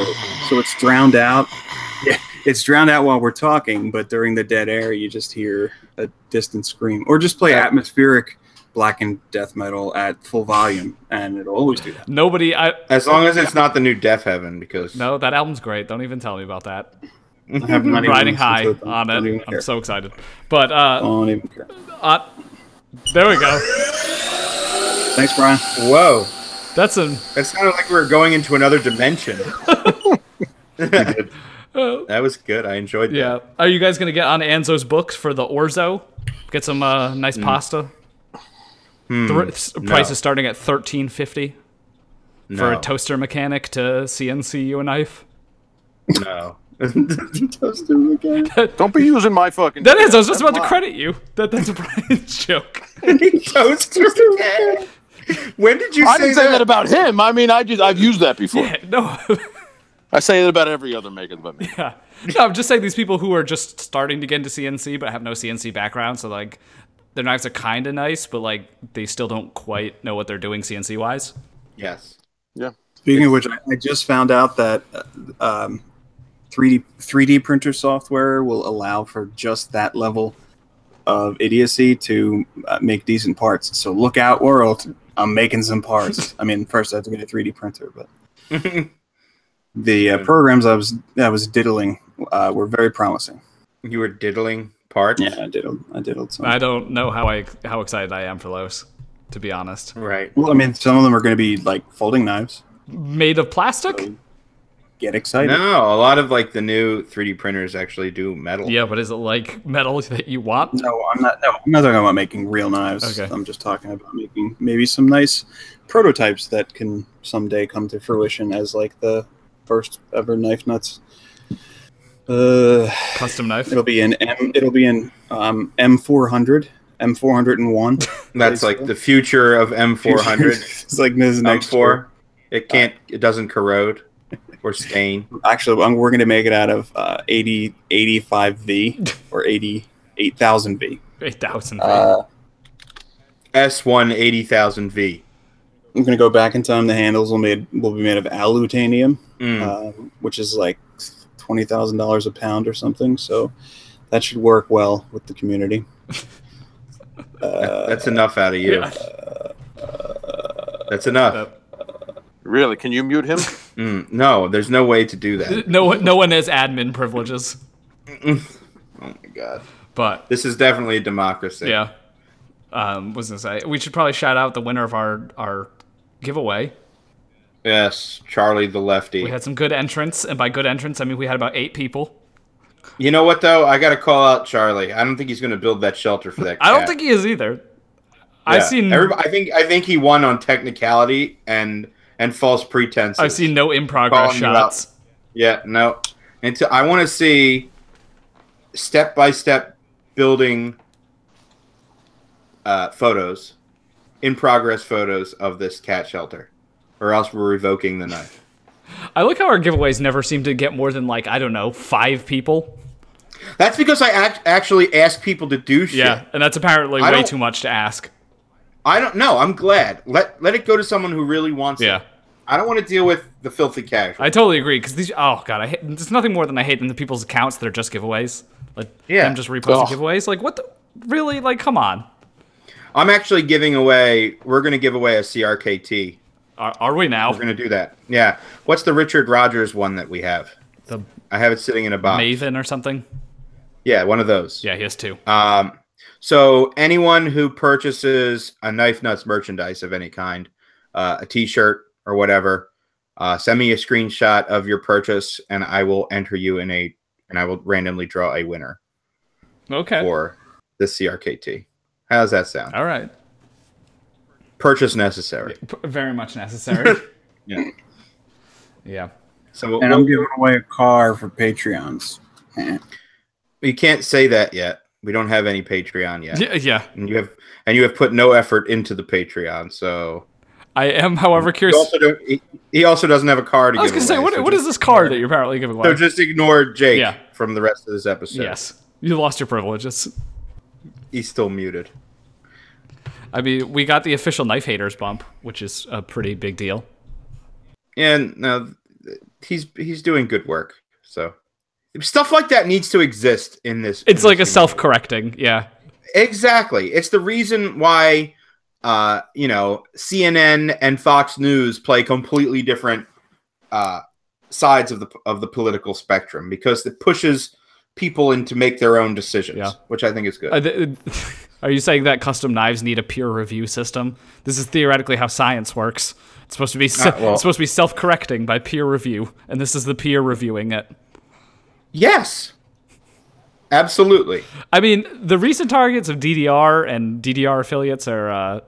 Speaker 4: so it's drowned out. Yeah, it's drowned out while we're talking, but during the dead air, you just hear a distant scream, or just play atmospheric black and death metal at full volume, and it'll always do that.
Speaker 3: nobody. I
Speaker 1: As long as it's not the new Deaf Heaven, because
Speaker 3: no, that album's great. Don't even tell me about that.
Speaker 4: I have not even
Speaker 3: Riding
Speaker 4: listened
Speaker 3: high
Speaker 4: to it.
Speaker 3: on
Speaker 4: Don't
Speaker 3: it.
Speaker 4: even
Speaker 3: I'm
Speaker 4: care.
Speaker 3: so excited. But uh,
Speaker 4: Don't even care.
Speaker 3: uh there we go.
Speaker 4: Thanks, Brian.
Speaker 1: whoa,
Speaker 3: That's an
Speaker 1: that sounded like we were going into another dimension. that was good. I enjoyed that.
Speaker 3: Uh, yeah. Are you guys gonna get on Anzo's books for the orzo? Get some uh, nice pasta. The r- s- price
Speaker 1: no. Oh.
Speaker 3: is starting at thirteen fifty.
Speaker 1: no,
Speaker 3: for a toaster mechanic to CNC you a knife.
Speaker 1: No,
Speaker 2: Don't be using my fucking.
Speaker 3: That is, I was just
Speaker 2: That's
Speaker 3: about to
Speaker 2: mine.
Speaker 3: credit you. That that's a Brian's joke.
Speaker 1: toaster mechanic. When did you
Speaker 2: I
Speaker 1: say
Speaker 2: didn't say that about him. I mean, I just I've used that before.
Speaker 3: No,
Speaker 2: I say it about every other maker but me.
Speaker 3: yeah. no, I'm just saying these people who are just starting to get into CNC but have no CNC background, so like their knives are kind of nice, but like they still don't quite know what they're doing CNC wise.
Speaker 1: Yes.
Speaker 4: Speaking of which, I I just found out that uh, um, 3D 3D printer software will allow for just that level of idiocy to uh, make decent parts. So look out, world! I'm making some parts. I mean, first I have to get a 3D printer, but the uh, programs I was I was diddling uh, were very promising.
Speaker 1: You were diddling parts.
Speaker 4: Yeah, I diddled. I diddled some.
Speaker 3: I don't know how I how excited I am for those, to be honest.
Speaker 1: Right.
Speaker 4: well, I mean, some of them are going to be like folding knives.
Speaker 3: Made of plastic?
Speaker 4: Get excited.
Speaker 1: No, a lot of like the new 3D printers actually do metal.
Speaker 3: Yeah, but is it like metal that you want?
Speaker 4: No, I'm not. No, I'm not talking about making real knives.
Speaker 3: Okay.
Speaker 4: I'm just talking about making maybe some nice prototypes that can someday come to fruition as like the first ever knife nuts Uh,
Speaker 3: Custom knife.
Speaker 4: it'll be an M. It'll be an um, M400, M401.
Speaker 1: That's like the future of M400.
Speaker 4: it's like this next
Speaker 1: M4. It can't. It doesn't corrode or stain.
Speaker 4: year. Actually, I'm, we're going to make it out of uh, 80, 85V or 88,000V.
Speaker 3: Eight thousand.
Speaker 4: Uh,
Speaker 1: S1 80,000V.
Speaker 4: I'm going to go back in time. The handles will made will be made of alutanium,
Speaker 1: Mm.
Speaker 4: um, which is like twenty thousand dollars a pound or something. So that should work well with the community. Uh,
Speaker 1: That's enough out of you.
Speaker 3: yeah.
Speaker 1: That's enough.
Speaker 2: Really? Can you mute him?
Speaker 1: Mm, no, there's no way to do that.
Speaker 3: no one, no one has admin privileges,
Speaker 1: Oh my god.
Speaker 3: but
Speaker 1: This is definitely a democracy.
Speaker 3: yeah. Um, was gonna say we should probably shout out the winner of our our giveaway.
Speaker 1: Yes, Charlie the lefty.
Speaker 3: We had some good entrants, and by good entrants, I mean we had about eight people.
Speaker 1: you know what though? I got to call out Charlie. I don't think he's going to build that shelter for that.
Speaker 3: I don't
Speaker 1: cat.
Speaker 3: think he is either. I've
Speaker 1: Yeah.
Speaker 3: seen
Speaker 1: Everyb- I think I think he won on technicality and and false pretenses.
Speaker 3: I've seen no in progress
Speaker 1: Calling you out.
Speaker 3: shots.
Speaker 1: Yeah, no. Until I want to see step by step building uh, photos, in progress photos of this cat shelter, or else we're revoking the knife.
Speaker 3: I look how our giveaways never seem to get more than like I don't know five people.
Speaker 1: That's because I act- actually ask people to do shit.
Speaker 3: Yeah, and that's apparently
Speaker 1: I
Speaker 3: way
Speaker 1: don't-
Speaker 3: too much to ask.
Speaker 1: I don't know. I'm glad. Let let it go to someone who really wants
Speaker 3: Yeah.
Speaker 1: it. I don't want to deal with the filthy casual.
Speaker 3: I totally agree because these. Oh god, I hate, there's nothing more than I hate than the people's accounts that are just giveaways. Like
Speaker 1: Yeah.
Speaker 3: them just reposting
Speaker 2: Ugh.
Speaker 3: giveaways. Like what? the... Really? Like come on.
Speaker 1: I'm actually giving away. We're going to give away a CRKT.
Speaker 3: Are, are we now?
Speaker 1: We're going to do that. Yeah. What's the Richard Rogers one that we have?
Speaker 3: The
Speaker 1: I have it sitting in a box.
Speaker 3: Maven or something?
Speaker 1: Yeah, one of those.
Speaker 3: Yeah, he has two.
Speaker 1: Um, so anyone who purchases a Knife Nuts merchandise of any kind, uh, a T-shirt or whatever, uh, send me a screenshot of your purchase, and I will enter you in a, and I will randomly draw a winner
Speaker 3: Okay.
Speaker 1: for the CRKT. How does that sound?
Speaker 3: All right.
Speaker 1: Purchase necessary.
Speaker 3: P- very much necessary.
Speaker 1: Yeah.
Speaker 3: yeah.
Speaker 1: So
Speaker 4: and I'm giving away a car for Patreons.
Speaker 1: we can't say that yet. We don't have any Patreon yet,
Speaker 3: Yeah. Yeah.
Speaker 1: and you have and you have put no effort into the Patreon. So
Speaker 3: I am, however,
Speaker 1: he
Speaker 3: curious.
Speaker 1: also don't, he, he also doesn't have a card.
Speaker 3: I was gonna say, what, what is this card that you're apparently giving away?
Speaker 1: So just ignore Jake
Speaker 3: Yeah.
Speaker 1: from the rest of this episode.
Speaker 3: yes, you lost your privileges.
Speaker 1: He's still muted.
Speaker 3: I mean, we got the official knife haters bump, which is a pretty big deal.
Speaker 1: And no, he's he's doing good work. So stuff like that needs to exist in this.
Speaker 3: It's
Speaker 1: in
Speaker 3: like a
Speaker 1: this
Speaker 3: self-correcting. Yeah.
Speaker 1: community. Exactly. It's the reason why uh, you know, CNN and Fox News play completely different uh sides of the of the political spectrum because it pushes people into make their own decisions,
Speaker 3: Yeah.
Speaker 1: which I think is good.
Speaker 3: Are, the- are you saying that custom knives need a peer review system? This is theoretically how science works. It's supposed to be se-
Speaker 1: Uh, well-
Speaker 3: it's supposed to be self-correcting by peer review, and this is the peer reviewing it.
Speaker 1: yes. Absolutely.
Speaker 3: I mean, the recent targets of DDR and DDR affiliates are uh,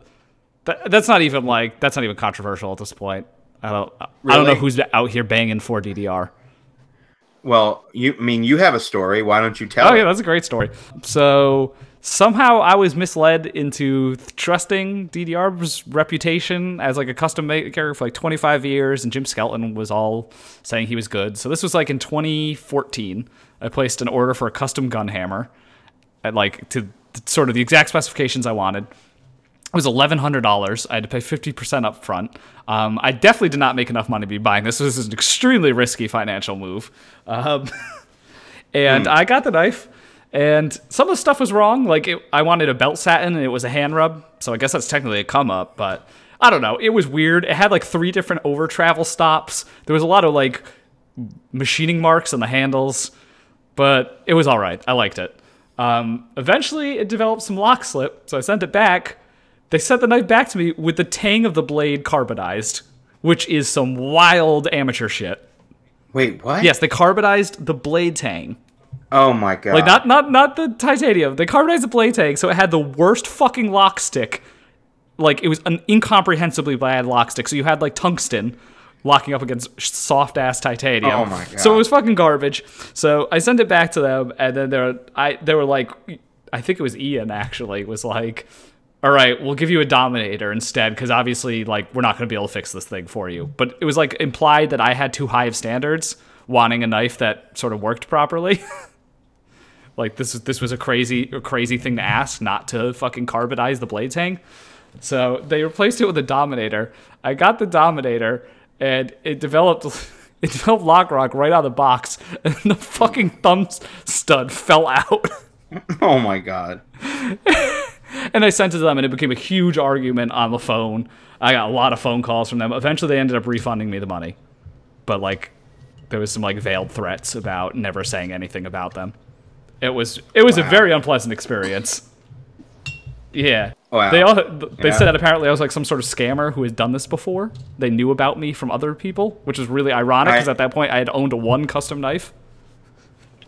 Speaker 3: that, that's not even like that's not even controversial at this point. I don't I don't know
Speaker 1: Really?
Speaker 3: who's out here banging for DDR.
Speaker 1: Well, you I mean you have a story. Why don't you tell
Speaker 3: Oh yeah,
Speaker 1: it?
Speaker 3: that's a great story. So somehow I was misled into th- trusting DDR's reputation as like a custom maker for like 25 years, and Jim Skelton was all saying he was good. So this was like in 2014. I placed an order for a custom gun hammer at like to, to sort of the exact specifications I wanted. It was eleven hundred dollars. I had to pay fifty percent up front. Um, I definitely did not make enough money to be buying this. This is an extremely risky financial move. Um, and I got the knife. And some of the stuff was wrong. Like it, I wanted a belt satin, and it was a hand rub. So I guess that's technically a come up, but I don't know. It was weird. It had like three different over travel stops. There was a lot of like machining marks on the handles, but it was all right. I liked it. Um, eventually, it developed some lock slip, so I sent it back. They sent the knife back to me with the tang of the blade carbonized, which is some wild amateur shit.
Speaker 1: Wait, what?
Speaker 3: Yes, they carbonized the blade tang.
Speaker 1: Oh my god.
Speaker 3: Like not not not the titanium. They carbonized the blade tang, so it had the worst fucking lock stick. Like it was an incomprehensibly bad lock stick. So you had like tungsten locking up against soft ass titanium.
Speaker 1: Oh my God.
Speaker 3: So it was fucking garbage. So I sent it back to them, and then they were, I they were like, I think it was Ian actually was like, all right, we'll give you a Dominator instead because obviously like we're not going to be able to fix this thing for you. But it was like implied that I had too high of standards, wanting a knife that sort of worked properly. like this is this was a crazy a crazy thing to ask not to fucking carbonize the blades hang so they replaced it with a dominator i got the dominator and it developed it developed lock rock right out of the box and the fucking thumb stud fell out
Speaker 1: Oh my god.
Speaker 3: and I sent it to them, and it became a huge argument on the phone. I got a lot of phone calls from them. Eventually, they ended up refunding me the money, but like, there was some like veiled threats about never saying anything about them. It was it was a
Speaker 1: Wow.
Speaker 3: very unpleasant experiance. Yeah.
Speaker 1: Wow.
Speaker 3: They all they
Speaker 1: Yeah.
Speaker 3: said that apparently I was like some sort of scammer who had done this before. They knew about me from other people, which is really ironic because
Speaker 1: I-
Speaker 3: at that point I had owned one custom knife.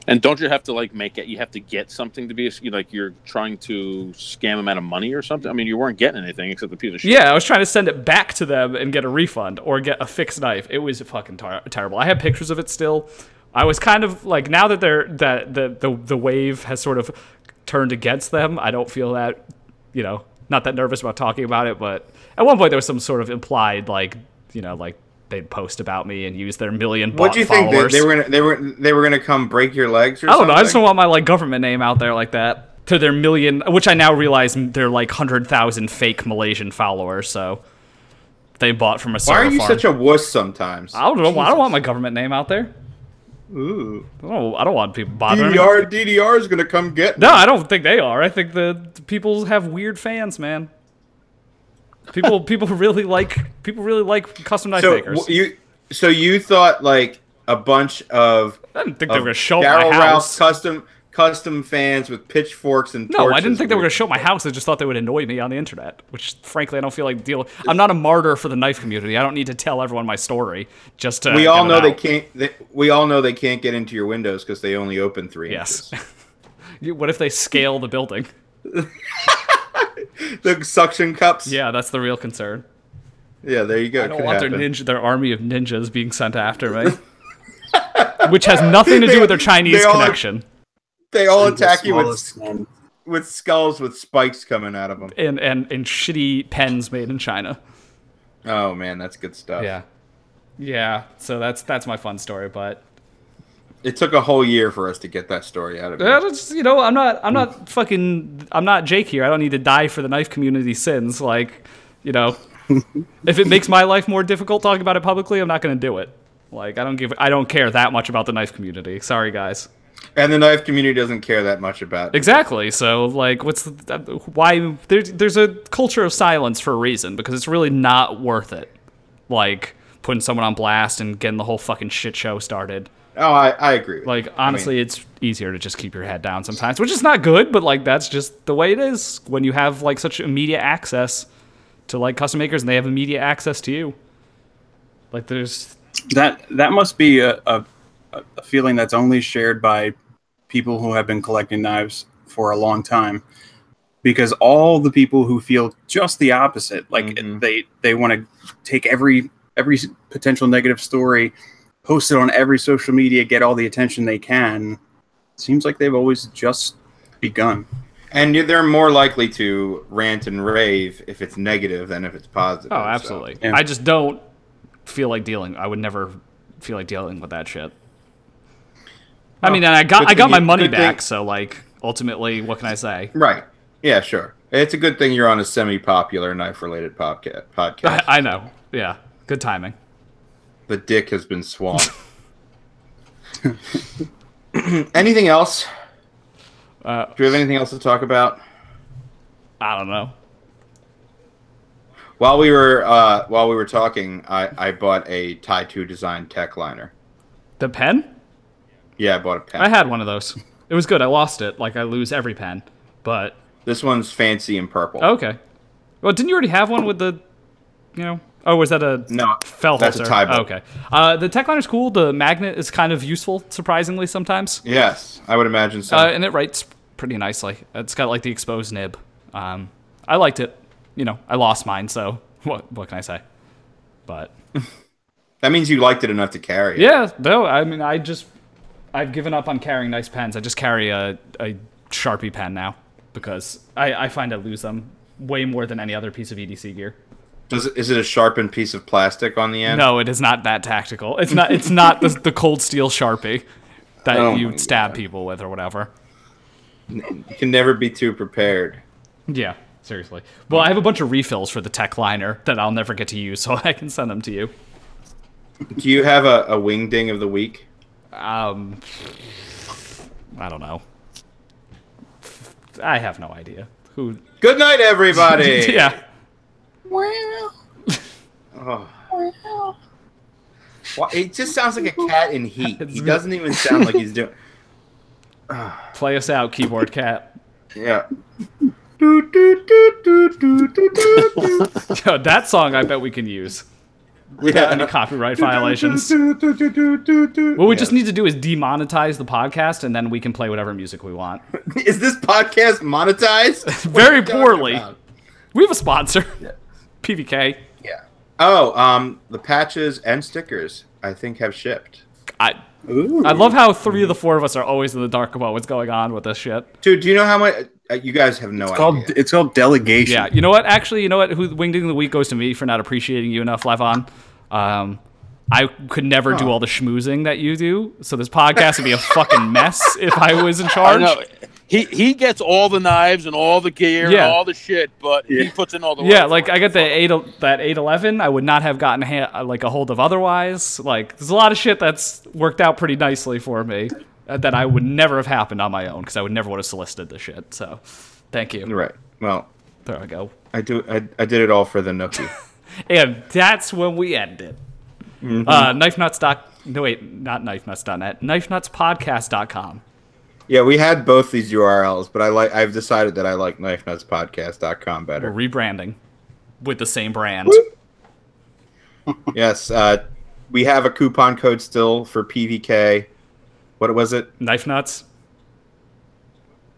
Speaker 2: And don't you have to like make it? You have to get something to be a- you like you're trying to scam him out of money or something. I mean, you weren't getting anything except a piece of shit.
Speaker 3: Yeah, I was trying to send it back to them and get a refund or get a fixed knife. It was fucking tar- terrible. I have pictures of it still. I was kind of like now that they're that the, the the wave has sort of turned against them. I don't feel that you know not that nervous about talking about it. But at one point there was some sort of implied like you know like they'd post about me and use their million
Speaker 1: What
Speaker 3: bot
Speaker 1: do you think that
Speaker 3: followers.
Speaker 1: they were gonna they were they were gonna come break your legs or
Speaker 3: I don't
Speaker 1: something?
Speaker 3: know. I just don't want my like government name out there like that to their million, which I now realize they're like hundred thousand fake Malaysian followers. So they bought from a
Speaker 1: Why
Speaker 3: server
Speaker 1: are you
Speaker 3: farm.
Speaker 1: such a wuss sometimes?
Speaker 3: I don't know. I don't want my government name out there.
Speaker 1: Ooh.
Speaker 3: I don't, I don't want people bothering. me.
Speaker 1: DDR DDR is gonna come get me.
Speaker 3: No, I don't think they are. I think the, the people have weird fans, man. People, people really like people really like custom knife
Speaker 1: so
Speaker 3: makers.
Speaker 1: wh- you so you thought like a bunch of
Speaker 3: I didn't think
Speaker 1: of
Speaker 3: they were gonna show up at
Speaker 1: Darryl
Speaker 3: my
Speaker 1: Ralph's
Speaker 3: house.
Speaker 1: custom custom fans with pitchforks and
Speaker 3: No, I
Speaker 1: torches
Speaker 3: didn't think they were
Speaker 1: were-
Speaker 3: going to show up my house. I just thought they would annoy me on the internet, which frankly I don't feel like deal. I'm not a martyr for the knife community. I don't need to tell everyone my story just to.
Speaker 1: we all
Speaker 3: get
Speaker 1: know
Speaker 3: it
Speaker 1: they
Speaker 3: out.
Speaker 1: can't. They, we all know they can't get into your windows because they only open three.
Speaker 3: Yes. You- what if they scale the building?
Speaker 1: inches. the suction cups.
Speaker 3: Yeah, that's the real concern.
Speaker 1: yeah. There you go.
Speaker 3: I don't
Speaker 1: Could
Speaker 3: want
Speaker 1: happen.
Speaker 3: their ninja, their army of ninjas being sent after me, which has nothing to do with their Chinese
Speaker 1: They all-
Speaker 3: connection.
Speaker 1: They all
Speaker 4: The
Speaker 1: attack you with
Speaker 4: smallest one.
Speaker 1: with skulls with spikes coming out of them.
Speaker 3: And, and and shitty pens made in China.
Speaker 1: Oh man, that's good stuff.
Speaker 3: Yeah, yeah. So that's that's my fun story, but
Speaker 1: It took a whole year for us to get that story out of you.
Speaker 3: Yeah, that's- you know, I'm not, I'm not fucking, I'm not Jake here. I don't need to die for the knife community sins. Like, you know, if it makes my life more difficult talking about it publicly, I'm not going to do it. Like, I don't give, I don't care that much about the knife community. Sorry, guys.
Speaker 1: And the knife community doesn't care that much about. it.
Speaker 3: Exactly. So, like, what's the, why there's there's a culture of silence for a reason because it's really not worth it. Like putting someone on blast and getting the whole fucking shit show started.
Speaker 1: Oh, I, I agree. With
Speaker 3: Like
Speaker 1: you. I mean,
Speaker 3: honestly, it's easier to just keep your head down sometimes, which is not good, but like that's just the way it is when you have like such immediate access to like custom makers and they have immediate access to you. Like there's
Speaker 4: That that must be a, a a feeling that's only shared by people who have been collecting knives for a long time, because all the people who feel just the opposite, like
Speaker 1: Mhm.
Speaker 4: they they want to take every every s- potential negative story, post it on every social media, get all the attention they can. Seems like they've always just begun.
Speaker 1: and you- they're more likely to rant and rave if it's negative than if it's positive.
Speaker 3: oh,
Speaker 1: so-
Speaker 3: absolutely.
Speaker 4: Yeah.
Speaker 3: I just don't feel like dealing. I would never feel like dealing with that shit. I mean, and I got
Speaker 1: good
Speaker 3: I got
Speaker 1: thing
Speaker 3: my
Speaker 1: you-
Speaker 3: money
Speaker 1: good thing-
Speaker 3: back, so like ultimately, what can I say?
Speaker 1: Right. Yeah, sure. It's a good thing you're on a semi-popular knife-related podca- podcast.
Speaker 3: I know. Yeah, good timing.
Speaker 1: the dick has been swamped. anything else?
Speaker 3: Uh,
Speaker 1: Do we have anything else to talk about?
Speaker 3: I don't know.
Speaker 1: While we were uh, while we were talking, I, I bought a Tie Two Design Tech Liner.
Speaker 3: The pen.
Speaker 1: Yeah, I bought a pen.
Speaker 3: I had one of those. It was good. I lost it. Like I lose every pen. But oh,
Speaker 1: this one's fancy and purple.
Speaker 3: okay. Well, didn't you already have one with the, you know? Oh, was that a
Speaker 1: No,
Speaker 3: fell
Speaker 1: that's a
Speaker 3: holster?
Speaker 1: tie bolt.
Speaker 3: Oh, okay. Uh, the tech liner's cool. The magnet is kind of useful, surprisingly sometimes.
Speaker 1: Yes, I would imagine so.
Speaker 3: Uh, and it writes pretty nicely. It's got like the exposed nib. Um, I liked it. You know, I lost mine, so what? What can I say? But
Speaker 1: That means you liked it enough to carry. it.
Speaker 3: Yeah, no, I mean, I just, I've given up on carrying nice pens. I just carry a, a Sharpie pen now because I, I find I lose them way more than any other piece of EDC gear.
Speaker 1: Does it, is it a sharpened piece of plastic on the end?
Speaker 3: No, it is not that tactical. It's not, it's not the, the cold steel Sharpie that
Speaker 1: Oh my
Speaker 3: you stab
Speaker 1: God.
Speaker 3: people with or whatever.
Speaker 1: You can never be too prepared.
Speaker 3: Yeah, seriously. Well, I have a bunch of refills for the tech liner that I'll never get to use, so I can send them to you.
Speaker 1: Do you have a, a wing ding of the week?
Speaker 3: Um, I don't know. I have no idea who.
Speaker 1: Good night, everybody.
Speaker 3: Yeah.
Speaker 1: Oh. Why- it just sounds like a cat in heat. He doesn't even sound like he's doing.
Speaker 3: Play us out, keyboard cat.
Speaker 1: Yeah. Do, do, do, do, do, do, do,
Speaker 3: Yo, that song I bet we can use
Speaker 1: do.
Speaker 3: without any copyright violations.
Speaker 1: Do, do, do, do, do, do.
Speaker 3: What we
Speaker 1: Yeah.
Speaker 3: just need to do is demonetize the podcast, and then we can play whatever music we want.
Speaker 1: Is this podcast monetized? What are
Speaker 3: Very
Speaker 1: you talking
Speaker 3: poorly.
Speaker 1: about?
Speaker 3: We have a sponsor, PVK.
Speaker 1: Yeah. Oh, um, the patches and stickers I think have shipped.
Speaker 3: I
Speaker 4: Ooh.
Speaker 3: I love how three of the four of us are always in the dark about what's going on with this shit.
Speaker 1: Dude, do you know how much? Uh, you guys have no
Speaker 4: It's
Speaker 1: idea.
Speaker 4: called it's called delegation.
Speaker 3: Yeah, you know what? Actually, you know what? Who winged in the week goes to me for not appreciating you enough, Levon. Um, I could never do all the schmoozing that you do, so this podcast would be a fucking mess if I was in
Speaker 2: I
Speaker 3: charge.
Speaker 2: know. He he gets all the knives and all the gear
Speaker 3: Yeah.
Speaker 2: and all the shit, but he
Speaker 4: Yeah.
Speaker 2: puts in all the
Speaker 3: Yeah,
Speaker 2: work.
Speaker 3: like I got the eight el- that eight eleven. I would not have gotten ha- like a hold of otherwise. Like there's a lot of shit that's worked out pretty nicely for me uh, that I would never have happened on my own because I would never would have solicited the shit. So, thank you.
Speaker 1: Right. Well,
Speaker 3: There I go.
Speaker 1: I do. I, I did it all for the nookie.
Speaker 3: And that's when we end it.
Speaker 1: Mm-hmm.
Speaker 3: Uh, knife nuts doc. No wait, not knife nuts dot net. Knife nuts podcast dot com.
Speaker 1: yeah, we had both these URLs, but I like. I've decided that I like knifenutspodcast.com
Speaker 3: We're
Speaker 1: better.
Speaker 3: rebranding with the same brand.
Speaker 1: yes. Uh, we have a coupon code still for PVK. What was it? It
Speaker 3: Knife nuts.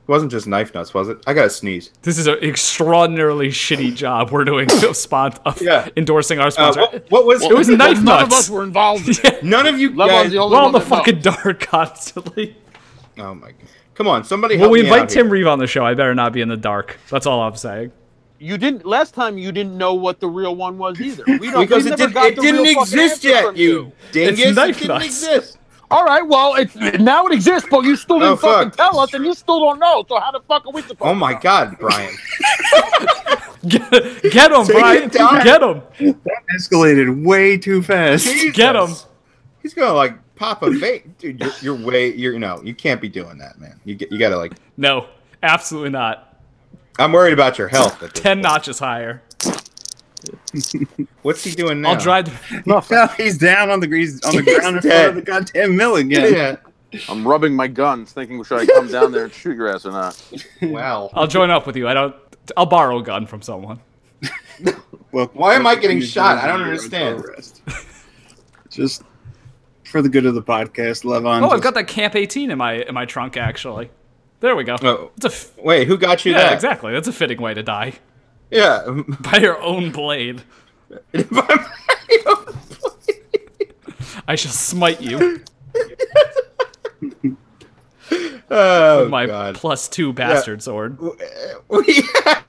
Speaker 1: wasn't just knife nuts, was it? I got to sneeze.
Speaker 3: This is an extraordinarily shitty job we're doing of, spon- of
Speaker 1: Yeah.
Speaker 3: endorsing our
Speaker 1: Uh,
Speaker 3: sponsor.
Speaker 1: what, what was?
Speaker 3: It was
Speaker 2: Well,
Speaker 3: knife
Speaker 2: None of
Speaker 3: nuts.
Speaker 2: us were involved. In it.
Speaker 1: none of you
Speaker 2: Lemon's
Speaker 1: guys.
Speaker 2: the only
Speaker 3: We're
Speaker 2: one
Speaker 3: all in the
Speaker 2: that knows.
Speaker 3: fucking dark constantly.
Speaker 1: oh my god! Come on, somebody.
Speaker 3: Well,
Speaker 1: help
Speaker 3: we
Speaker 1: me
Speaker 3: invite
Speaker 1: out
Speaker 3: Tim
Speaker 1: here.
Speaker 3: Reeve on the show. I better not be in the dark. That's all I'm saying.
Speaker 2: You didn't last time. You didn't know what the real one was either. We don't.
Speaker 1: Because
Speaker 2: we
Speaker 1: it,
Speaker 2: never
Speaker 1: did,
Speaker 2: got
Speaker 1: it
Speaker 2: the real
Speaker 1: didn't
Speaker 2: fucking
Speaker 1: exist
Speaker 2: answer
Speaker 1: yet,
Speaker 2: from
Speaker 1: you dingus.
Speaker 3: knife
Speaker 1: it didn't
Speaker 3: nuts.
Speaker 1: exist.
Speaker 2: All right. Well, it's now it exists, but you still didn't
Speaker 1: Oh,
Speaker 2: fucking
Speaker 1: fuck.
Speaker 2: tell us, and you still don't know. So how the fuck are we supposed?
Speaker 1: Oh my
Speaker 2: to know?
Speaker 1: god, Brian.
Speaker 3: Get, get him,
Speaker 1: Take
Speaker 3: Brian.
Speaker 1: it down.
Speaker 3: Get him.
Speaker 4: Escalated way too fast.
Speaker 3: Get him.
Speaker 1: Jesus. He's gonna like pop a vape, dude. You're, you're way. You're no. You can't be doing that, man. You get. You gotta like.
Speaker 3: No, absolutely not.
Speaker 1: I'm worried about your health. at this
Speaker 3: Ten
Speaker 1: point.
Speaker 3: notches higher.
Speaker 1: What's he doing now?
Speaker 3: I'll drive. to-
Speaker 4: No, he's down on the grease on the
Speaker 1: He's
Speaker 4: ground in front of
Speaker 1: dead.
Speaker 4: the goddamn mill again.
Speaker 1: Yeah.
Speaker 2: I'm rubbing my guns, thinking should I come down there and shoot your ass or not?
Speaker 1: Wow.
Speaker 3: I'll join up with you. I don't. I'll borrow a gun from someone.
Speaker 4: Well,
Speaker 1: Why am I getting
Speaker 4: you're
Speaker 1: shot? I don't
Speaker 4: under
Speaker 1: understand.
Speaker 4: arrest. Just for the good of the podcast, Levon.
Speaker 3: Oh, I've
Speaker 4: just-
Speaker 3: got that Camp 18 in my in my trunk actually. There we go.
Speaker 1: Oh.
Speaker 3: It's a f-
Speaker 1: Wait, who got you
Speaker 3: yeah,
Speaker 1: that?
Speaker 3: exactly. That's a fitting way to die
Speaker 1: Yeah.
Speaker 3: by your own blade. I shall smite you
Speaker 1: oh
Speaker 3: with my
Speaker 1: god.
Speaker 3: plus two bastard sword.
Speaker 1: We have-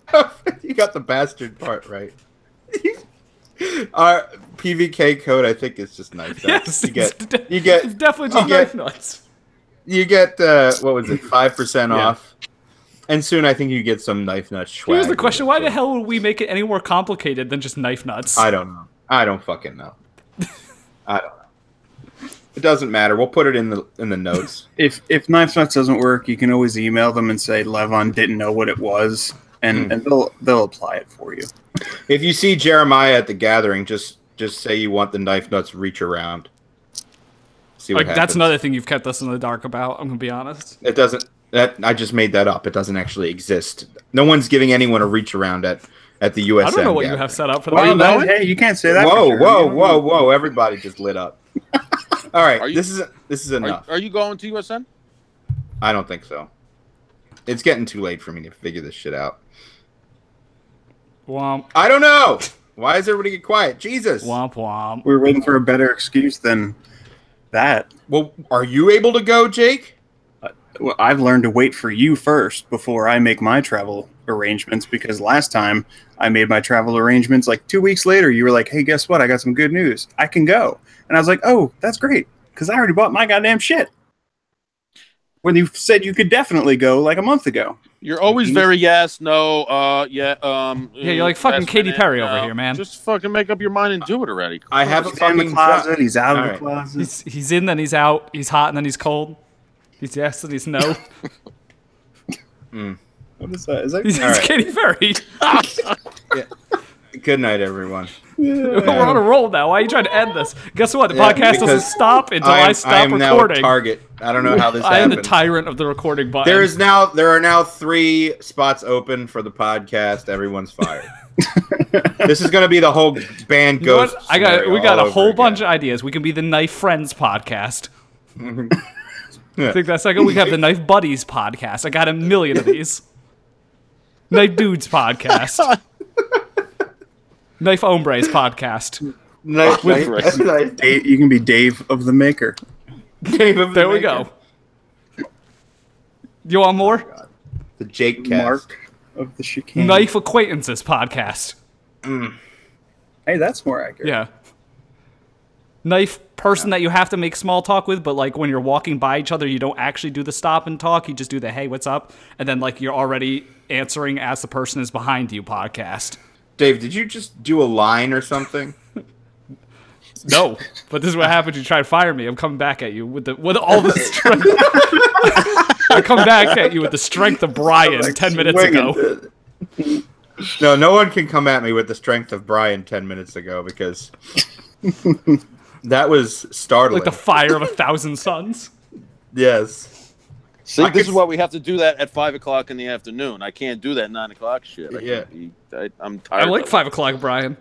Speaker 1: you got the bastard part right. Our PVK code, I think, is just knife nuts.
Speaker 3: Yes,
Speaker 1: you
Speaker 3: it's
Speaker 1: get
Speaker 3: de-
Speaker 1: you get
Speaker 3: it's definitely just
Speaker 1: you get-
Speaker 3: knife nuts.
Speaker 1: you get uh, what was it five percent
Speaker 3: Yeah.
Speaker 1: off, and soon I think you get some knife nut swag.
Speaker 3: Here's the question: Why the
Speaker 1: with it.
Speaker 3: hell would we make it any more complicated than just knife nuts?
Speaker 1: I don't know. I don't fucking know. I don't know. It doesn't matter. We'll put it in the in the notes.
Speaker 4: if if Knife Nuts doesn't work, you can always email them and say Levon didn't know what it was,
Speaker 1: Hmm.
Speaker 4: and, and they'll they'll apply it for you.
Speaker 1: if you see Jeremiah at the gathering, just just say you want the knife nuts reach around. See what
Speaker 3: like
Speaker 1: happens.
Speaker 3: that's another thing you've kept us in the dark about. I'm gonna be honest.
Speaker 1: It doesn't. That I just made that up. It doesn't actually exist. No one's giving anyone a reach around at at the USM.
Speaker 3: I don't know what you
Speaker 1: gathering.
Speaker 3: have set up for
Speaker 4: Well,
Speaker 3: that.
Speaker 4: no, hey, you can't say that. for
Speaker 1: Whoa,
Speaker 4: sure.
Speaker 1: whoa,
Speaker 4: You don't
Speaker 1: whoa,
Speaker 4: know.
Speaker 1: whoa! Everybody just lit up. All right,
Speaker 2: Are you-
Speaker 1: this is this is
Speaker 2: Are,
Speaker 1: enough.
Speaker 2: are you going to USN?
Speaker 1: I don't think so. It's getting too late for me to figure this shit out.
Speaker 3: Womp.
Speaker 1: I don't know. Why is everybody get quiet? Jesus.
Speaker 3: Womp womp.
Speaker 4: We were waiting for a better excuse than that.
Speaker 1: Well, are you able to go, Jake?
Speaker 4: Well, I've learned to wait for you first before I make my travel arrangements because last time I made my travel arrangements like two weeks later, you were like, hey, guess what? I got some good news. I can go. And I was like, oh, that's great because I already bought my goddamn shit. When you said you could definitely go like a month ago.
Speaker 2: You're always very yes, no, uh, yeah, um.
Speaker 3: Yeah, you're like fucking
Speaker 2: last
Speaker 3: Katy
Speaker 2: minute,
Speaker 3: Perry over
Speaker 2: no.
Speaker 3: here, man.
Speaker 2: Just fucking make up your mind and do it already.
Speaker 1: I have a
Speaker 4: He's in the
Speaker 1: fucking
Speaker 4: closet.
Speaker 1: job.
Speaker 4: He's out of
Speaker 1: All
Speaker 4: the
Speaker 1: right.
Speaker 4: closet.
Speaker 3: He's, he's in, then he's out. He's hot, and then he's cold. He's yes, and he's no.
Speaker 4: what is that? Is that?
Speaker 3: He's, he's
Speaker 1: right.
Speaker 3: Katy Perry.
Speaker 1: Good night, everyone.
Speaker 3: We're on a roll now. Why are you trying to end this? Guess what? The
Speaker 1: Yeah,
Speaker 3: podcast doesn't
Speaker 1: because
Speaker 3: stop until
Speaker 1: I
Speaker 3: I,
Speaker 1: am,
Speaker 3: stop
Speaker 1: I am now a
Speaker 3: recording.
Speaker 1: target. I don't know how this
Speaker 3: I am the
Speaker 1: happened.
Speaker 3: tyrant of the recording button.
Speaker 1: there is now there are now three spots open for the podcast. Everyone's fired. this is going to be the whole band
Speaker 3: You know what?
Speaker 1: ghost.
Speaker 3: I got. We
Speaker 1: scenario
Speaker 3: got
Speaker 1: all
Speaker 3: a
Speaker 1: over
Speaker 3: whole
Speaker 1: again.
Speaker 3: bunch of ideas. We can be the Knife Friends podcast. I think that's like oh, we have the Knife Buddies podcast. I got a million of these. Knife Dudes podcast. Knife Hombres podcast.
Speaker 1: Nice-
Speaker 2: With
Speaker 1: nice-
Speaker 2: Rick.
Speaker 1: nice
Speaker 4: Dave, you can be Dave of the Maker.
Speaker 1: name of the
Speaker 3: There we
Speaker 1: maker.
Speaker 3: go. You want
Speaker 1: Oh
Speaker 3: more?
Speaker 1: The Jake cast.
Speaker 4: Mark of the Chicane.
Speaker 3: Knife Acquaintances podcast.
Speaker 4: Hey, that's more accurate.
Speaker 3: Yeah. Knife person that you have to make small talk with, but like when you're walking by each other, you don't actually do the stop and talk. You just do the hey, what's up? And then like you're already answering as the person is behind you podcast.
Speaker 1: Dave, did you just do a line or something?
Speaker 3: No, but this is what happens. You try to fire me. I'm coming back at you with the with all the strength. I come back at you with the strength of Brian ten minutes ago.
Speaker 1: No, no one can come at me with the strength of Brian 10 minutes ago because that was startling.
Speaker 3: Like the fire of a thousand suns.
Speaker 1: yes.
Speaker 2: See,
Speaker 1: I
Speaker 2: this
Speaker 1: could-
Speaker 2: is why we have to do that at five o'clock in the afternoon. I can't do that nine o'clock shit. I
Speaker 1: Yeah.
Speaker 2: can't be- I, am tired.
Speaker 3: I like
Speaker 2: of it.
Speaker 3: five o'clock, Brian.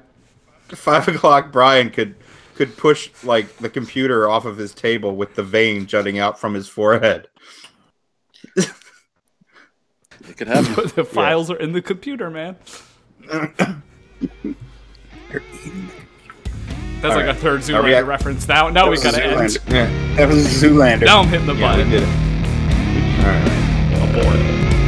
Speaker 1: Five o'clock, Brian could could push like the computer off of his table with the vein jutting out from his forehead.
Speaker 2: It could happen.
Speaker 3: The files are in the computer, man. That's like
Speaker 1: right.
Speaker 3: a third
Speaker 1: Are we
Speaker 3: Zoolander
Speaker 1: at-
Speaker 3: reference. Now, now we
Speaker 4: was a
Speaker 3: gotta end.
Speaker 4: Zoolander.
Speaker 1: Yeah,
Speaker 4: That was Zoolander.
Speaker 3: Now I'm hitting the
Speaker 1: we
Speaker 3: button.
Speaker 1: did it. All right.
Speaker 3: Aboard.